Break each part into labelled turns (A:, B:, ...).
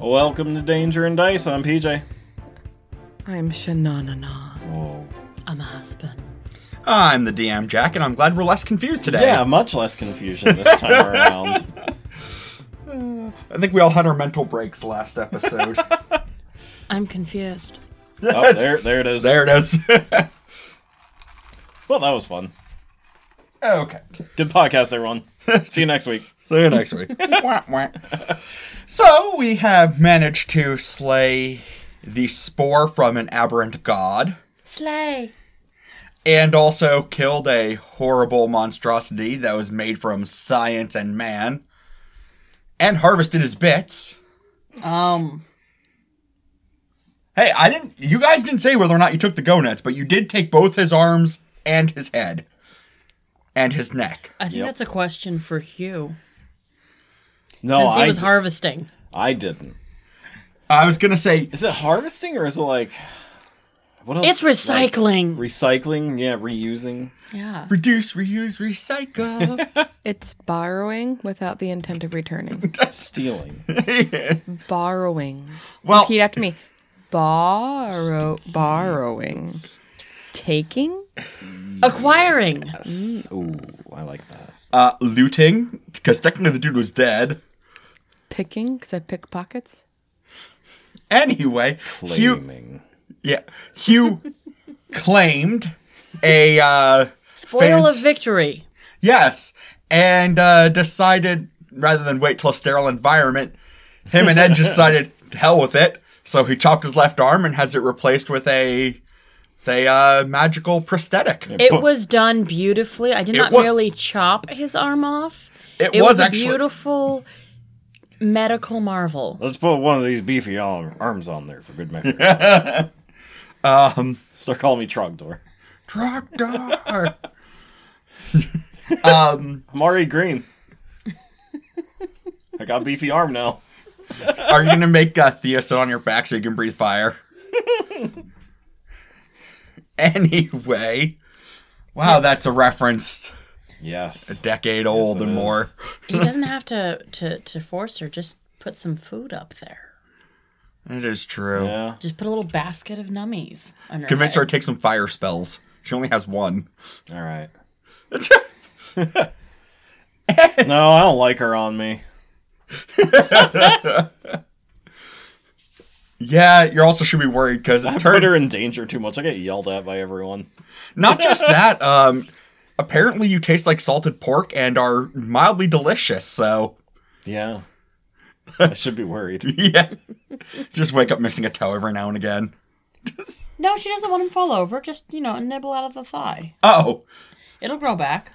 A: Welcome to Danger and Dice. I'm PJ.
B: I'm Shananana.
A: Whoa.
C: I'm a husband.
D: I'm the DM, Jack, and I'm glad we're less confused today.
A: Yeah, much less confusion this time around. Oh,
D: I think we all had our mental breaks last episode.
C: I'm confused.
A: Oh, there, there it is.
D: there it is.
A: Well, that was fun.
D: okay.
A: Good podcast, everyone. See you next week.
D: See you next week. Wah, wah. so we have managed to slay the spore from an aberrant god,
C: Slay.
D: and also killed a horrible monstrosity that was made from science and man, and harvested his bits.
C: Um.
D: Hey, I didn't. You guys didn't say whether or not you took the gonads, but you did take both his arms and his head, and his neck.
C: I think
A: Yep.
C: that's a question for Hugh.
A: No,
C: since he
A: Oh, I,
C: was
A: d-
C: harvesting.
A: I didn't.
D: I was gonna say
A: Is it harvesting or is it like what else?
C: It's recycling.
A: Like, recycling, yeah, reusing.
C: yeah.
D: reduce, reuse, recycle.
B: It's borrowing without the intent of returning.
A: Stealing.
B: borrowing.
D: well,
B: Repeat after me. Borrow borrowing. Taking?
C: Acquiring.
A: Ooh, I like that.
D: uh, looting because technically the dude was dead.
B: Picking, because I pick pockets.
D: Anyway, Hugh,
A: Claiming.
D: yeah, Hugh claimed a uh,
C: Spoil
D: fancy-
C: of victory.
D: Yes, and uh, decided rather than wait till a sterile environment, him and Ed just decided to hell with it. So he chopped his left arm and has it replaced with a, with a uh, magical prosthetic.
C: It was done beautifully. I did not
D: was-
C: merely chop his arm off.
D: It
C: It was,
D: was
C: a
D: actually-
C: beautiful medical marvel.
A: Let's put one of these beefy arm- arms on there for good measure. um, start calling me Trogdor.
D: Trogdor.
A: I'm already green. I got beefy arm now.
D: Are you gonna make uh, Thea sit on your back so you can breathe fire? anyway, wow, that's a reference
A: Yes.
D: decade old
A: it
D: and
A: is.
D: more.
C: He doesn't have to, to, to force her. Just put some food up there.
D: That is true.
A: Yeah.
C: Just put a little basket of nummies on her
D: Convince
C: head.
D: her to take some fire spells. She only has one.
A: All right. No, I don't like her on me.
D: yeah, you also should be worried because it
A: I put
D: turned
A: her in danger too much. I get yelled at by everyone.
D: not just that. Um, apparently you taste like salted pork and are mildly delicious. So
A: Yeah. I should be worried.
D: yeah, just wake up missing a toe every now and again.
C: No, she doesn't want him to fall over. Just, you know, nibble out of the thigh.
D: Oh,
C: It'll grow back.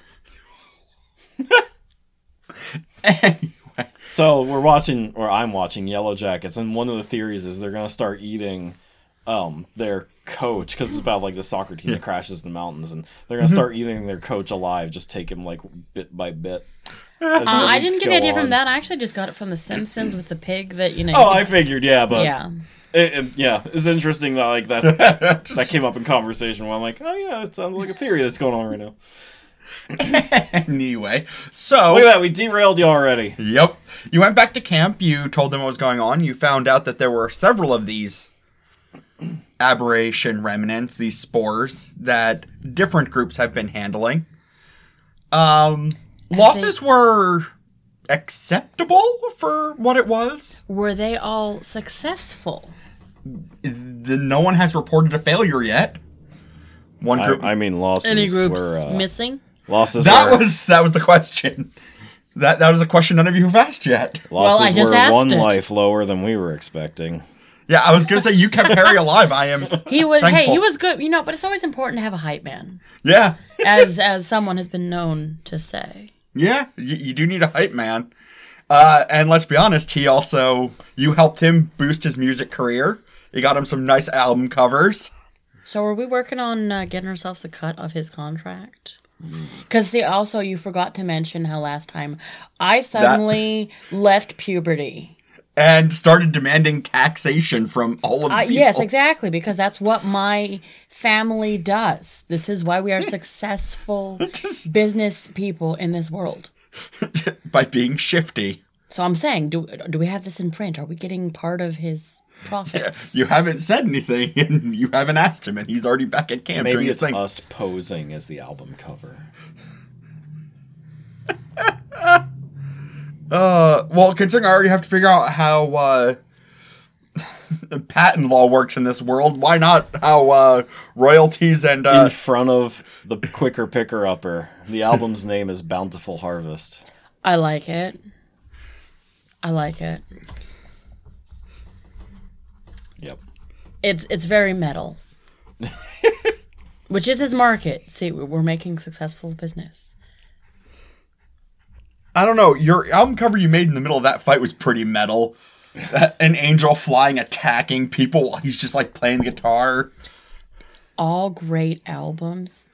A: So we're watching, or I'm watching Yellow Jackets, and one of the theories is they're gonna start eating um their coach because it's about like the soccer team that crashes in the mountains, and they're gonna start eating their coach alive, just take him like bit by bit. as the
C: Uh, I
A: weeks
C: didn't get
A: go
C: the idea
A: on.
C: from that. I actually just got it from The Simpsons with the pig that, you know.
A: Oh, I figured, yeah, but yeah,
C: yeah.
A: it, it- yeah, it's interesting that like that that came up in conversation where I'm like, oh yeah, it sounds like a theory that's going on right now.
D: anyway, so
A: Look at that, we derailed you already.
D: Yep. You went back to camp. You told them what was going on. You found out that there were several of these aberration remnants, these spores that different groups have been handling. Um, losses were acceptable for what it was.
C: Were they all successful?
D: The, no one has reported a failure yet. One group.
A: mean, losses uh,
C: Any groups missing?
A: losses.
D: that was that was the question. That that was a question none of you have asked yet.
C: Well, I
A: Losses
C: just
A: were
C: asked
A: one
C: it.
A: life lower than we were expecting.
D: Yeah, I was gonna say you kept Harry alive. I am.
C: He was. Hey, he
D: Thankful.
C: was good. You know, but it's always important to have a hype man,
D: Yeah.
C: as as someone has been known to say.
D: Yeah, you, you do need a hype man. Uh, and let's be honest, he also you helped him boost his music career. You got him some nice album covers.
C: So, are we working on uh, getting ourselves a cut of his contract?
A: Mm.
C: Because see, also you forgot to mention how last time I suddenly left puberty.
D: And started demanding taxation from all of the
C: Uh,
D: people.
C: yes, exactly, because that's what my family does. This is why we are successful
D: Just
C: business people in this world.
D: by being shifty.
C: So I'm saying, do do we have this in print? Are we getting part of his profits?
D: You haven't said anything, and you haven't asked him, and he's already back at camp doing
A: Maybe
D: his
A: it's
D: thing.
A: us posing as the album cover.
D: Uh, well, considering I already have to figure out how uh, patent law works in this world, why not how uh, royalties and uh,
A: in front of the quicker picker upper. The album's name is Bountiful Harvest.
C: I like it. I like it.
A: Yep.
C: It's it's very metal, which is his market. See, we- we're making successful business.
D: I don't know your album cover you made in the middle of that fight was pretty metal. An angel flying, attacking people while he's just like playing the guitar.
C: All great albums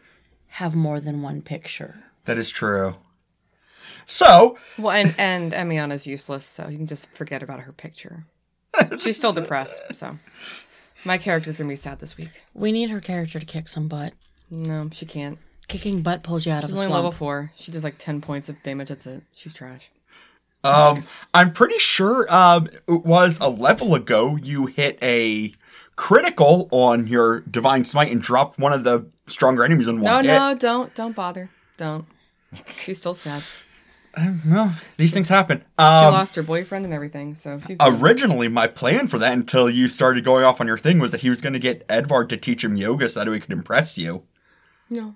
C: have more than one picture.
D: That is true. So
B: Well, and and Emiana's useless, so you can just forget about her picture. She's still depressed, so my character's gonna be sad this week.
C: We need her character to kick some butt.
B: No, she can't.
C: Kicking butt pulls you out of
B: She's
C: the
B: only
C: swamp.
B: level four. She does like ten points of damage. That's it. She's trash.
D: Um, I'm pretty sure um, it was a level ago you hit a critical on your divine smite and dropped one of the stronger enemies in one
B: No,
D: hit.
B: no, don't don't bother. Don't. She's still sad.
D: Well, these things happen.
B: She
D: Um,
B: lost her boyfriend and everything, so she's
D: originally, my plan for that until you started going off on your thing was that he was going to get Edvard to teach him yoga so that he could impress you.
B: no,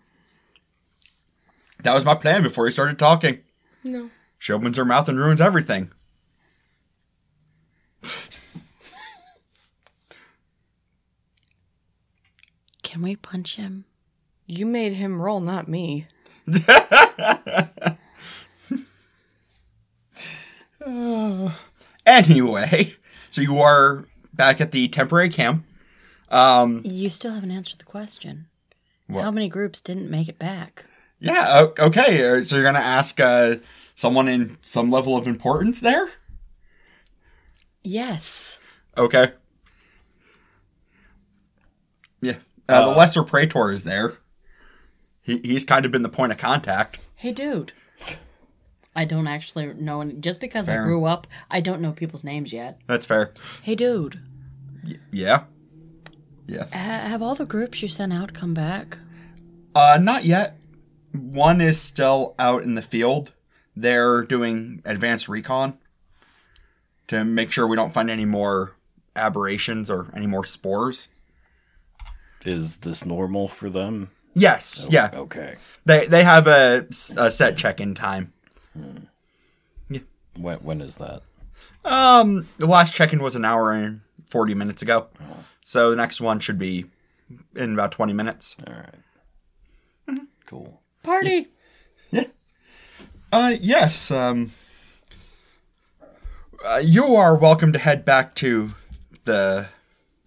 D: That was my plan before he started talking.
B: no.
D: She opens her mouth and ruins everything.
C: Can we punch him?
B: You made him roll, not me.
D: Anyway, so you are back at the temporary camp. Um,
C: You still haven't answered the question.
D: What?
C: How many groups didn't make it back?
D: Yeah. o- Okay. uh, So you're gonna ask uh, someone in some level of importance there.
C: Yes.
D: Okay. Yeah. Uh, the lesser praetor is there. He he's kind of been the point of contact.
C: Hey, dude. I don't actually know. Any, just because
D: Fair.
C: I grew up, I don't know people's names yet.
D: That's fair.
C: Hey, dude.
D: Y- yeah. Yes.
C: Ha- have all the groups you sent out come back?
D: Uh, not yet. One is still out in the field. They're doing advanced recon to make sure we don't find any more aberrations or any more spores.
A: Is this normal for them?
D: Yes. Yeah.
A: Okay.
D: They they have a, a set check-in time.
A: When, when is that?
D: Um, the last check-in was an hour and forty minutes ago, so the next one should be in about twenty minutes.
A: All right.
D: Mm-hmm.
A: Cool.
C: Party.
D: Uh, yes. Um, uh, you are welcome to head back to the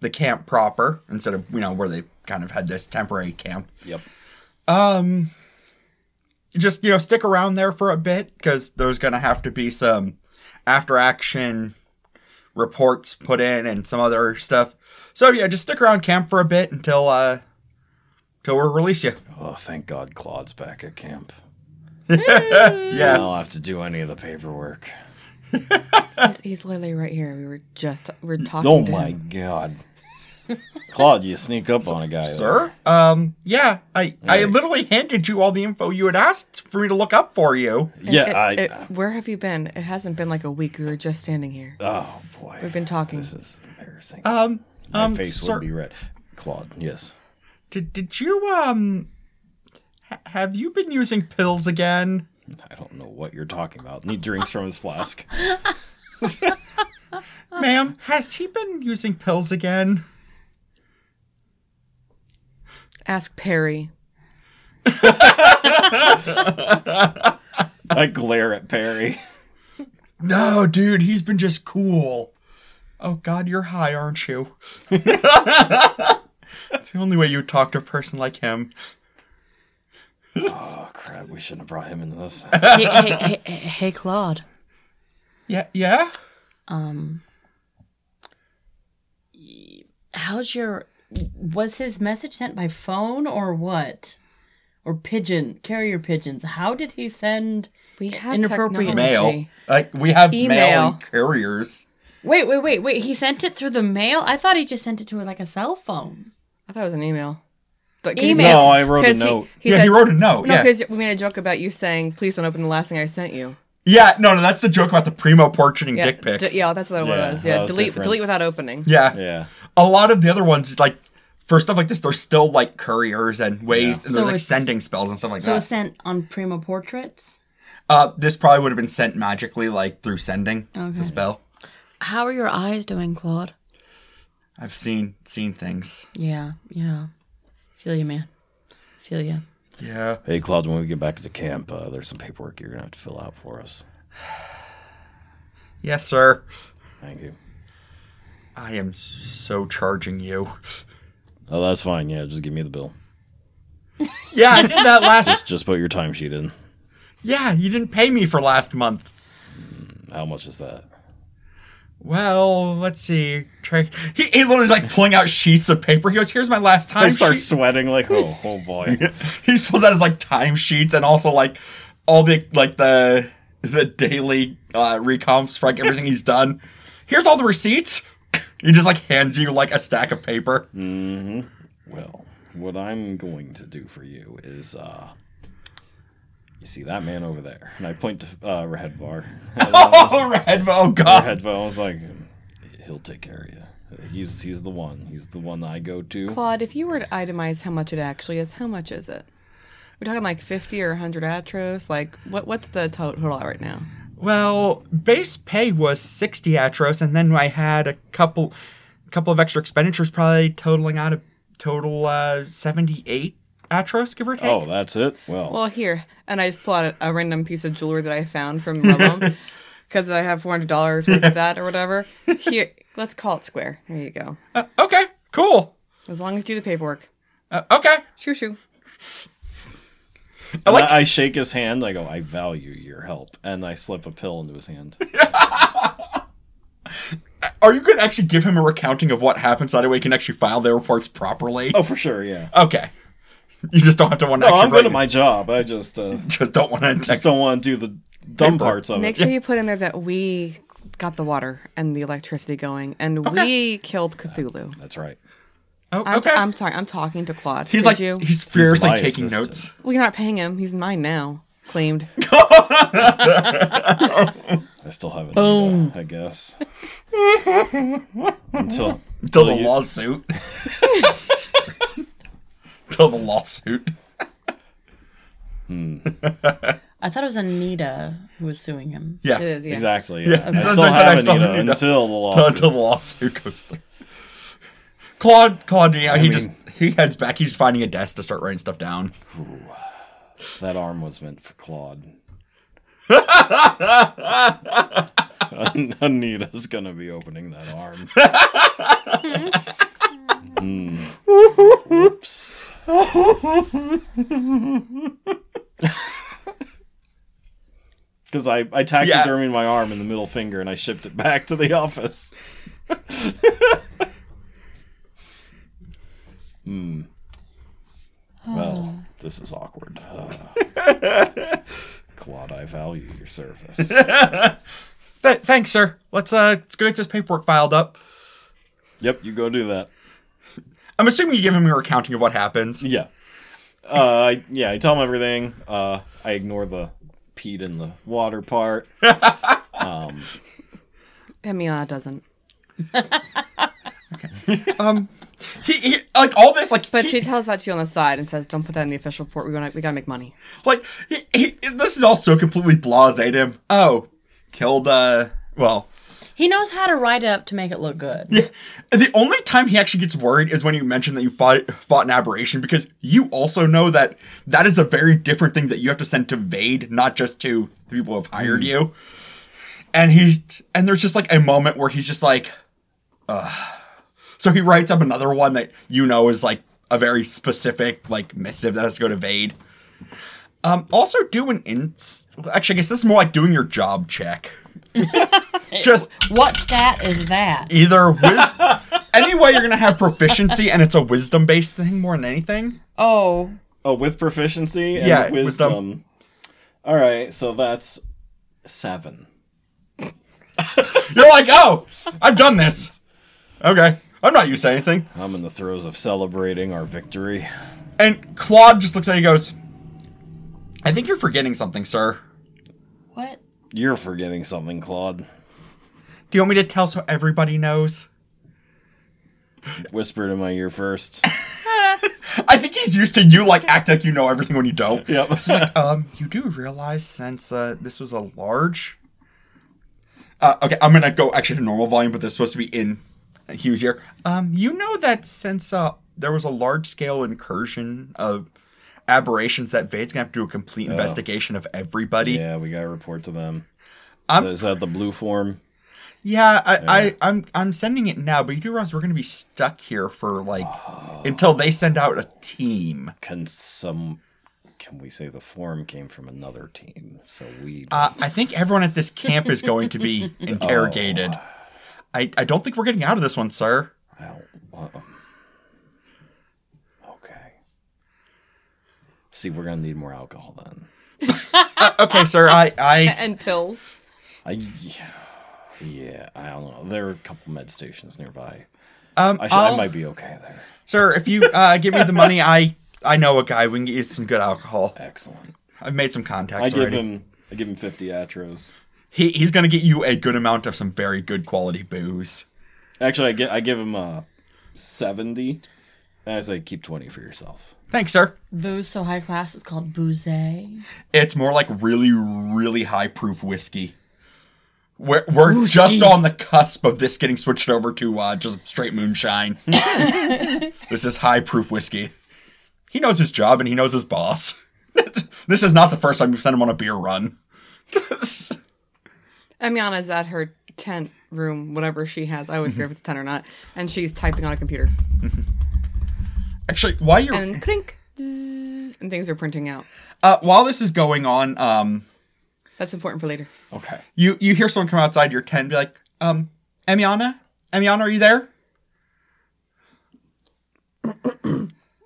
D: the camp proper instead of you know where they kind of had this temporary camp.
A: Yep.
D: just you know stick around there for a bit because there's gonna have to be some after action reports put in and some other stuff so yeah just stick around camp for a bit until uh till we release you
A: Oh, thank God Claude's back at camp. I
D: yes
A: don't have to do any of the paperwork.
B: He's, he's literally right here. We were just we are talking
A: Oh
B: to
A: Ah. my
B: him.
A: God. Claude, you sneak up on a guy. there.
D: sir um yeah i i literally handed you all the info you had asked for me to look up for you
A: Yeah,
B: It-
A: I.
B: it- where have you been? It hasn't been like a week. We were just standing here.
A: oh, boy.
B: We've been talking.
A: This is embarrassing.
D: um
A: My
D: um
A: face
D: sir
A: would be red. Claude, yes.
D: did, did you um ha- have you been using pills again
A: I don't know what you're talking about. And he drinks from his flask.
B: Uh.
D: ma'am has he been using pills again
B: Ask Perry.
A: I glare at Perry.
D: No, dude, he's been just cool. Oh God, you're high, aren't you? It's the only way you talk to a person like him.
A: Oh crap! We shouldn't have brought him into this.
C: hey, hey, hey, hey, Claude.
D: Yeah, yeah.
C: Um. How's your? Was his message sent by phone or what? or pigeon carrier pigeons. How did he send?
B: We have
C: Inappropriate.
B: inappropriate
D: Mail. Like we have mail
B: Email.
D: and couriers.
C: Wait, wait, wait, wait. He sent it through the mail. I thought he just sent it to her like a cell phone.
B: I thought it was an email. But- 'cause
C: Email.
A: No, I wrote a
B: 'cause he-
A: note.
B: He,
D: yeah,
B: said,
D: he wrote a note.
B: No,
D: yeah.
B: because we made a joke about you saying, "Please don't open the last thing I sent you."
D: Yeah, no, no, that's the joke about the primo portraiting
B: Yeah,
D: dick pics.
B: d- yeah, that's what it
A: Yeah,
B: was.
A: that
B: Yeah,
A: was
B: delete,
A: different.
B: delete without opening.
D: yeah.
A: Yeah.
D: A lot of the other ones, like for stuff like this, there's still like couriers and ways,
A: Yeah.
D: and there's
C: So
D: like
C: it's-
D: sending spells and stuff like
C: So it
D: that.
C: was sent on Primo Portraits.
D: uh, this probably would have been sent magically, like through sending. It's a
C: Okay.
D: spell.
C: How are your eyes doing, Claude?
D: I've seen seen things.
C: Yeah, yeah. Feel you, man. Feel you.
D: Yeah.
A: Hey, Claude, when we get back to camp, uh, there's some paperwork you're going to have to fill out for us.
D: Yes, sir.
A: Thank you.
D: I am so charging you.
A: Oh, that's fine. Yeah, just give me the bill.
D: Yeah, I did that last.
A: Just just put your timesheet in.
D: Yeah, you didn't pay me for last month.
A: How much is that?
D: Well, let's see. Try. He, he literally is like pulling out sheets of paper. He goes, "Here's my last
A: I
D: time."
A: start
D: sheet."
A: sweating like, oh, oh boy.
D: he pulls out his like time sheets and also like all the like the the daily uh recomps for like everything he's done. Here's all the receipts. He just like hands you like a stack of paper.
A: Well, what I'm going to do for you is, uh, you see that man over there, and I point to uh, Redvar.
D: Oh, Red, oh god.
A: Redvar I was like, he'll take care of you. He's he's the one. He's the one I go to.
B: Claude, if you were to itemize how much it actually is, how much is it? We're talking like fifty or hundred atros. Like, what what's the to- total out right now?
D: Well, base pay was 60 atros and then I had a couple couple of extra expenditures probably totaling out a total uh 78 atros give or take.
A: Oh, that's it. Well,
B: Well, here, and I just pull out a random piece of jewelry that I found from Relum because I have four hundred dollars worth of that or whatever. Here, let's call it square. There you go.
D: Uh, okay. Cool.
B: As long as you do the paperwork.
D: Uh, okay.
B: Shoo shoo.
D: I
A: And I,
D: like
A: I shake his hand. I go, I value your help, and I slip a pill into his hand.
D: Are you going to actually give him a recounting of what happened so that way he can actually file their reports properly?
A: oh, for sure, yeah.
D: Okay. You just don't have to want to
A: No,
D: actually
A: Oh, I'm good
D: write
A: at my job. I just uh,
D: it. Just don't want to.
A: just don't want to do the dumb
D: Paper.
A: parts of
B: Make
A: it.
B: sure you put in there that we got the water and the electricity going, and we killed Cthulhu.
A: That's right.
D: oh,
B: I'm,
D: okay.
B: I'm sorry. I'm talking to Claude.
D: he's
B: Did
D: like
B: you?
D: he's fiercely
A: my
D: taking
A: assistant.
D: notes.
B: Well, you're not paying him. He's mine now. Claimed.
A: I still have an Boom. I guess. Until
D: Till the
A: you-
D: lawsuit. Till the lawsuit.
C: I thought it was Anita who was suing him.
D: Yeah.
B: It is. Yeah.
A: exactly.
D: Yeah,
A: Yeah. I
D: so-
A: still
D: so I said I
A: have
D: still
A: Anita
D: need to-
A: until the
D: Till,
A: lawsuit.
D: till the lawsuit goes through. Claude, Claude, you know, he
A: mean-
D: just he heads back. He's finding a desk to start writing stuff down.
A: That arm was meant for Claude. An- Anita's gonna be opening that arm. Hmm. Whoops. Because I, I taxidermied my arm in the middle finger and I shipped it back to the office. Hmm. Well, this is awkward. Uh, Claude, I value your service.
D: Th- thanks, sir. Let's uh, let's go get this paperwork filed up.
A: Yep, you go do that.
D: I'm assuming you give him your accounting of what happens.
A: Yeah. Uh, I- yeah, I tell him everything. Uh, I ignore the peed in the water part.
B: Emiana doesn't.
D: He, he like all this like
B: But
D: he-
B: she tells that to you on the side and says, "Don't put that in the official report. We want. We gotta make money."
D: Like he, he, this is all so completely blasé to him. Oh, killed. Uh, well,
C: He knows how to write it up to make it look good.
D: the only time he actually gets worried is when you mention that you fought fought an aberration because you also know that that is a very different thing that you have to send to Vade, not just to the people who have hired you. And he's and there's just like a moment where he's just like, Ugh. so he writes up another one that you know is like a very specific like missive that has to go to Vade. Um, also do an ins. Actually, I guess this is more like doing your job check. just
C: What stat is that?
D: either wis- anyway you're gonna have proficiency and it's a wisdom based thing more than anything
C: Oh,
A: Oh, with proficiency and
D: Yeah,
A: wisdom.
D: wisdom.
A: All right, so that's seven.
D: You're like, oh, I've done this. Okay. I'm not used to anything.
A: I'm in the throes of celebrating our victory.
D: And Claude just looks at you and goes, I think you're forgetting something, sir.
C: What?
A: You're forgetting something, Claude.
D: Do you want me to tell so everybody knows?
A: Whispered in my ear first.
D: I think he's used to you like act like you know everything when you don't.
A: yep.
D: Um, you do realize since uh, this was a large. Uh, okay, I'm gonna go actually to normal volume, but this is supposed to be in Hughes here. Um, you know that since uh, there was a large scale incursion of aberrations, that Vade's gonna have to do a complete investigation of everybody.
A: yeah, we gotta report to them.
D: I'm-
A: Is that the blue form?
D: Yeah, I, I, I'm I'm sending it now, but you do realize we're gonna be stuck here for like until they send out a team.
A: Can some? Can we say the form came from another team? So we.
D: Uh, I think everyone at this camp is going to be interrogated.
A: Oh.
D: I, I don't think we're getting out of this one, sir.
A: Well, um, okay. See, we're gonna need more alcohol then.
D: Uh, Okay, sir. I I
B: and pills.
A: I yeah, yeah, I don't know. There are a couple med stations nearby.
D: um
A: I, should,
D: I'll-
A: I might be okay there.
D: sir, if you uh, give me the money, I I know a guy we can get you some good alcohol.
A: Excellent.
D: I've made some
A: I
D: contacts
A: give
D: already.
A: him. I give him fifty atros.
D: He he's gonna get you a good amount of some very good quality booze.
A: Actually, I get. I give him uh seventy. And I say, keep twenty for yourself.
D: Thanks, sir.
C: Booze so high class, it's called booze.
D: It's more like really really high proof whiskey. We're we're just on the cusp of this getting switched over to uh, just straight moonshine. this is high proof whiskey. He knows his job and he knows his boss. this is not the first time you've sent him on a beer run.
B: Emiana's at her tent room, whatever she has. I always forget if it's a tent or not. And she's typing on a computer.
D: Actually, while you're
B: And clink, zzz, and things are printing out.
D: uh, while this is going on, um,
B: That's important for later.
A: Okay.
D: you you hear someone come outside your tent and be like, um, Emiana, Emiana, are you there?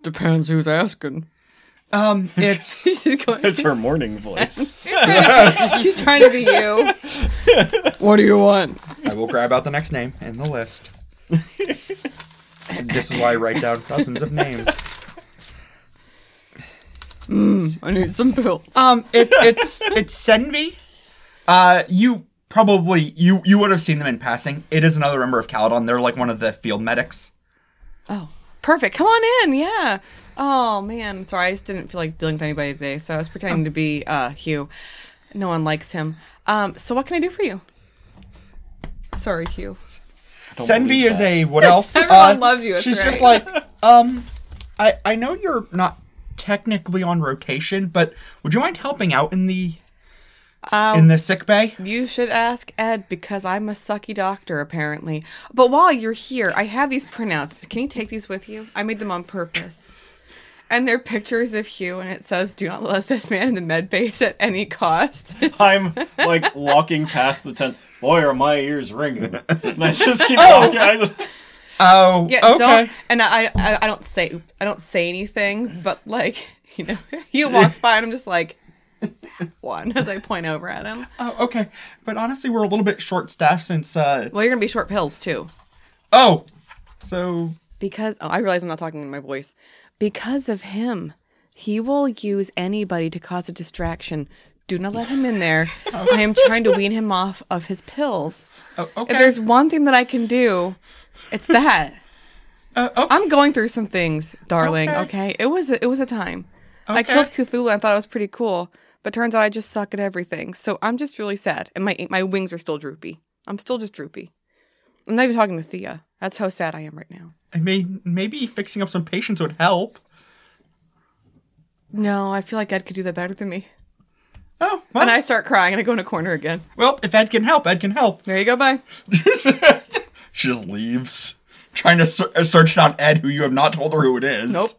B: Depends who's asking.
D: Um, it's
B: She's going.
A: It's her morning voice.
B: She's trying to be you. what do you want?
D: I will grab out the next name in the list. this is why I write down dozens of names.
B: I need some pills.
D: Um, it, it's it's Senvi. Uh, you probably you you would have seen them in passing. It is another member of Caladon. They're like one of the field medics.
B: Oh, perfect. Come on in. Yeah. Oh man, sorry. I just didn't feel like dealing with anybody today, so I was pretending to be uh, Hugh. No one likes him. Um, so what can I do for you? Sorry, Hugh.
D: Senvi is a wood elf.
B: Everyone loves you, it's
D: She's just
B: great.
D: like, um, I I know you're not technically on rotation, but would you mind helping out in the
B: Um,
D: in the sick bay?
B: You should ask Ed because I'm a sucky doctor apparently. But while you're here, I have these printouts. Can you take these with you? I made them on purpose. And they're pictures of Hugh, and it says, "Do not let this man in the med base at any cost."
A: I'm like walking past the tent. Boy, are my ears ringing! And I just keep walking. I just
D: Oh,
B: Yeah,
D: okay.
B: don't. And I, I, I don't say, I don't say anything, but like, you know, he walks by and I'm just like, that one as I point over at him.
D: Oh, okay. But honestly, we're a little bit short staffed since. Uh,
B: Well, you're gonna be short pills too,
D: oh, so
B: because oh, I realize I'm not talking in my voice. Because of him, he will use anybody to cause a distraction. Do not let him in there. I am trying to wean him off of his pills.
D: oh,
B: If
D: okay.
B: there's one thing that I can do, it's that.
D: Uh, okay.
B: I'm going through some things, darling.
D: Okay.
B: Okay, it was a, it was a time. I
D: Okay.
B: killed Cthulhu and thought it was pretty cool, but turns out I just suck at everything. So I'm just really sad, and my my wings are still droopy. I'm still just droopy. I'm not even talking to Thea. That's how sad I am right now.
D: I mean, maybe fixing up some patients would help.
B: No, I feel like Ed could do that better than me.
D: Oh, well,
B: And I start crying, and I go in a corner again.
D: well, if Ed can help, Ed can help.
B: There you go. Bye.
D: she just leaves, trying to ser- uh, search down Ed, who you have not told her who it is.
B: Nope.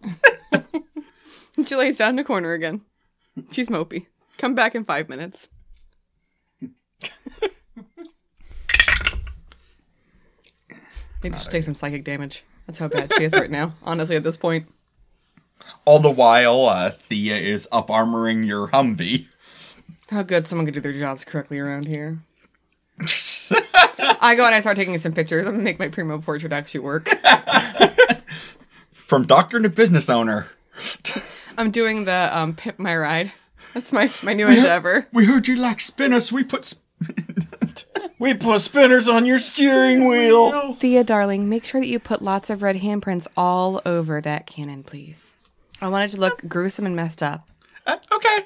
B: She lays down in a corner again. She's mopey. Come back in five minutes. Maybe she'll take some psychic damage. That's how bad she is right now, honestly, at this point.
D: All the while, uh, Thea is up armoring your Humvee.
B: How good someone could do their jobs correctly around here. I go and I start taking some pictures. I'm gonna make my primo portrait actually work.
D: From doctor to business owner.
B: I'm doing the um, pimp my ride. That's my my new endeavor.
D: We heard you like spinners. We put. Sp-
A: We put spinners on your steering wheel.
B: Thea, darling, make sure that you put lots of red handprints all over that cannon, please. I want it to look gruesome and messed up.
D: Uh, okay.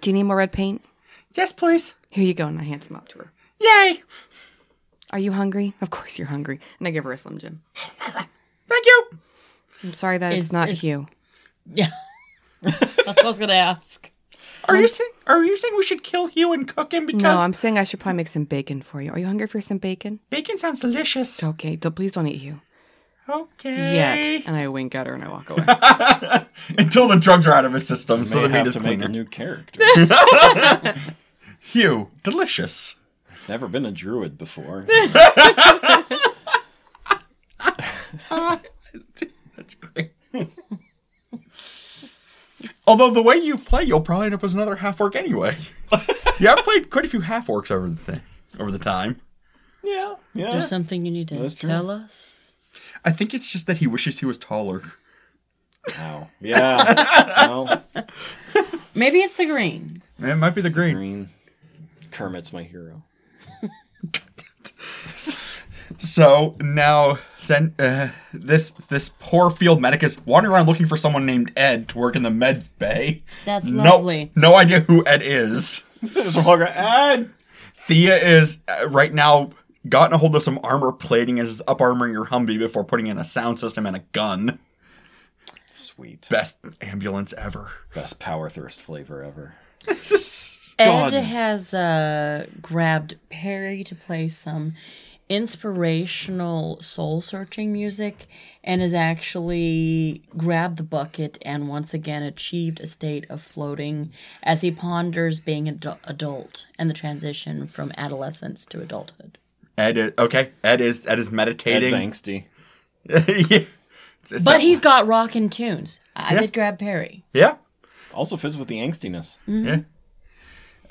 B: Do you need more red paint?
D: Yes, please.
B: Here you go, and I hand some up to her.
D: Yay.
B: Are you hungry? Of course you're hungry. And I give her a Slim Jim.
D: Thank you.
B: I'm sorry that
C: Is-
B: it's not
C: is-
B: you.
C: Yeah. That's what I was going to ask.
D: Are you saying? Are you saying we should kill Hugh and cook him because
B: No, I'm saying I should probably make some bacon for you. Are you hungry for some bacon?
D: bacon sounds delicious?
B: Okay, don't, please don't eat you.
D: Okay.
B: Yet. And I wink at her and I walk away.
D: Until the drugs are out of his system, so
A: May
D: the meat
A: have
D: is
A: to make a
D: cleaner.
A: new character.
D: Hugh, delicious.
A: Never been a druid before.
D: That's great. Although the way you play, you'll probably end up as another half orc anyway. yeah, I've played quite a few half orcs over the thing, over the time.
A: yeah, yeah.
C: Is there something you need to
A: That's true.
C: tell us?
D: I think it's just that he wishes he was taller.
A: Ow. Yeah. No.
C: Maybe it's the green.
D: It might be the green.
A: Green. Kermit's my hero.
D: So now, send, uh, this this poor field medic is wandering around looking for someone named Ed to work in the med bay.
C: That's
D: No-
C: lovely.
D: no idea who Ed is.
A: There's a hugger. Ah!
D: Thea is uh, right now gotten a hold of some armor plating and is up armoring your Humvee before putting in a sound system and a gun.
A: Sweet.
D: Best ambulance ever.
A: Best power thirst flavor ever.
C: Ed
D: Done.
C: has uh, grabbed Perry to play some inspirational soul searching music and has actually grabbed the bucket and once again achieved a state of floating as he ponders being an adu- adult and the transition from adolescence to adulthood.
D: Ed, is, okay. Ed is Ed is
A: Ed's
D: meditating.
A: angsty.
D: yeah. It's- it's
C: But
D: that-
C: he's got rockin' tunes. I did grab Perry.
D: yeah.
A: Also fits with the angstiness.
C: Mm-hmm.
D: Yeah.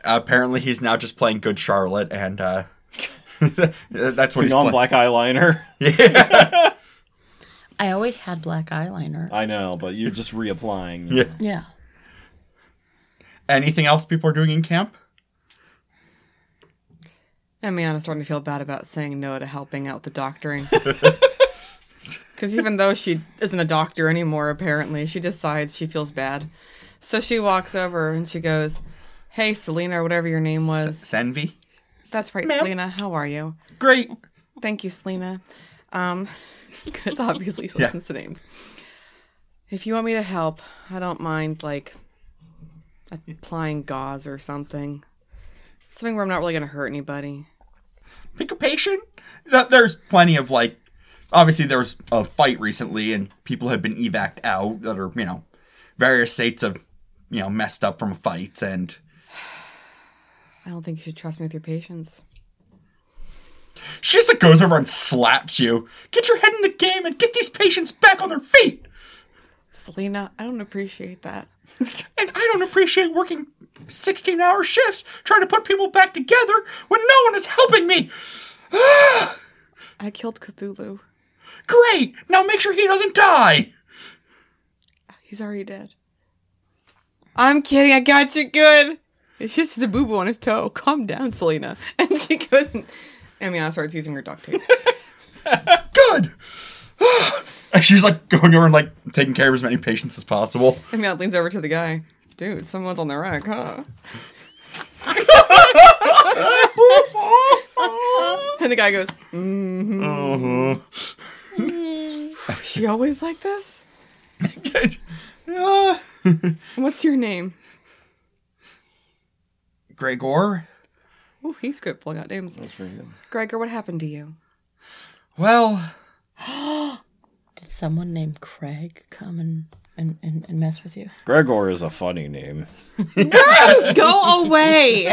D: Apparently, he's now just playing Good Charlotte, and uh, that's what he's
A: Non
D: playing.
A: black eyeliner.
C: I always had black eyeliner.
A: I know, but you're just reapplying.
D: Yeah.
C: yeah.
D: Anything else people are doing in camp?
B: I mean, I'm starting to feel bad about saying no to helping out the doctoring. Because even though she isn't a doctor anymore, apparently, she decides she feels bad. So she walks over and she goes, Hey, Selena, or whatever your name was.
D: Senvi.
B: That's right, Selena. How are you?
D: Great.
B: Thank you, Selena. Um, because obviously she
D: Yeah.
B: listens to names. If you want me to help, I don't mind like applying gauze or something. Something where I'm not really gonna hurt anybody.
D: pick a patient. That there's plenty of like, obviously there was a fight recently and people have been evac'd out that are you know, various states of you know messed up from fights and
B: I don't think you should trust me with your patients.
D: she just like, goes over and slaps you. Get your head in the game and get these patients back on their feet.
B: Selena, I don't appreciate that.
D: And I don't appreciate working. 16 hour shifts trying to put people back together when no one is helping me. Ah,
B: I killed Cthulhu.
D: Great! Now make sure he doesn't die!
B: He's already dead. I'm kidding. I got you good. It's just a boo boo on his toe. Calm down, Selena. And she goes, I mean, I starts using her duct tape.
D: Good! and she's like going over and like taking care of as many patients as possible.
B: I mean, I leans over to the guy. Dude, someone's on the rack, huh? and the guy goes, mm-hmm. "She always like this.
D: Uh,
B: What's your name?"
D: Gregor?
B: Oh, he's good at pulling out names.
A: That's pretty good.
B: Gregor, what happened to you?
D: Well,
C: Did someone named Craig come and, and, and, and mess with you?
A: Gregor is a funny name.
B: Go away.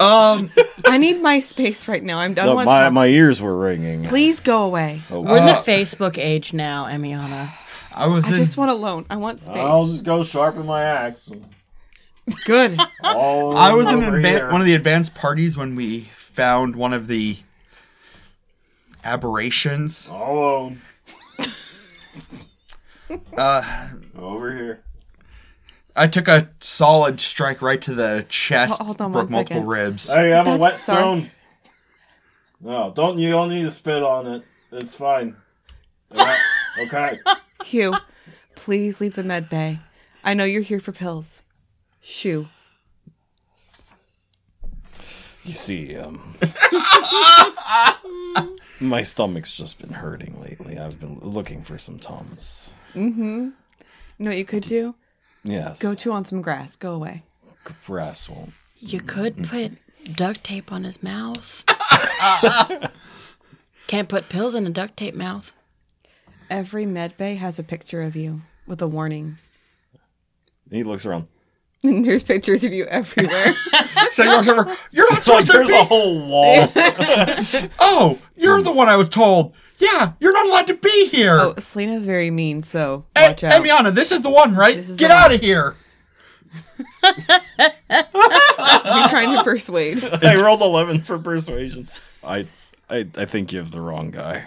D: um,
B: I need my space right now. I'm done.
A: No,
B: with
A: my,
B: talking.
A: my ears were ringing.
D: Uh,
B: Please go away.
C: We're in the Facebook age now, Emiana.
D: I was
B: I
D: in,
B: just want a loan. I want space.
A: I'll just go sharpen my axe.
B: Good.
A: All
D: I was in
A: over
D: advan-
A: here.
D: one of the advanced parties when we found one of the aberrations.
A: All alone.
D: Uh,
A: Over here.
D: I took a solid strike right to the chest,
B: Ho- hold on
D: broke
B: one
D: multiple
B: second.
D: ribs.
A: Hey, I'm a
B: That's
A: wet
B: sorry.
A: stone. No, don't you don't need to spit on it. It's fine. Yeah, okay.
B: Hugh, please leave the med bay. I know you're here for pills. Shoo.
A: You see, um, my stomach's just been hurting lately. I've been looking for some tums.
B: You know what you could do?
A: Yes,
B: Go chew on some grass. Go away.
A: grass won't.
C: You could put duct tape on his mouth. Can't put pills in a duct tape mouth.
B: Every med bay has a picture of you with a warning.
A: He looks around.
B: And there's pictures of you everywhere.
D: Say walks over. You're not supposed to
A: there's
D: be.
A: a whole wall.
D: oh, you're the one I was told. Yeah, you're not allowed to be here.
B: oh, Selena's very mean, so
D: Hey,
B: watch out.
D: Emiana, this is the one, right?
B: This is
D: Get
B: the one.
D: out of here.
B: You're trying to persuade.
A: I rolled eleven for persuasion. I, I, I think you have the wrong guy.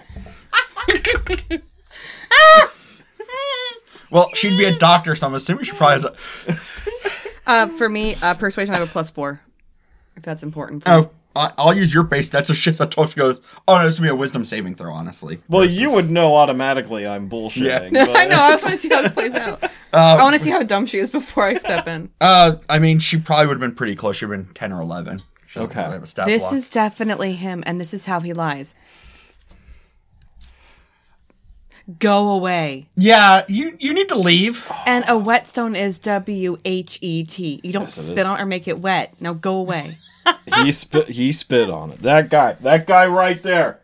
D: Well, she'd be a doctor, so I'm assuming she probably has a.
B: Uh, for me, uh, persuasion, I have a plus four. If that's important. For you.
D: Oh, I- I'll use your base. That's a shit. That she goes. Oh no, this would be a wisdom saving throw, honestly.
A: Well, you would know automatically. I'm bullshitting.
D: Yeah.
A: but- Uh,
B: I know. I just want to see how this plays out. I want to see how dumb she is before I step in.
D: Uh, I mean, she probably would have been pretty close. She'd have been ten or eleven. She doesn't
A: Okay.
D: really have a stat
B: This
D: block.
B: is definitely him, and this is how he lies. Go away.
D: Yeah, you you need to leave.
B: And a whetstone is W H E T. You don't
A: it
B: spit
A: is.
B: on it or make it wet. Now go away.
A: he spit. He spit on it. That guy. That guy right there.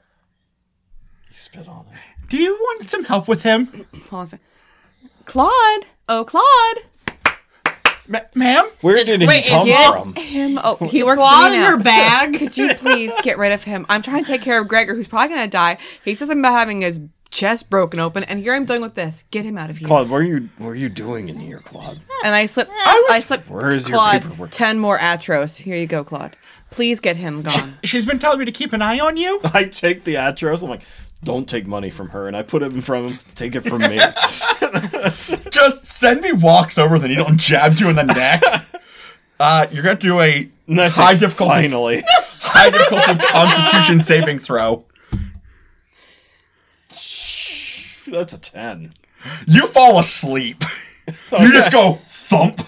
A: He spit on it.
D: Do you want some help with him,
B: Hold on a sec. Claude. Oh, Claude.
D: Ma- ma'am?
A: Where
C: It's-
A: did he
C: wait,
A: come
C: again?
A: from?
B: Him. Oh, he works for
C: Claw
B: me
C: in
B: now.
C: your bag.
B: Could you please get rid of him? I'm trying to take care of Gregor, who's probably gonna die. He says I'm about having his chest broken open, and here I'm doing with this. Get him out of here.
A: Claude, what are you? What are you doing in here, Claude?
B: And I slip. I,
D: I was-
B: slip.
A: Where is your
B: Claude,
A: paperwork?
B: Ten more atros. Here you go, Claude. Please get him gone.
D: She's been telling me to keep an eye on you.
A: I take the atros. I'm like, don't take money from her, and I put it in front of him. Take it from me.
D: Just send me walks over the needle and jabs you in the neck. Uh, you're gonna do a
A: And I say,
D: high difficulty,
A: Finally,
D: high difficulty Constitution saving throw.
A: that's a ten.
D: You fall asleep. You just go thump.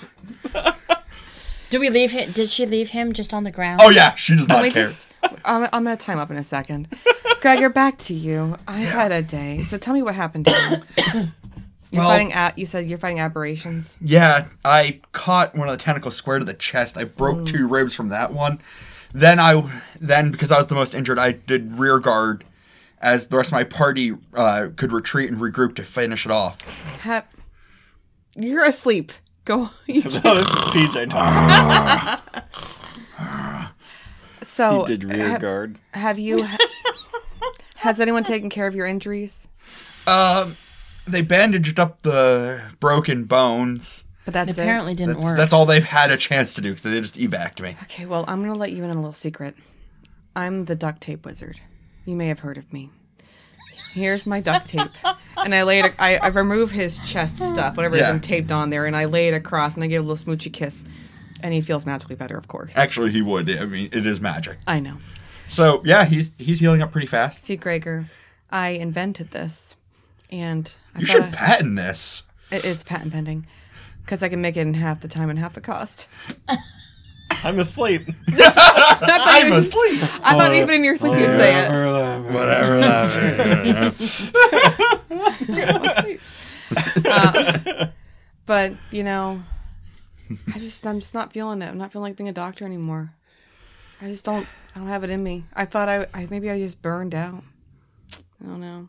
C: Do we leave him? Did she leave him just on the ground?
D: Oh yeah, she does
B: Can
D: not
B: we
D: care.
B: just? I'm, I'm gonna time up in a second. Gregor, back to you. I've had a day. So tell me what happened to you. You're
D: Well-
B: fighting at. You said you're fighting aberrations.
D: Yeah, I caught one of the tentacles square to the chest. I broke two ribs from that one. Then I, then because I was the most injured, I did rear guard, as the rest of my party uh, could retreat and regroup to finish it off.
B: Hep. You're asleep. Go.
A: No, this is PJ talking.
B: so
A: He did rear
B: Hep-
A: guard.
B: Have you? has anyone taken care of your injuries?
D: They bandaged up the broken bones.
B: But that's
C: apparently didn't
D: That's
C: work.
D: that's all they've had a chance to do because they just evac me.
B: it. Okay, well, I'm gonna let you in on a little secret. I'm the duct tape wizard. You may have heard of me. Here's my duct tape, and I lay it. I, I remove his chest stuff, whatever's
D: Yeah.
B: been taped on there, and I lay it across, and I give a little smoochy kiss, and he feels magically better, of course.
D: Actually, he would. I mean, it is magic.
B: I know.
D: So yeah, he's he's healing up pretty fast.
B: See, Gregor, I invented this, and I
D: You
B: thought
D: should
B: I-
D: patent this.
B: it- it's patent pending, because I can make it in half the time and half the cost.
A: I'm asleep.
D: I'm asleep.
B: I thought even in your sleep you'd say it.
D: Whatever that. is.
B: Um, but you know, I just I'm just not feeling it. I'm not feeling like being a doctor anymore. I just don't I don't have it in me. I thought I, I maybe I just burned out. I don't know.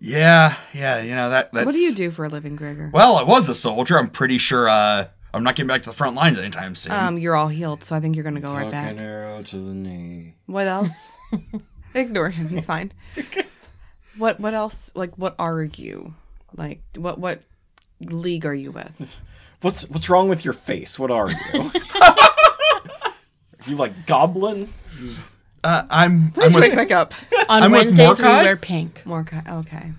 D: Yeah, yeah. You know that. That's,
B: What do you do for a living, Gregor?
D: Well, I was a soldier. I'm pretty sure uh, I'm not getting back to the front lines anytime soon.
B: Um, you're all healed, so I think you're gonna go right back.
A: arrow to the knee.
B: What else? Ignore him. He's fine. What what else? Like what are you? Like what what league are you with?
A: What's what's wrong with your face? What are you? are you like goblin?
D: Uh, I'm, I'm
B: Please
D: with-
B: wake back up.
C: On
D: I'm with
C: Wednesdays, we
D: Mordecai?
C: wear pink.
B: More co- okay.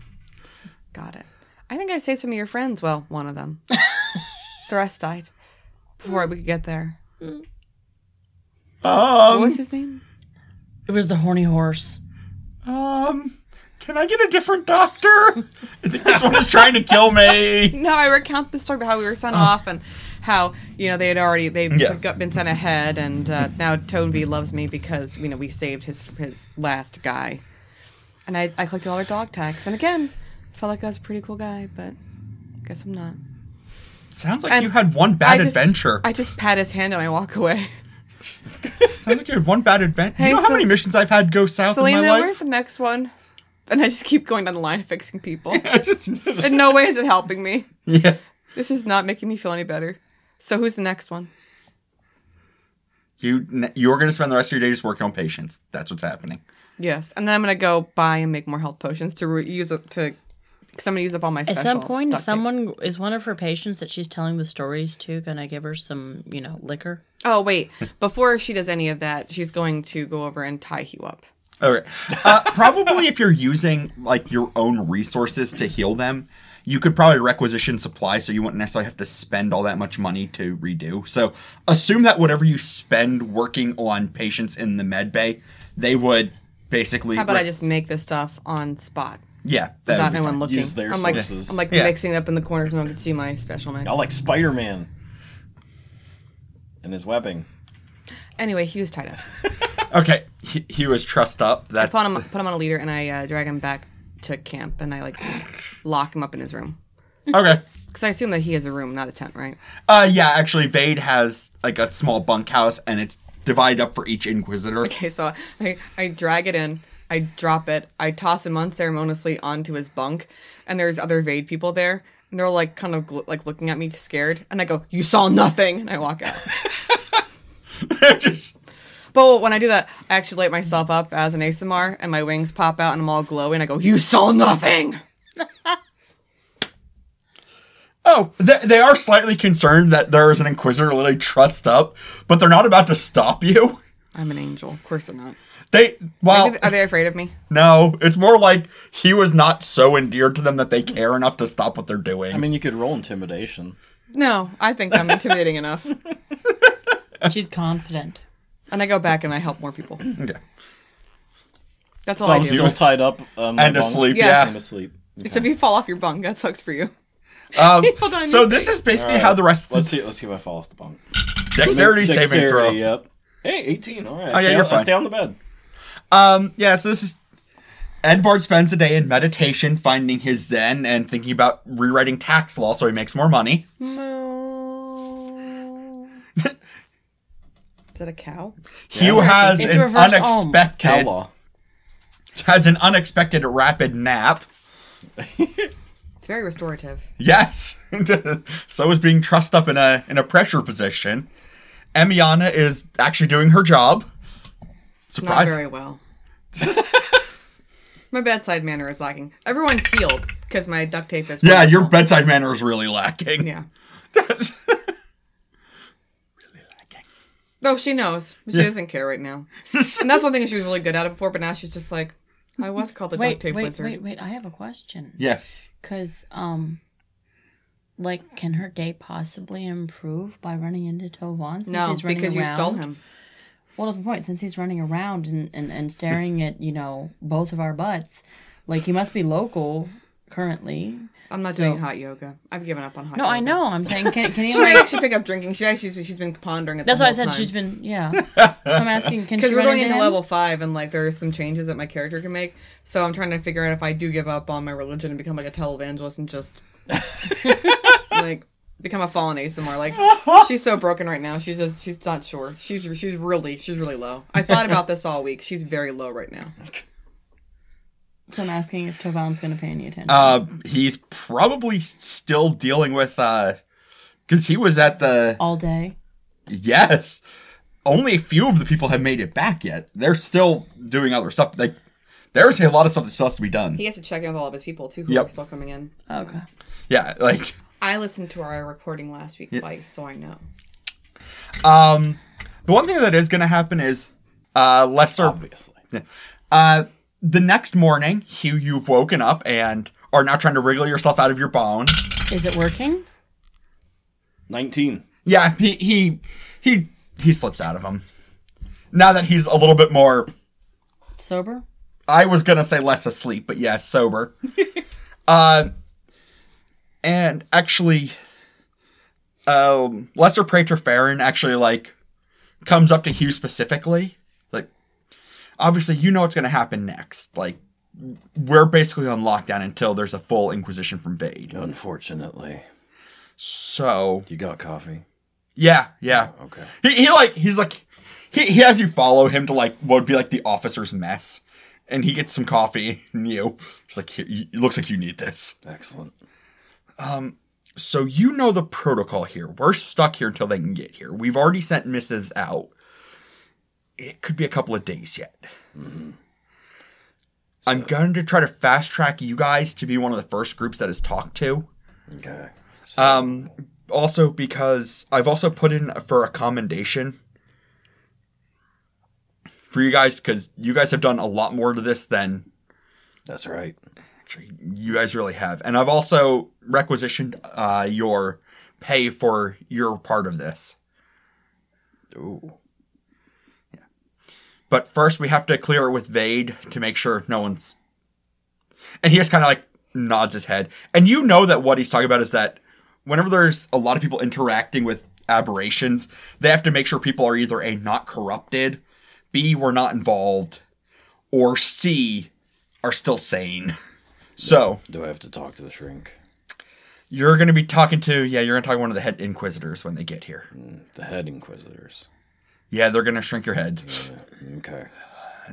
B: Got it. I think I saved some of your friends. Well, one of them. the rest died before we could get there. What
D: um,
B: was his name?
C: It was the horny horse.
D: um, can I get a different doctor? I think this one is trying to kill me.
B: No, I recount the story about how we were sent off and how you know they had already they
D: Oh. Yeah.
B: got been sent ahead, and uh, now Tonvi loves me because you know we saved his his last guy, and I I collected all their dog tags, and again felt like I was a pretty cool guy, but guess I'm not.
D: Sounds like
B: And
D: you had one bad
B: I just,
D: adventure.
B: I just pat his hand and I walk away.
D: Sounds like you had one bad adventure.
B: Hey,
D: you know how
B: Sel-
D: many missions I've had go south
B: Selena,
D: in my
B: where's
D: life?
B: the next one? And I just keep going down the line of fixing people.
D: I just-
B: In no way is it helping me.
D: yeah.
B: This is not making me feel any better. So who's the next one?
D: You, you're going to spend the rest of your day just working on patients. That's what's happening.
B: Yes, and then I'm gonna go buy and make more health potions to re- use up to. Cause I'm gonna use up all my
C: At
B: special.
C: some point,
B: duct tape.
C: someone is one of her patients that she's telling the stories to gonna give her some, you know, liquor.
B: Oh wait, before she does any of that, she's going to go over and tie you up.
D: Okay. Uh, probably if you're using like your own resources to heal them, you could probably requisition supplies so you wouldn't necessarily have to spend all that much money to redo. So assume that whatever you spend working on patients in the med bay, they would basically.
B: How about I just make this stuff on spot
D: Yeah. That
B: without
D: would be
B: anyone
D: fine.
B: looking?
A: Use their
B: I'm like,
A: sources.
B: I'm like
D: Yeah.
B: mixing it up in the corner so no one can see my special mix.
A: I like Spider Man and his webbing.
B: Anyway, he was tied up.
D: Okay. He, he was trussed up. That
B: Put him, put him on a leader, and I uh, drag him back to camp, and I like lock him up in his room.
D: okay.
B: Because I assume that he has a room, not a tent, right?
D: Uh, yeah. Actually, Vade has like a small bunkhouse, and it's divided up for each inquisitor.
B: Okay, so I, I drag it in, I drop it, I toss him unceremoniously onto his bunk, and there's other Vade people there, and they're like kind of gl- like looking at me scared, and I go, "You saw nothing," and I walk out.
D: just
B: but when I do that, I actually light myself up as an ASMR, and my wings pop out, and I'm all glowing. I go, "You saw nothing."
D: Oh, they, they are slightly concerned that there is an Inquisitor literally trussed up, but they're not about to stop you.
B: I'm an angel. Of course they're not.
D: They, well,
B: Are they afraid of me?
D: no, it's more like he was not so endeared to them that they care enough to stop what they're doing.
A: I mean, you could roll intimidation.
B: No, I think I'm intimidating enough.
C: She's confident.
B: And I go back and I help more people.
D: okay.
B: That's all
A: So
B: Oh, I
A: I'm
B: do.
A: still tied up um,
D: And asleep,
B: Yes.
A: And asleep.
B: So if you fall off your bunk, that sucks for you.
D: yeah. Um,
B: Hold on,
D: so
B: let me
D: this
B: think.
D: is basically how the rest of
A: Let's
D: the
A: see. Let's see if I fall off the bunk.
D: dexterity, saving throw.
A: Dexterity, Yep. Hey, 18. All right. I
D: Oh, yeah,
A: stay
D: you're
A: on- I
D: fine.
A: stay on the bed.
D: Um, yeah, so this is Edvard spends a day in meditation, finding his zen and thinking about rewriting tax law so he makes more money.
B: Is that a cow?
D: Hugh has
C: It's
D: an
C: reverse Ohm.
D: unexpected
A: Cow law.
D: has an unexpected rapid nap.
B: It's very restorative.
D: Yes. so is being trussed up in a in a pressure position. Emiana is actually doing her job.
B: Not
D: Surprise.
B: very well. my bedside manner is lacking. Everyone's healed because my duct tape is.
D: yeah,
B: wonderful.
D: your bedside manner is really lacking.
B: Yeah.
D: Really lacking.
B: No, Oh, she knows. But She doesn't care right now. And that's one thing she was really good at it before, but now she's just like, I was called the
C: Wait,
B: duct tape
C: wait,
B: wizard.
C: wait, wait. I have a question.
D: yes.
C: Cause um, like, can her day possibly improve by running into Tovan? Since
B: No,
C: he's running
B: because you stole
C: around?
B: him.
C: Well, that's the point. Since he's running around and, and, and staring at you know both of our butts, like he must be local currently.
B: I'm not
C: So-
B: doing hot yoga. I've given up on hot
C: No,
B: yoga.
C: I know. I'm saying, can can he
B: She might
C: like?
B: actually pick up drinking. She actually, she's been pondering it.
C: That's
B: the
C: why I
B: whole
C: said
B: time.
C: she's been yeah. So I'm asking, can she
B: because we're
C: run
B: going into
C: him?
B: level five and like there are some changes that my character can make so i'm trying to figure out if i do give up on my religion and become like a televangelist and just like become a fallen asmr like she's so broken right now she's just she's not sure she's she's really she's really low i thought about this all week she's very low right now
C: So I'm asking if Tovan's going to pay any attention.
D: Uh, he's probably s- still dealing with uh because he was at the
C: All day.
D: Yes. Only a few of the people have made it back yet. They're still doing other stuff. Like There's a lot of stuff that still has to be done.
B: He has to check in with all of his people too, who
D: Yep.
B: are still coming in.
C: Okay.
D: Yeah, like
B: I listened to our recording last week twice, so I know.
D: um, the one thing that is going to happen is uh, lesser.
A: obviously.
D: Uh, the next morning, Hugh, you've woken up and are now trying to wriggle yourself out of your bones.
C: Is it working?
A: 19.
D: Yeah, he he he he slips out of him. Now that he's a little bit more,
C: Sober?
D: I was gonna say less asleep, but yeah, sober. uh, and actually, um, Lesser Praetor Farron actually like comes up to Hugh specifically, like obviously you know what's gonna happen next. Like we're basically on lockdown until there's a full inquisition from Vade.
A: Unfortunately.
D: So
A: You got coffee? Oh,
D: yeah, yeah.
A: Okay.
D: He, he like he's like he, he has you follow him to like what would be like the officer's mess, and he gets some coffee. And you, it's like here, you, it looks like you need this. Um,
A: Excellent.
D: So you know the protocol here. We're stuck here until they can get here. We've already sent missives out. It could be a couple of days yet.
A: Mm-hmm.
D: I'm going to try to fast track you guys to be one of the first groups that is talked to.
A: Okay. So,
D: Um, also because I've also put in for a commendation for you guys because you guys have done a lot more to this than
A: that's right.
D: actually you guys really have, and I've also requisitioned uh, your pay for your part of this.
A: Ooh.
D: But first, we have to clear it with Vade to make sure no one's. And he just kind of like nods his head. And you know that what he's talking about is that whenever there's a lot of people interacting with aberrations, they have to make sure people are either A, not corrupted, B, were not involved, or C, are still sane. So
A: Do I have to talk to the shrink?
D: you're going to be talking to, yeah, you're going to talk to one of the head inquisitors when they get here.
A: The head inquisitors.
D: Yeah, they're going to shrink your head.
A: Okay.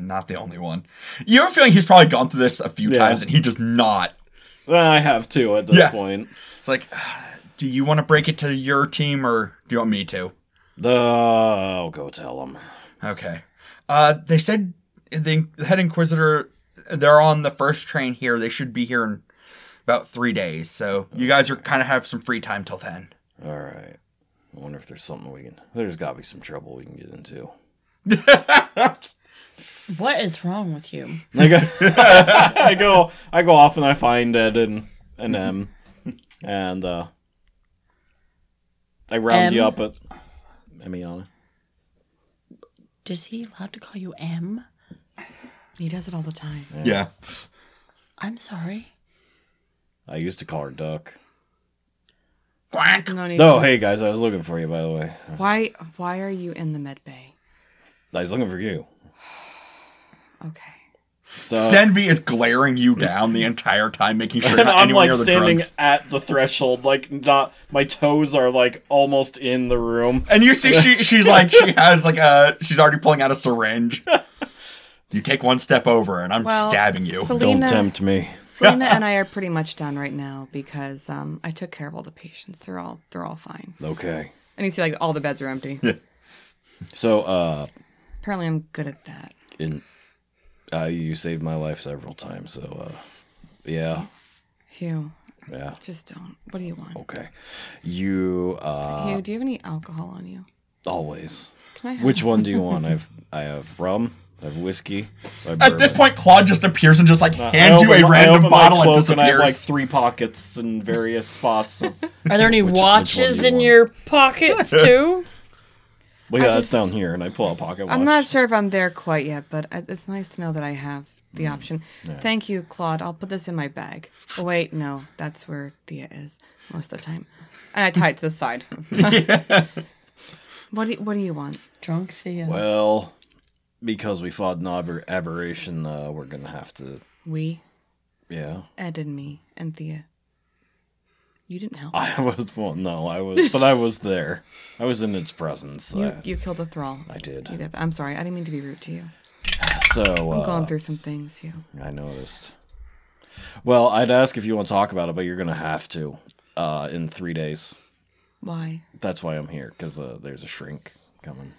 D: Not the only one. You have a feeling he's probably gone through this a few
A: Yeah.
D: times and he just not.
A: Well, I have two at this
D: Yeah.
A: point.
D: It's like, do you want to break it to your team or do you want me to?
A: Uh, I'll go tell them.
D: Okay. Uh, they said the, the head inquisitor. They're on the first train here. They should be here in about three days. So you guys are kind of have some free time till then.
A: All right. I wonder if there's something we can. There's got to be some trouble we can get into.
C: What is wrong with you?
A: I go, I go, I go off and I find Ed and and M, and uh, I round you
C: Em?
A: up at Emiana.
C: Is he allowed to call you M?
B: He does it all the time.
D: Yeah.
C: I'm sorry.
A: I used to call her Duck.
D: Quack.
B: No need
A: No,
B: to-
A: hey guys, I was looking for you by the way.
B: Why? Why are you in the med bay?
A: I was looking for you.
B: Okay.
A: So
D: Senvi is glaring you down the entire time, making sure you're
A: and
D: not
A: I'm
D: anywhere
A: like
D: near the
A: standing
D: drugs.
A: at the threshold, like not my toes are like almost in the room.
D: And you see, she she's like she has like a she's already pulling out a syringe. You take one step over, and I'm
B: Well,
D: stabbing you.
A: Don't
B: Selena,
A: tempt me.
B: Selena and I are pretty much done right now because um, I took care of all the patients. They're all they're all fine.
A: Okay.
B: And you see, like all the beds are empty.
A: So uh,
B: Apparently, I'm good at that.
A: in uh, you saved my life several times. So uh, yeah,
B: Hugh,
A: yeah.
B: just don't. What do you want?
A: Okay. You uh
B: Hugh, do you have any alcohol on you?
A: always.
B: Can I have
A: Which one do you want? I've I have rum, I have whiskey. I have
D: At this
A: bourbon.
D: point, Claude just appears and just like
A: Uh, I
D: hands you
A: open my-
D: a
A: I
D: random
A: open my
D: bottle and
A: cloak I have
D: disappears.
A: like three pockets in various spots. Well,
C: Are there any watches
A: do you
C: in
A: want?
C: your pockets too?
A: yeah, that's
B: just-
A: down here, and I pull out a pocket watch.
B: I'm not sure if I'm there quite yet, but I- it's nice to know that I have the
A: Mm.
B: option. Thank you, Claude. I'll put this in my bag. Oh, wait, no, that's where Thea is most of the time. And I tie it to the side. What do you, What do you want?
C: Drunk Thea.
A: Well, because we fought an aber- aberration, uh, we're gonna have to.
B: We,
A: Yeah,
B: Ed, and me, and Thea. You didn't help.
A: I was. Well, no, I was, but I was there. I was in its presence.
B: you,
A: I,
B: you killed a thrall.
A: uh, I
B: You
A: did.
B: got that. I'm sorry. I didn't mean to be rude to you.
A: So
B: I'm
A: uh,
B: going through some things, Hugh.
A: I noticed. Well, I'd ask if you want to talk about it, but you're going to have to uh, in three days.
B: Why?
A: That's why I'm here because uh, there's a shrink coming.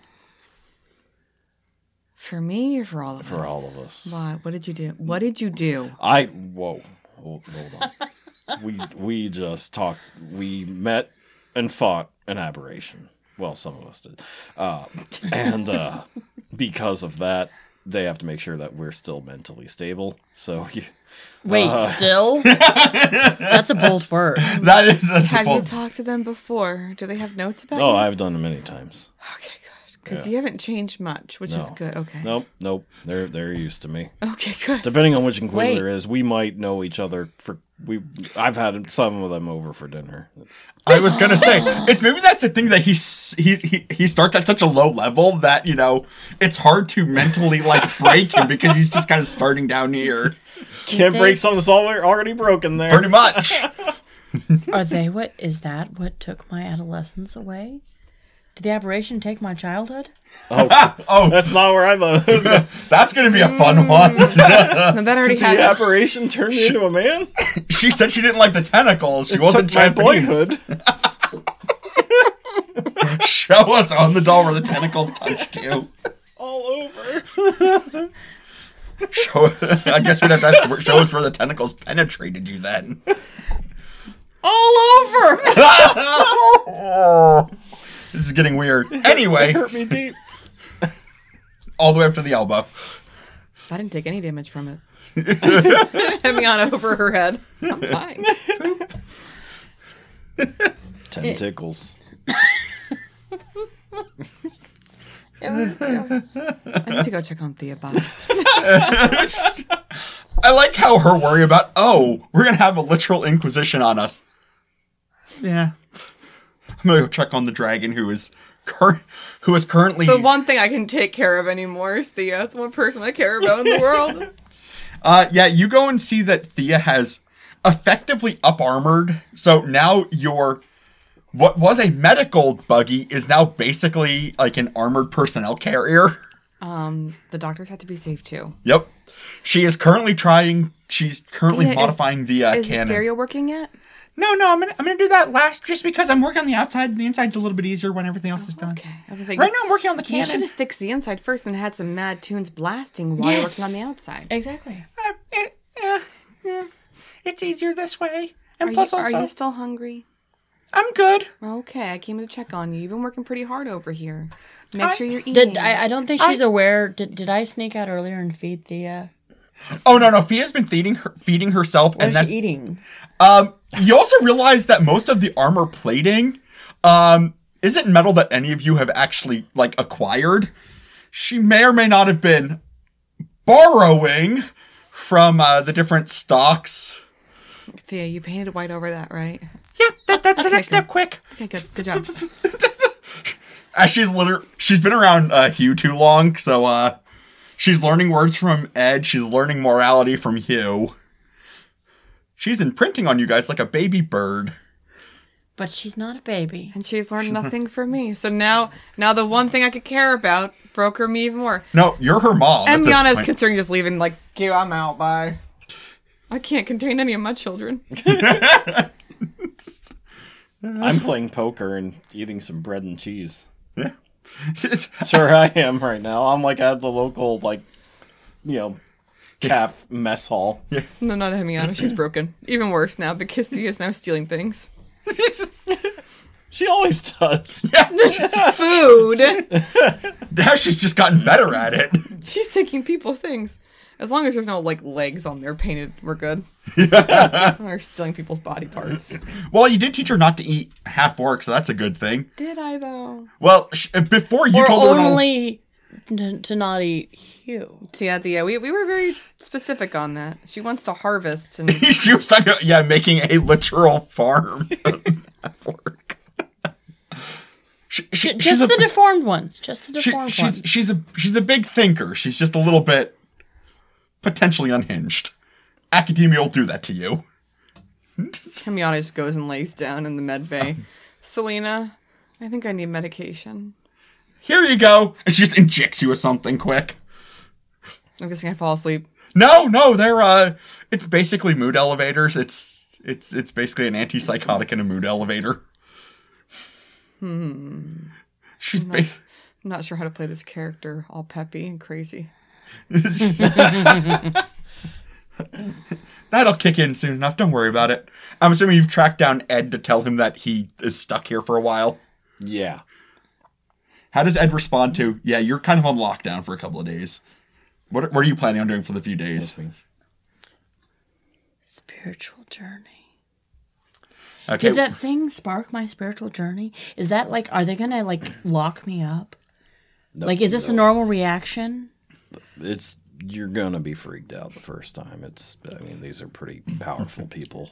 B: For me or for all of us?
A: for all of us.
B: Why? What did you do? What did you do?
A: I whoa, hold, hold on. we we just talked. We met and fought an aberration. Well, some of us did, uh, and uh, because of that, they have to make sure that we're still mentally stable. So you,
C: Wait, still? Uh. That's a bold word.
D: That is that's a
B: Have you
D: full-
B: talked to them before? Do they have notes about
A: oh,
B: you?
A: I've done it many times.
B: Okay, good. Because you haven't changed much, which is
A: No.
B: good. Okay.
A: Nope, nope. They're they're used to me.
B: Okay, good.
A: Depending on which inquisitor
C: Wait.
A: is, we might know each other for we. I've had some of them over for dinner.
D: I was gonna say it's maybe that's a thing that he's he's he, he starts at such a low level that you know it's hard to mentally like break him because he's just kind of starting down here.
A: Can't
C: think-
A: break something that's alre- already broken there.
D: Pretty much.
C: Are they what? Is that what took my adolescence away? Did the aberration take my childhood?
D: Oh,
A: That's not where I thought it was going.
D: that's gonna be a fun
B: Mm.
D: one.
B: No, that already
A: The
B: happened.
A: apparition turned me into a man.
D: she said she didn't like the tentacles. She wasn't
A: Took my
D: Japanese.
A: boyhood.
D: Show us on the doll where the tentacles touched you.
A: all over.
D: Show, I guess we'd have to ask, show us where the tentacles penetrated you then.
C: All over!
D: This is getting weird. Anyway,
A: Hurt me deep.
D: all the way up to the elbow.
B: I didn't take any damage from it. Hit me on over her head. I'm fine.
A: Tentacles.
B: I need to go check on Thea Bob.
D: I like how her worry about, oh, we're going to have a literal inquisition on us. Yeah. I'm going to go check on the dragon who is cur- who is currently
B: The one thing I can take care of anymore is Thea. It's the one person I care about in the world.
D: Uh, yeah, you go and see that Thea has effectively up armored. So now your what was a medical buggy is now basically like an armored personnel carrier.
B: Um, the doctors had to be safe too.
D: yep. She is currently trying. She's currently
B: Thea, is-
D: modifying the uh,
B: Is the
D: cannon.
B: stereo working yet?
D: no, no, I'm gonna I'm gonna do that last just because I'm working on the outside. The inside's a little bit easier when everything else is done.
B: Oh, Okay. I was gonna say
D: Right now, I'm working on the
B: You should
D: cannon.
B: have fixed the inside first and had some mad tunes blasting while
D: Yes.
B: you're working on the outside.
C: Exactly.
D: Uh, it- uh, eh, it's easier this way. And
B: Are you,
D: plus,
B: are
D: also,
B: you still hungry?
D: I'm good.
B: Okay, I came to check on you. You've been working pretty hard over here. Make sure you're eating.
C: Did I, I don't think she's aware. Did, did I sneak out earlier and feed uh, Thea?
D: Oh no, no, Thea's been feeding her, feeding herself,
C: What
D: and
C: is
D: then
C: she eating?
D: Um, you also realize that most of the armor plating um, isn't metal that any of you have actually like acquired. She may or may not have been borrowing from uh, the different stocks.
B: Thea, you painted white over that, right?
D: Yeah, that, that's the next step. Quick.
B: Okay, good. Good job.
D: As she's liter- she's been around uh, Hugh too long, so uh, she's learning words from Ed. She's learning morality from Hugh. She's imprinting on you guys like a baby bird.
C: But she's not a baby.
B: And she's learned nothing from me. So now, now the one thing I could care about broke her me even more.
D: No, you're her mom. at
B: And
D: this
B: Miana's
D: point.
B: concerned just leaving, like, "Ew, I'm out. Bye. I can't contain any of my children.
A: I'm playing poker and eating some bread and cheese.
D: Yeah.
A: Sure, I am right now. I'm like at the local like, you know, cap mess hall.
B: No, not Hemiana. She's broken. Even worse now because Thea is now stealing things.
A: She always does.
B: Food.
D: now she's just gotten better at it.
B: She's taking people's things. As long as there's no like legs on there painted, we're good. Or stealing people's body parts.
D: Well, you did teach her not to eat half orc, so that's a good thing.
B: Did I though?
D: Well, sh- before you
C: or
D: told her, only-
C: only n- to not eat Hugh.
B: Yeah, yeah. We we were very specific on that. She wants to harvest and
D: she was talking about yeah, making a literal farm of half orc. she, she- she's
C: Just
D: a,
C: the deformed ones. Just the
D: she-
C: deformed
D: she's
C: ones.
D: she's a she's a big thinker. She's just a little bit potentially unhinged. Academia will do that to you.
B: Hemiana just goes and lays down in the med bay. Selena, I think I need medication.
D: Here you go. And she just injects you with something quick.
B: I'm guessing I fall asleep.
D: No, no, they're uh it's basically mood elevators. It's it's it's basically an antipsychotic in a mood elevator. Hmm. She's bas-
B: I'm not sure how to play this character, all peppy and crazy.
D: That'll kick in soon enough. Don't worry about it. I'm assuming you've tracked down Ed to tell him that he is stuck here for a while.
A: Yeah.
D: How does Ed respond to, yeah, you're kind of on lockdown for a couple of days? What, what are you planning on doing for the few days?
C: Spiritual journey.
D: Okay.
C: Did that thing spark my spiritual journey? Is that like, are they gonna like lock me up?
A: No,
C: Like, is this a normal reaction?
A: It's you're gonna be freaked out the first time. It's I mean these are pretty powerful people.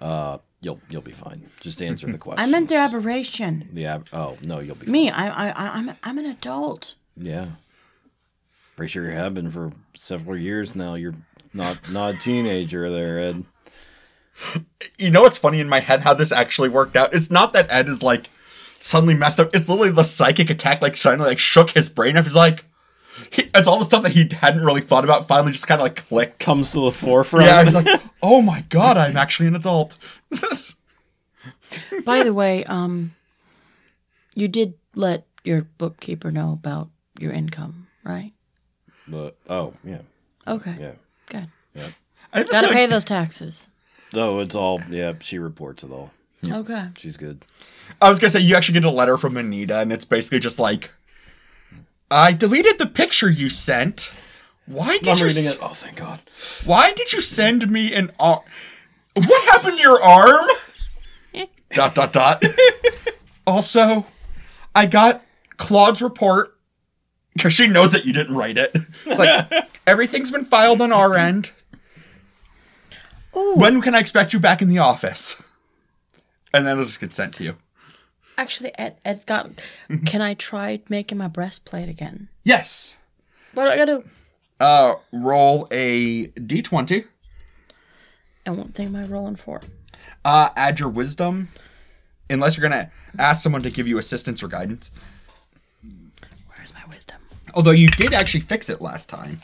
A: Uh, you'll you'll be fine. Just answer the
C: I
A: questions.
C: meant the aberration.
A: the ab- oh no, you'll be
C: Me, I, I, I I'm, I'm an adult.
A: fine. Yeah. Pretty sure you have been for several years now. You're not not a teenager there, Ed.
D: you know what's funny in my head how this actually worked out? It's not that Ed is like suddenly messed up. It's literally the psychic attack like suddenly like shook his brain up. He's like, he, it's all the stuff that he hadn't really thought about. Finally, just kind of like clicked.
A: Comes to the forefront.
D: Yeah, he's like, oh my god, I'm actually an adult.
C: By the way, um, you did let your bookkeeper know about your income, right?
A: But- oh yeah,
C: Okay,
A: yeah.
C: good.
D: I
C: Gotta
D: feel
C: pay
D: like-
C: those taxes.
A: Oh, it's all yeah. She reports it all.
C: Okay.
A: She's good.
D: I was gonna say you actually get a letter from Anita, and it's basically just like, I deleted the picture you sent. Why did
A: I'm
D: you?
A: reading
D: s-
A: it. Oh, thank God.
D: Why did you send me an arm? What happened to your arm? dot dot dot. also, I got Claude's report because she knows that you didn't write it. It's like everything's been filed on our end.
C: Ooh.
D: When can I expect you back in the office? And then it'll just get sent to you.
C: Actually, Ed, Ed's got.
A: Mm-hmm.
C: Can I try making my breastplate again?
D: Yes.
C: What do I gotta?
D: Uh, roll a d20.
C: I won't think my rolling for.
D: Uh, add your wisdom, unless you're gonna ask someone to give you assistance or guidance.
C: Where's my wisdom?
D: Although you did actually fix it last time.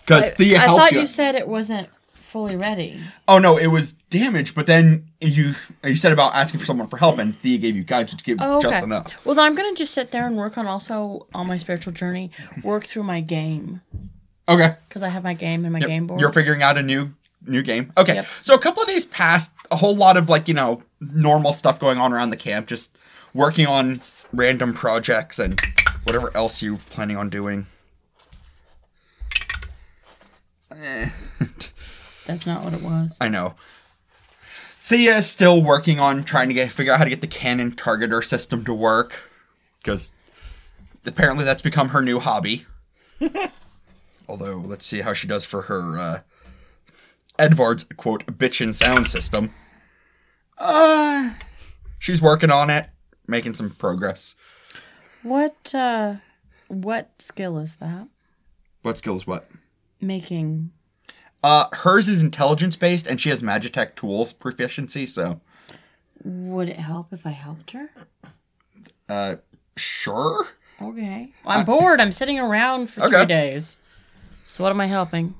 D: Because Thea
C: I
D: helped
C: thought
D: you.
C: you said it wasn't fully ready.
D: oh no, it was damaged, but then you you said about asking for someone for help, and Thea gave you guidance to give
C: Oh, okay.
D: just enough.
C: Well, then I'm gonna just sit there and work on also on my spiritual journey, work through my game
D: Okay.
C: because I have my game and my
D: Yep.
C: game board.
D: You're figuring out a new new game. Okay.
C: Yep.
D: So a couple of days passed, a whole lot of like, you know, normal stuff going on around the camp, just working on random projects and whatever else you're planning on doing. Eh.
C: That's not what it was.
D: I know. Thea is still working on trying to get figure out how to get the cannon targeter system to work because apparently that's become her new hobby. Although, let's see how she does for her uh, Edvard's quote bitchin' sound system. Uh, she's working on it, making some progress.
C: What uh, what skill is that?
D: What skill is what?
C: Making.
D: Uh, hers is intelligence based, and she has Magitech tools proficiency, so
C: Would it help if I helped her?
D: uh, sure.
C: Okay. Well, I'm bored. I'm sitting around for
D: Okay.
C: three days. So what am I helping?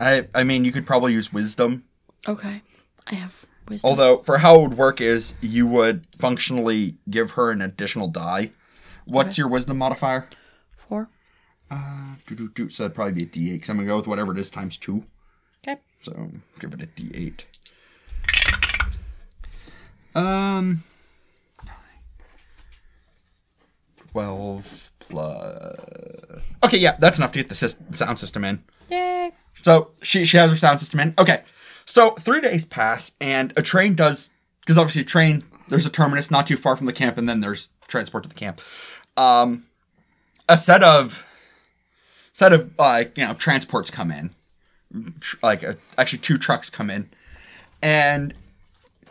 D: I I mean, you could probably use wisdom.
C: Okay. I have wisdom.
D: Although for how it would work is you would functionally give her an additional die. What's your wisdom modifier?
C: Four.
D: Do-do-do, So that'd probably be a D8. Because I'm gonna go with whatever it is times two.
C: Okay.
D: So give it a D8. Um. 12 plus. Okay, yeah, that's enough to get the sys- sound system in.
C: Yay.
D: So she she has her sound system in. Okay. So three days pass, and a train does because obviously a train there's a terminus not too far from the camp, and then there's transport to the camp. Um, a set of set of uh, you know transports come in, Tr- like uh actually two trucks come in, and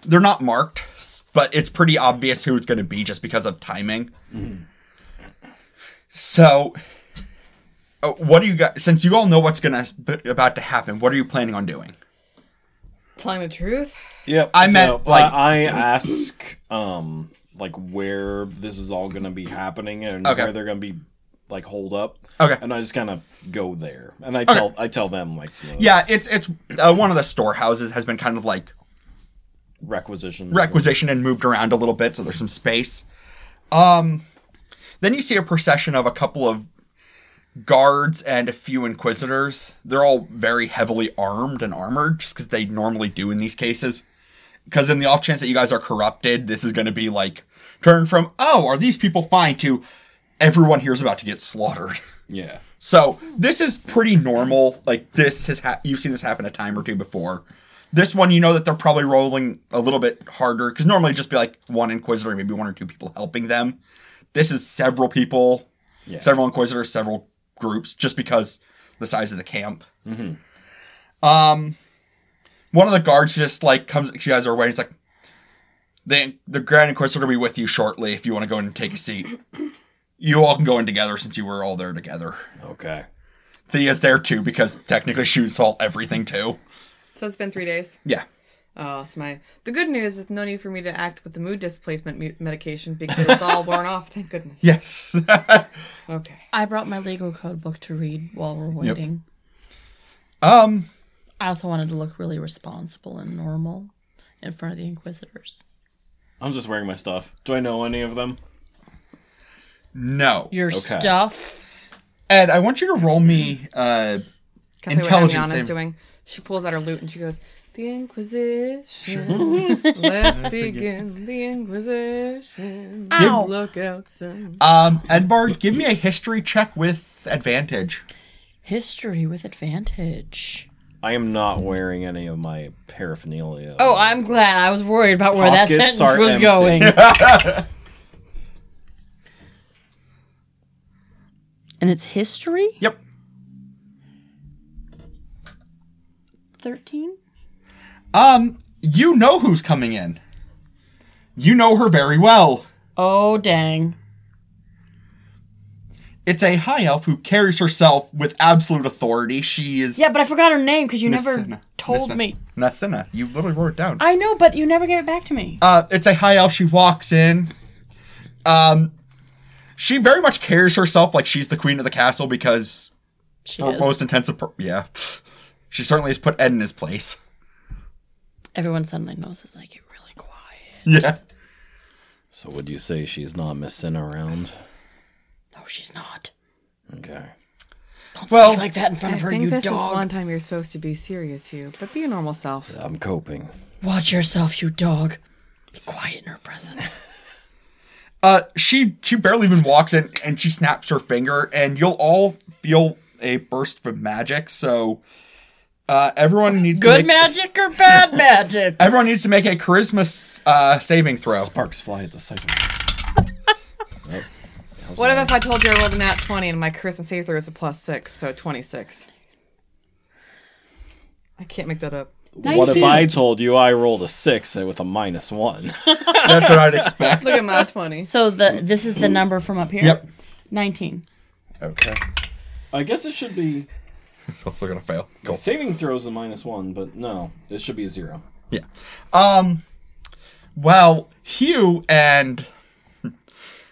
D: they're not marked, s- but it's pretty obvious who it's going to be just because of timing. So uh, what do you guys since you all know what's gonna about to happen what are you planning on doing
B: Telling the truth.
A: Yep.
D: I
A: so,
D: meant, like-
A: I, I ask um like where this is all gonna be happening and
D: Okay.
A: where they're gonna be like hold up.
D: Okay.
A: And I just kind of go there and I tell I tell them like you know,
D: yeah it's it's uh, one of the storehouses has been kind of like
A: requisition
D: requisitioned and moved around a little bit so there's some space um Then you see a procession of a couple of guards and a few inquisitors. They're all very heavily armed and armored, just because they normally do in these cases. Because in the off chance that you guys are corrupted, this is going to be like turn from oh, are these people fine to everyone here is about to get slaughtered.
A: Yeah.
D: So this is pretty normal. Like this has ha- you've seen this happen a time or two before. This one, you know that they're probably rolling a little bit harder because normally it'd just be like one inquisitor, maybe one or two people helping them. This is several people,
A: Yeah.
D: several inquisitors, several groups, just because the size of the camp. Um, one of the guards just like comes. You guys are waiting. He's like, the the Grand Inquisitor will be with you shortly if you want to go in and take a seat. You all can go in together since you were all there together.
A: Okay.
D: Thea's there too because technically she saw everything too.
B: So it's been three days.
D: Yeah.
B: Oh, it's my. The good news is no need for me to act with the mood displacement mu- medication because it's all worn off. Thank goodness.
D: Yes.
B: Okay.
C: I brought my legal code book to read while we're waiting.
D: um.
C: I also wanted to look really responsible and normal in front of the inquisitors.
A: I'm just wearing my stuff. Do I know any of them?
D: No.
C: Your
A: Okay.
C: stuff.
D: Ed, I want you to roll me. Uh.
B: Can I tell you what
D: Intelligence
B: Adriana's
D: save.
B: doing? She pulls out her lute and she goes, "The Inquisition. Let's begin the Inquisition.
C: Ow.
B: Look out, son."
D: Um. Edvard, give me a history check with advantage.
C: History with advantage.
A: I am not wearing any of my paraphernalia.
C: Oh, I'm glad. I was worried about where that
A: Pockets
C: sentence
A: are
C: was
A: empty.
C: going. and it's history?
D: Yep.
C: 13?
D: Um. You know who's coming in. You know her very well.
C: Oh, dang.
D: It's a high elf who carries herself with absolute authority. She is.
C: Yeah, but I forgot her name because you never
D: Messina.
C: told
D: Messina.
C: me.
D: Messina. You literally wrote it down.
C: I know, but you never gave it back to me.
D: Uh, it's a high elf. She walks in. Um, she very much carries herself like she's the queen of the castle because,
C: She
D: for
C: is.
D: most intensive, pur- yeah, she certainly has put Ed in his place.
C: Everyone suddenly knows it's like, get really quiet.
D: Yeah,
A: So would you say she's not missing around?
C: No, she's not.
A: Okay.
C: Don't
D: Well,
C: speak like that in front
B: I
C: of her,
B: think
C: you
B: this is
C: dog.
B: one time you're supposed to be serious, you. But be your normal self.
A: I'm coping.
C: Watch yourself, you dog. Be quiet in her presence.
D: uh, she she barely even walks in, and she snaps her finger, and you'll all feel a burst of magic. So, uh, everyone needs to
C: Good
D: make,
C: magic or bad magic?
D: Everyone needs to make a charisma s- uh, saving throw.
A: Sparks fly at the sight of me.
B: What if I told you I rolled a nat 20 and my charisma save throw is a plus six, so 26? I can't make that up.
A: What if I told you I rolled a six with a minus one?
D: That's what I'd expect.
B: Look at my 20.
C: So the this is the number from up here.
D: Yep.
C: Nineteen.
D: Okay,
A: I guess it should be
D: it's also gonna fail. Cool.
A: saving throws a minus one, but no, it should be a zero.
D: Yeah. Um. Well, Hugh and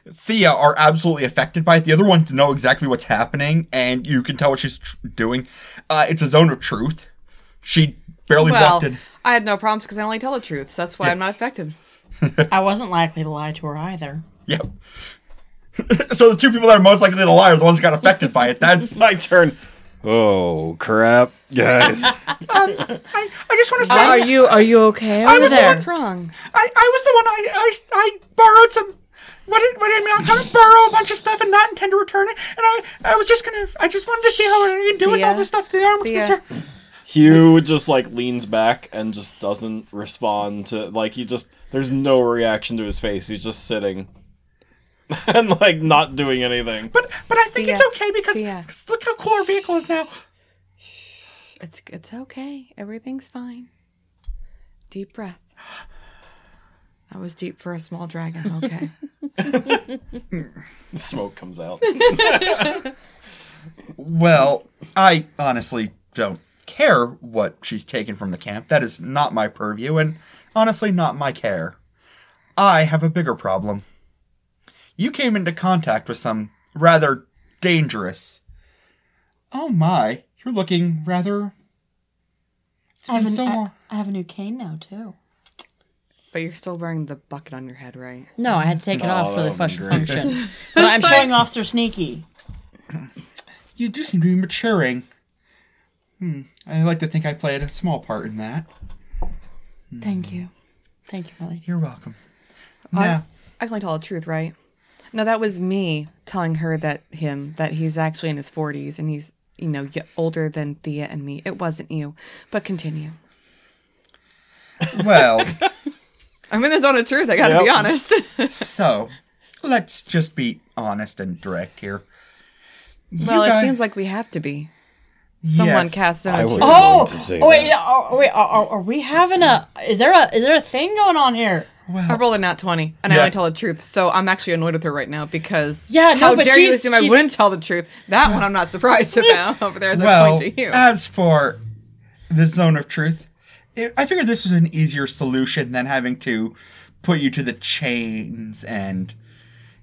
D: Thea are absolutely affected by it. The other ones know exactly what's happening, and you can tell what she's tr- doing. Uh, it's a zone of truth. She barely
B: Well,
D: walked in.
B: I had no problems because I only tell the truth, so that's why I'm not
D: Yes.
B: affected.
C: I wasn't likely to lie to her either.
D: Yep. so the two people that are most likely to lie are the ones that got affected by it. That's.
A: My turn. Oh crap, guys!
D: I, I just want to say.
C: Are you are you okay over
D: I was the
C: there?
B: What's wrong?
D: I, I was the one I I, I borrowed some. What did, what did I mean? I'm gonna borrow a bunch of stuff and not intend to return it. And I I was just gonna I just wanted to see how I can do with all
B: Thea?
D: this stuff. The armor.
B: Thea?
A: Hugh just like leans back and just doesn't respond to like he just there's no reaction to his face. He's just sitting and like not doing anything.
D: But but I think it's
B: Thea,
D: okay because
B: Thea.
D: 'cause look how cool our vehicle is now.
B: It's, it's okay. Everything's fine. Deep breath. That was deep for a small dragon. Okay.
A: Smoke comes out.
D: Well, I honestly don't care what she's taken from the camp. That is not my purview, and honestly, not my care. I have a bigger problem. You came into contact with some rather dangerous. Oh my, you're looking rather. It's
C: I have,
D: been
C: an-
D: so
C: I-
D: long.
C: I have a new cane now too.
B: But you're still wearing the bucket on your head, right?
C: No, I had to take it
A: No,
C: off for
A: that
C: the
A: would've
C: function
A: been great.
C: function. But I'm showing Officer Sneaky.
D: You do seem to be maturing. Hmm. I like to think I played a small part in that.
B: Thank you.
C: Thank you, Molly.
D: You're welcome.
B: I-
D: Now,
B: I can only tell the truth, right? No, that was me telling her that him that he's actually in his forties and he's you know y- older than Thea and me. It wasn't you, but continue.
D: well,
B: I'm in the zone of truth. I gotta be
A: Yep.
B: honest.
D: so let's just be honest and direct here.
B: well,
D: guys-
B: it seems like we have to be. Someone
D: Yes.
B: cast in
A: I
B: a
A: was-
B: truth.
A: Oh,
C: Oh,
A: going to say
C: oh, wait,
A: that.
C: yeah, oh, wait are, are, are we having a? Is there a? Is there a thing going on here?
B: I rolled a nat twenty, and I
D: Yeah.
B: only tell the truth. So I'm actually annoyed with her right now because
C: Yeah, no,
B: how
C: but
B: dare you
C: she's-
B: assume I
C: she's-
B: wouldn't tell the truth? That one I'm not surprised about. Over there, as I
D: Well, uh,
B: point to you.
D: as for the zone of truth, it, I figured this was an easier solution than having to put you to the chains and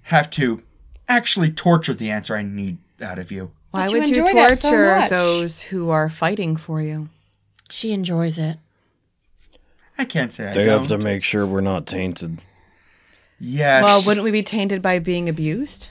D: have to actually torture the answer I need out of you.
B: Why
C: But you
B: would you
C: enjoy that so
B: torture
C: much.
B: those who are fighting for you?
C: She enjoys it.
D: I can't say I
A: They
D: don't.
A: have to make sure we're not tainted.
D: Yes.
B: Well, wouldn't we be tainted by being abused?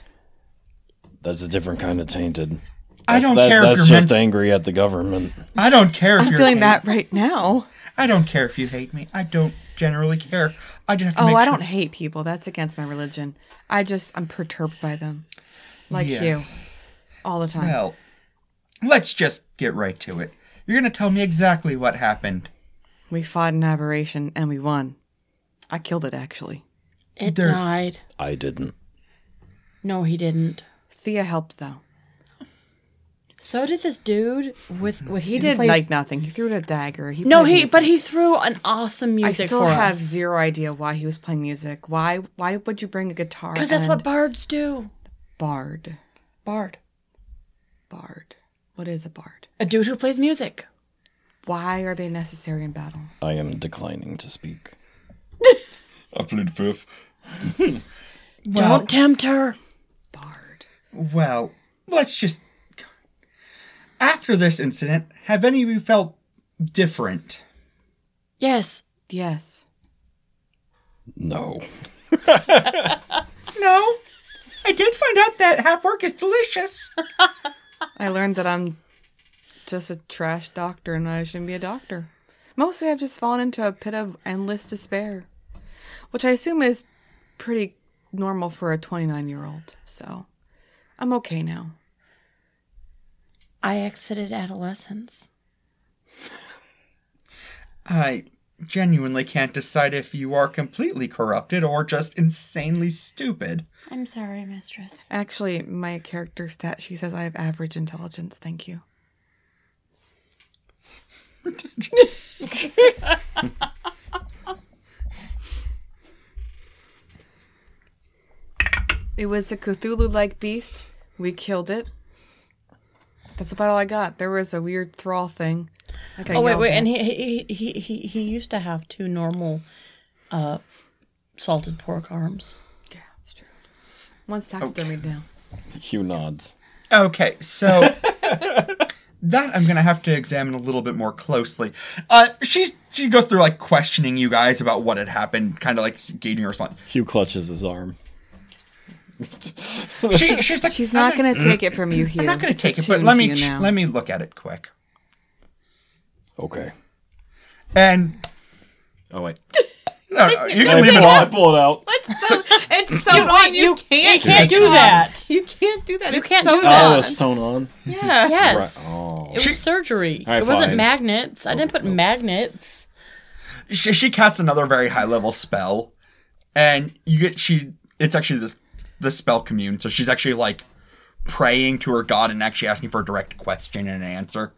A: That's a different kind of tainted.
D: I don't
A: That-
D: care if
A: that's
D: you're
A: just
D: meant.
A: angry at the government.
D: I don't care if
B: I'm
D: you're.
B: feeling
D: hate-
B: that right now.
D: I don't care if you hate me. I don't generally care. I just have to
B: Oh,
D: make
B: I
D: sure-
B: don't hate people. That's against my religion. I just I'm perturbed by them, like
D: Yeah.
B: you, all the time.
D: Well, let's just get right to it. You're gonna tell me exactly what happened.
B: We fought an aberration and we won. I killed it actually.
C: It
D: There-
C: died.
A: I didn't.
C: No, he didn't.
B: Thea helped though.
C: So did this dude with with
B: He did like nothing. He threw a dagger. He
C: No,
B: played
C: he
B: music.
C: but he threw an awesome
B: I
C: music
B: still
C: for
B: have
C: us.
B: zero idea why he was playing music. Why? Why would you bring a guitar?
C: Because that's what
B: and
C: bards do.
B: bard.
C: Bard,
B: Bard. What is a bard?
C: a dude who plays music.
B: Why are they necessary in battle?
A: I am declining to speak.
E: I plead fifth.
D: Well,
C: Don't tempt her.
B: Bard.
D: Well, let's just. After this incident, have any of you felt different?
C: Yes,
B: Yes.
A: No.
D: No. I did find out that half work is delicious.
B: I learned that I'm just a trash doctor and I shouldn't be a doctor. Mostly I've just fallen into a pit of endless despair, which I assume is pretty normal for a 29 year old. So I'm okay now.
C: I exited adolescence.
D: I genuinely can't decide if you are completely corrupted or just insanely stupid.
C: I'm sorry, mistress.
B: Actually, my character stat, she says I have average intelligence. Thank you. It was a Cthulhu like beast. We killed it. That's about all I got. There was a weird thrall thing. Like I
C: Oh wait,
B: yelled
C: wait,
B: at.
C: and he he he he, he used to have two normal, uh, salted pork arms.
B: Yeah, it's true. One's taxidermied now.
A: Hugh nods.
D: Okay, so that I'm gonna have to examine a little bit more closely. Uh, she she goes through like questioning you guys about what had happened, kind of like gauging your response.
A: Hugh clutches his arm.
D: She she's like
B: She's not
D: "I'm
B: going to take it from you, Hugh.
D: I'm not gonna
B: It's a
D: take it,
B: tune
D: but let
B: to
D: me
B: you
D: ch-
B: now.
D: let me look at it quick.
A: Okay.
D: And
A: Oh wait.
D: no, no, you can leave it on.
A: Pull it out.
B: It's so, it's so on. You, can't.
C: You can't do that.
B: You can't do that. You
C: can't
B: so
C: do that.
A: Oh,
B: on.
A: it's sewn on.
B: Yeah.
C: Yes,
A: Oh.
C: it was surgery.
A: All right,
C: it wasn't
A: fine. Oh,
C: magnets. I didn't put magnets.
D: She, she casts another very high level spell, and you get she. It's actually this this spell commune, so she's actually like praying to her god and actually asking for a direct question and an answer.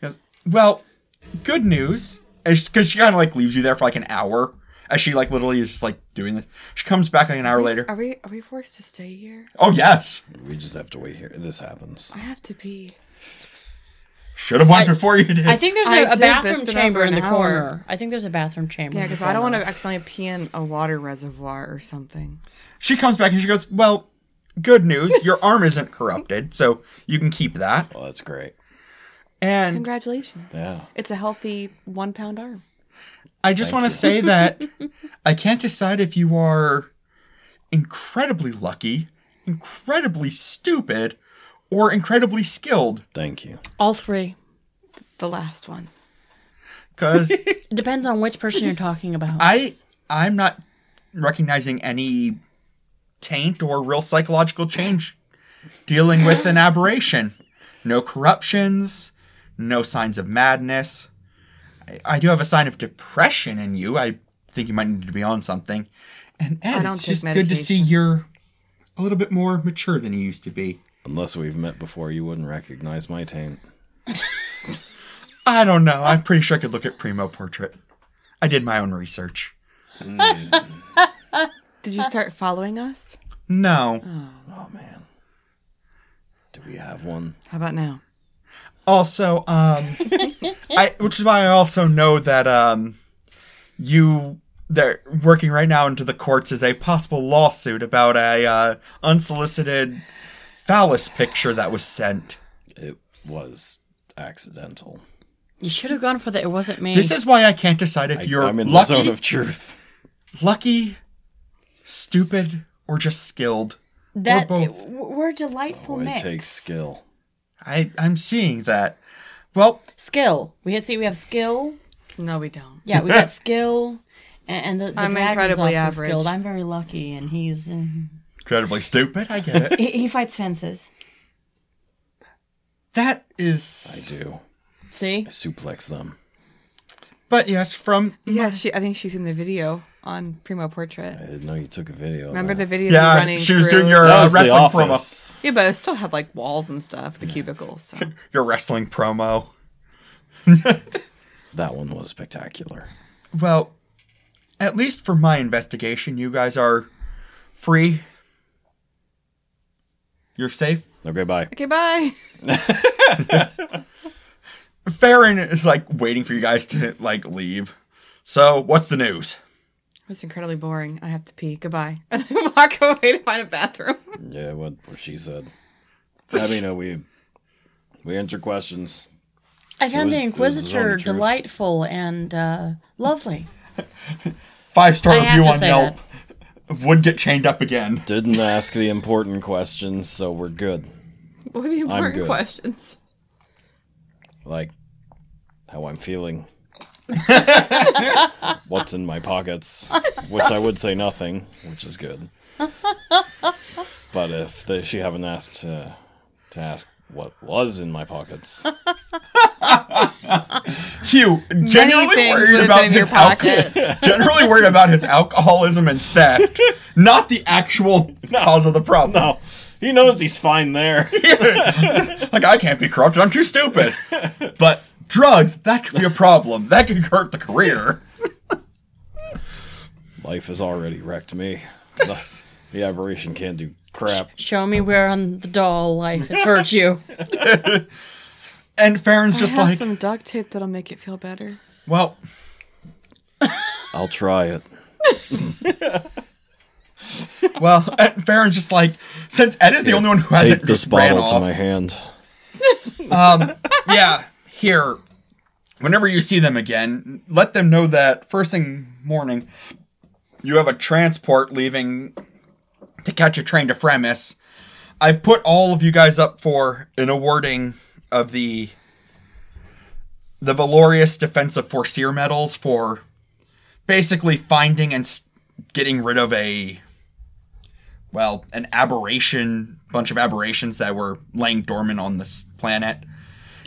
D: She goes, well, good news, because she kind of like leaves you there for like an hour as she like literally is just like doing this. She comes back like an hour later.
B: Are we are we forced to stay here?
D: Oh yes,
A: We just have to wait here. This happens.
B: I have to pee.
D: should have went before you did.
C: I think there's
B: I
C: a, a
B: did this,
C: bathroom
B: but
C: chamber
B: over
C: in
B: an
C: the
B: hour.
C: corner. I think there's a bathroom chamber.
B: Yeah,
C: in the
B: because I don't want
C: corner.
B: to accidentally pee in a water reservoir or something.
D: she comes back and she goes, well, good news, your arm isn't corrupted, so you can keep that.
A: Oh, that's great.
D: And
B: Congratulations.
A: Yeah.
B: It's a healthy one pound arm.
D: I just want to say that I can't decide if you are incredibly lucky, incredibly stupid, or incredibly skilled.
E: Thank you.
C: All three.
B: The last one.
D: Because
C: It depends on which person you're talking about.
D: I I'm not recognizing any taint or real psychological change dealing with an aberration. No corruptions, no signs of madness. I, I do have a sign of depression in you. I think you might need to be on something. And Ed,
B: I don't
D: it's
B: take
D: just good to see
B: medication.
D: you're a little bit more mature than you used to be.
E: Unless we've met before, you wouldn't recognize my taint.
D: I don't know. I'm pretty sure I could look at Primo portrait. I did my own research.
B: Did you start following us?
D: No.
E: Oh man. Do we have one?
B: How about now?
D: Also, um, I which is why I also know that um, you they're working right now into the courts is a possible lawsuit about a uh, unsolicited phallus picture that was sent.
E: It was accidental.
C: you should have gone for the it wasn't me.
D: This is why I can't decide if you're
E: I'm in
D: lucky,
E: the zone of truth.
D: lucky, stupid, or just skilled.
C: that
D: we're
C: we're,
D: both.
C: we're a delightful
E: Boy,
C: mix.
E: it takes skill.
D: I I'm seeing that. Well,
C: skill. We have, see we have skill.
B: No, we don't.
C: Yeah, we got skill. And, and the, the
B: I'm
C: dragon's also
B: incredibly average.
C: skilled. I'm very lucky, and he's mm,
D: incredibly stupid. I get it.
C: he, he fights fences.
D: that
E: I
D: is,
E: do.
C: See,
E: I suplex them.
D: but yes, from
B: Yeah, she. I think she's in the video on Primo Portrait.
E: I didn't know you took a video.
B: Remember the video?
D: yeah,
B: running
D: she was
B: through?
D: doing your
E: that
D: uh,
E: was the
D: wrestling promo.
E: office.
B: Yeah, but it still had like walls and stuff, the cubicles. So.
D: Your wrestling promo.
E: That one was spectacular.
D: Well, at least for my investigation, you guys are free. You're safe.
E: Okay, bye.
B: okay, bye.
D: Farron is like waiting for you guys to like leave. So, what's the news?
B: It was incredibly boring. I have to pee. Goodbye. And I walk away to find a bathroom.
E: Yeah, what, what she said. I mean, uh, we we answer questions.
C: I found
E: was-
C: the
E: it was his own
C: Inquisitor
E: truth.
C: delightful and uh, lovely.
D: Five star
C: I have
D: review
C: to
D: on
C: say
D: Yelp. Would get chained up again.
E: Didn't ask the important questions, so we're good.
B: What are the important
E: good.
B: questions?
E: Like how I'm feeling. What's in my pockets? Which I would say nothing, which is good. But if they, she haven't asked to, to ask what was in my pockets,
D: Hugh,
B: Many
D: generally
B: things
D: worried
B: would have
D: about
B: been in your
D: his alcohol.
B: pocket.
D: generally worried about his alcoholism and theft, not the actual cause of the problem.
E: oh, he knows he's fine there.
D: Like I can't be corrupted. I'm too stupid. but drugs, that could be a problem. That could hurt the career.
E: Life has already wrecked me. The, the aberration can't do crap.
C: Show me where on the doll life has hurt you.
D: And Farron's just
B: I have
D: like,
B: some duct tape that'll make it feel better.
D: well,
E: I'll try it.
D: well. And Farron's just like, since Ed is the only one who hasn't
E: Take this
D: just ran
E: bottle to
D: off.
E: my hand.
D: yeah, here. Whenever you see them again, let them know that first thing morning, you have a transport leaving to catch a train to Fremis. I've put all of you guys up for an awarding of the the Valorious Defensive Forseer medals for basically finding and s- getting rid of a well, an aberration, bunch of aberrations that were laying dormant on this planet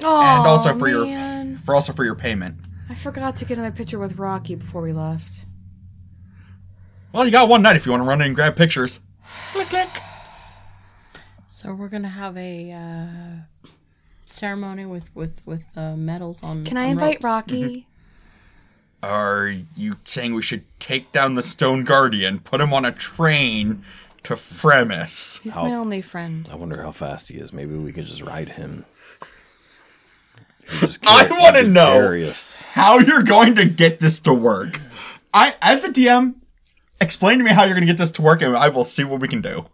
B: Oh,
D: and also for your
B: man.
D: for also for your payment.
B: I forgot to get another picture with Rocky before we left.
D: Well, you got one night if you want to run in and grab pictures. Click click.
C: So we're gonna have a uh, ceremony with with with uh, medals on.
B: Can I
C: on
B: invite
C: ropes.
B: Rocky?
D: Are you saying we should take down the Stone Guardian, put him on a train to Fremis?
B: He's my only friend.
E: I wonder how fast he is. Maybe we could just ride him. We just
D: I
E: can't-
D: wanna
E: we'd be
D: know.
E: curious.
D: How you're going to get this to work? I, as the DM, explain to me how you're going to get this to work, and I will see what we can do.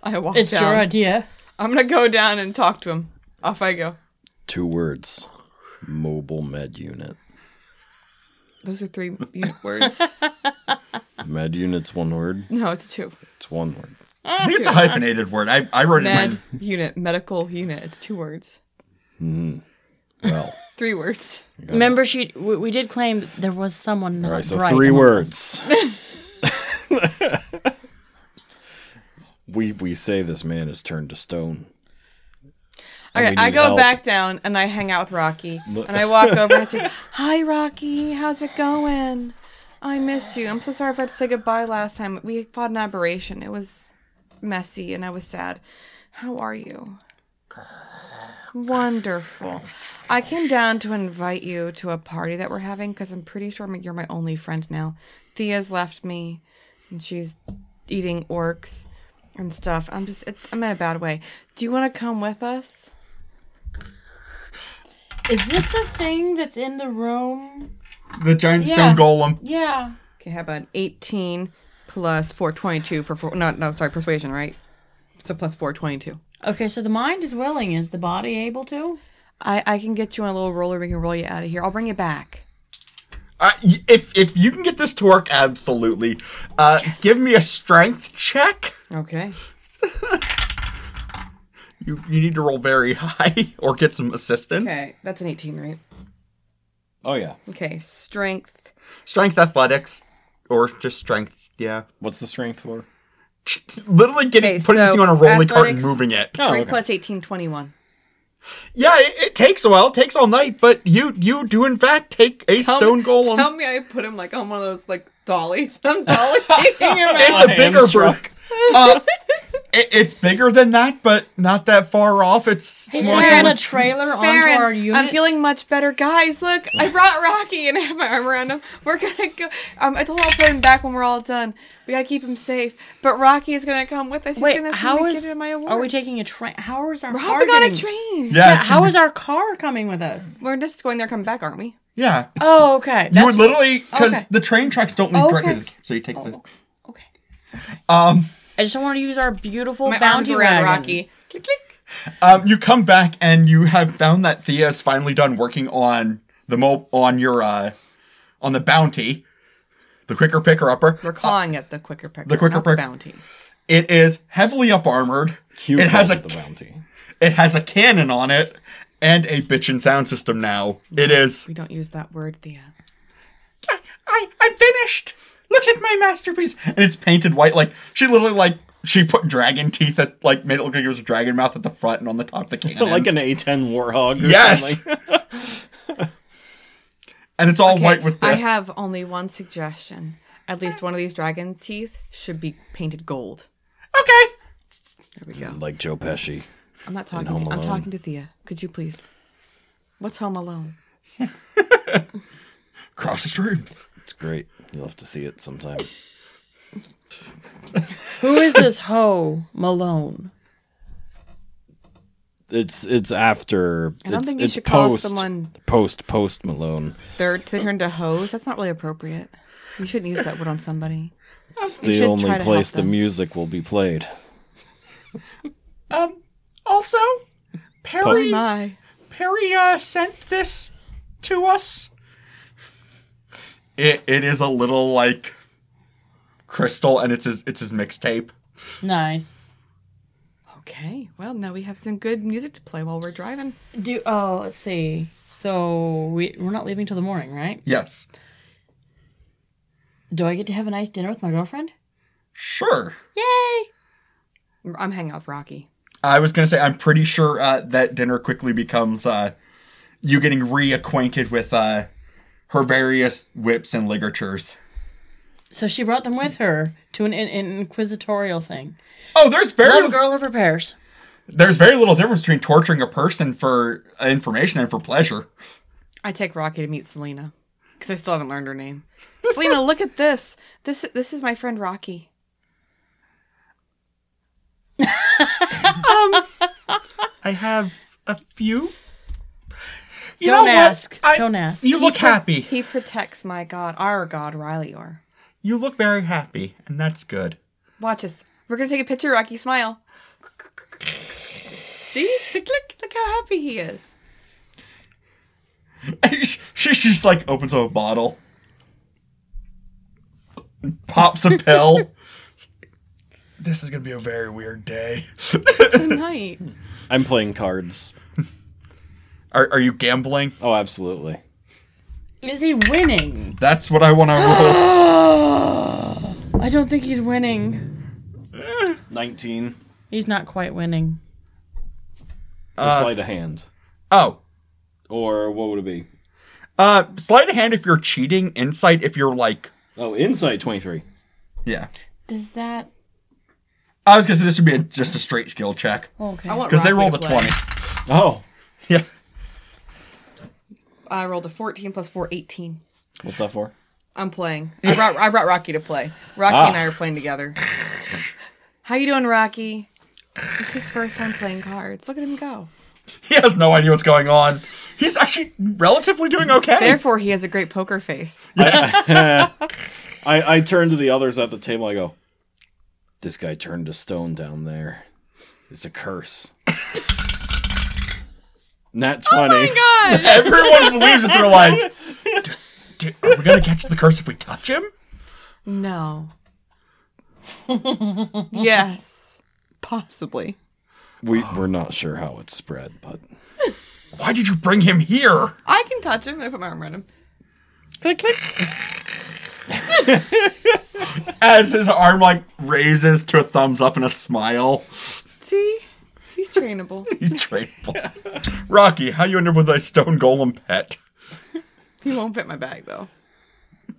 B: I walk
C: It's
B: down.
C: your idea.
B: I'm gonna go down and talk to him. Off I go.
E: Two words: mobile med unit.
B: Those are three unit words.
A: Med unit's one word.
B: No, it's two.
A: It's one word.
D: I think it's a hyphenated word. I, I wrote it in
B: Med
D: my
B: unit, medical unit. It's two words. Mm.
A: Well,
B: Three words.
C: Remember, she we, we did claim that there was someone not
A: all right. So
C: bright
A: three
C: among us.
A: words. we we say this man is turned to stone.
B: Okay,
A: we
B: I
A: need
B: go
A: help.
B: back down and I hang out with Rocky. and I walk over and I say, Hi, Rocky. How's it going? I missed you. I'm so sorry if I had to say goodbye last time. We fought an aberration. It was messy and I was sad. How are you? Wonderful. I came down to invite you to a party that we're having because I'm pretty sure you're my only friend now. Thea's left me and she's eating orcs and stuff. I'm just, it, I'm in a bad way. Do you want to come with us?
C: Is this the thing that's in the room?
D: the giant
C: Yeah.
D: stone golem.
C: Yeah.
B: Okay, how about an 18 plus 422 for four, no, no, sorry, persuasion, right? So plus 422.
C: Okay, so the mind is willing. Is the body able to?
B: I, I can get you on a little roller. We can roll you out of here. I'll bring you back.
D: Uh, y- if if you can get this to work, absolutely. Uh, Give me a strength check.
B: Okay.
D: You you need to roll very high or get some assistance.
B: Okay, that's an 18, right?
A: Oh yeah.
B: Okay, strength.
D: Strength athletics or just strength. Yeah.
A: What's the strength for?
D: Literally getting
B: Okay,
D: putting this
B: so
D: thing on a rolling cart and
B: athletics-
D: moving it.
B: 3
A: okay.
B: plus 18, 21.
D: Yeah, it, it takes a while. It takes all night, but you you do in fact take a stone golem.
B: Tell me I put him like on one of those like dollies. I'm dolly taking him
D: it's a
B: out.
A: hand
D: bigger
A: truck.
D: brick. Uh, it, it's bigger than that, but not that far off. It's, it's
C: Is
D: more
C: there
D: like
C: on
D: a-
C: a trailer onto our
B: Farron,
C: unit?
B: I'm feeling much better, guys. Look, I brought Rocky and I have my arm around him. We're gonna go. Um, I told him I'll put him back when we're all done. We gotta keep him safe. But Rocky is gonna come with us. He's
C: Wait,
B: gonna see
C: how
B: me
C: is?
B: give him my award.
C: Are we taking a train? How is our
B: We're
C: car
B: hopping on a
C: getting-
B: train.
D: yeah,
C: Yeah,
D: it's-
C: how is our car coming with us?
B: We're just going there, coming back, aren't we?
D: yeah.
C: Oh, okay. That's
D: you would literally because
C: okay.
D: the train tracks don't lead
C: Okay.
D: directly to the so you take
B: Oh.
D: the
C: okay.
D: um
C: I just don't want to use our beautiful
B: My arms
C: bounty
B: around
C: wagon.
B: Rocky. Click, click.
D: um you come back and you have found that Thea is finally done working on the mo on your uh on the bounty, the quicker picker upper.
B: We're clawing at the quicker picker.
D: Uh, the quicker
B: not
D: pick-
B: bounty.
D: It is heavily up armored.
A: Hugh
D: it has
A: calls
D: a
A: it the bounty.
D: it has a cannon on it and a bitchin' sound system now. It is
B: We don't use that word, uh, Thea.
D: I, I'm finished. Look at my masterpiece. And it's painted white. Like she literally like she put dragon teeth at like made it look like it was a dragon mouth at the front and on the top of the cannon.
A: like an A10 warhog. or
D: yes.
A: something.
D: and it's all
B: Okay,
D: white with the.
B: I have only one suggestion. At least one of these dragon teeth should be painted gold.
D: okay.
B: There we go.
A: Like Joe Pesci.
B: I'm not talking.
A: Home
B: To, I'm
A: Alone.
B: talking to Thea. Could you please? What's Home Alone?
D: Cross the street.
A: It's great. You'll have to see it sometime.
C: Who is this hoe Malone?
A: It's it's after.
B: I don't
A: it's,
B: think you
A: it's
B: should call
A: post,
B: someone-
A: post post Malone.
B: They're they turned to hoes. That's not really appropriate. You shouldn't use that word on somebody.
A: It's
B: You
A: the
B: should try
A: only
B: to
A: place
B: help
A: the
B: them.
A: music will be played.
D: Um. Also,
B: Oh
D: Perry
B: my!
D: Perry uh, sent this to us. It it is a little like crystal, and it's his it's his mixtape.
C: Nice.
B: Okay. Well, now we have some good music to play while we're driving.
C: Do oh, let's see. So we we're not leaving till the morning, right?
D: Yes.
C: Do I get to have a nice dinner with my girlfriend?
D: Sure.
C: Yay!
B: I'm hanging out with Rocky.
D: I was gonna say I'm pretty sure uh, that dinner quickly becomes uh, you getting reacquainted with uh, her various whips and ligatures.
C: So she brought them with her to an, in- an inquisitorial thing.
D: Oh, there's very
C: Little girl who prepares.
D: there's very little difference between torturing a person for uh, information and for pleasure.
B: I take Rocky to meet Selena because I still haven't learned her name. Selena, look at this. This this is my friend Rocky.
D: I have a few. You
C: Don't
D: know what?
C: ask.
D: I-
C: Don't ask.
D: You look happy.
B: He protects my god, our god, Rylior.
D: You look very happy, and that's good.
B: Watch us. We're gonna take a picture, Rocky. Smile. See? Look, look, look how happy he is.
D: she, she just like opens up a bottle. pops a pill. this is gonna be a very weird day.
B: Tonight.
D: Hmm.
A: I'm playing cards.
D: Are, are you gambling?
A: Oh, absolutely.
C: Is he winning?
D: That's what I want to roll.
C: I don't think he's winning.
A: 19.
C: He's not quite winning.
A: Uh, sleight of hand.
D: Oh,
A: Or what would it be?
D: uh, sleight of hand if you're cheating. Insight if you're like,
A: Oh, insight 23.
D: yeah.
C: Does that?
D: I was gonna say this would be a, just a straight skill check
C: Okay.
B: I want
D: because they
B: Rocky
D: rolled
B: to
D: a
B: play.
D: twenty.
A: Oh,
D: Yeah.
B: I rolled a 14 plus 4, 18.
A: what's that for?
B: I'm playing. I brought, I brought Rocky to play. Rocky
D: Ah.
B: and I are playing together. How you doing, Rocky? It's his first time playing cards. Look at him go.
D: He has no idea what's going on. He's actually relatively doing okay.
B: Therefore, he has a great poker face.
A: I, I turn to the others at the table. I go, This guy turned to stone down there. It's a curse. Nat 20.
B: God!
D: Everyone believes it. They're like, "D- d- are we gonna catch the curse if we touch him?
B: No. yes. Possibly.
A: we, we're not sure how it spread, but
D: Why did you bring him here?
B: I can touch him if I put my arm around him.
C: click click.
D: As his arm like raises to a thumbs up and a smile.
B: See? He's trainable.
D: He's trainable. Rocky, how you end up with a stone golem pet?
B: he won't fit my bag, though.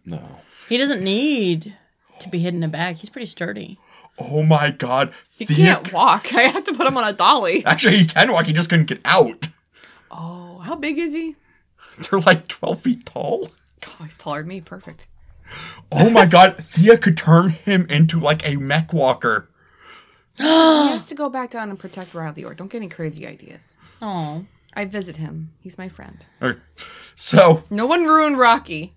A: no.
C: He doesn't need to be hidden in a bag. He's pretty sturdy.
D: Oh my god.
B: He
D: Thea-
B: can't walk. I have to put him on a dolly.
D: Actually, he can walk. He just couldn't get out.
B: Oh, how big is he?
D: They're like 12 feet tall.
B: Oh, he's taller than me. Perfect.
D: Oh my god. Thea could turn him into like a mech walker.
B: He has to go back down and protect Riley or don't get any crazy ideas.
C: Oh,
B: I visit him. He's my friend.
D: Okay. So,
B: No one ruined Rocky.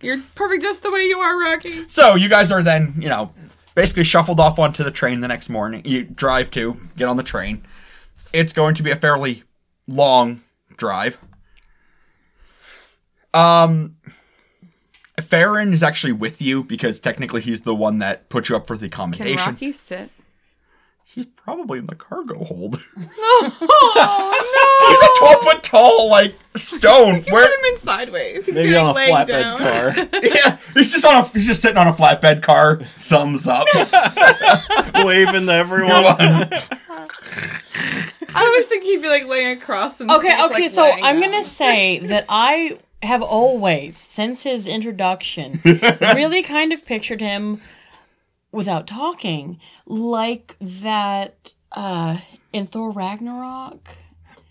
B: You're perfect just the way you are, Rocky.
D: so you guys are then, you know, basically shuffled off onto the train the next morning. You drive to, get on the train. It's going to be a fairly long drive. Um Farron is actually with you because technically he's the one that put you up for the
B: Can
D: accommodation.
B: Rocky sit?
D: He's probably in the cargo hold.
B: Oh,
D: He's a 12 foot tall, like, stone.
B: no. Put
D: Where,
B: him in sideways. He'd
A: Maybe
B: be, like,
A: on a
B: laying
A: flatbed
B: down.
A: car.
D: yeah, he's just on a, he's just sitting on a flatbed car, thumbs up.
A: waving to everyone.
B: I always think he'd be like laying across and
C: Okay, okay, so I'm gonna say that I have always, since his introduction, really kind of pictured him without talking, like that uh in Thor Ragnarok.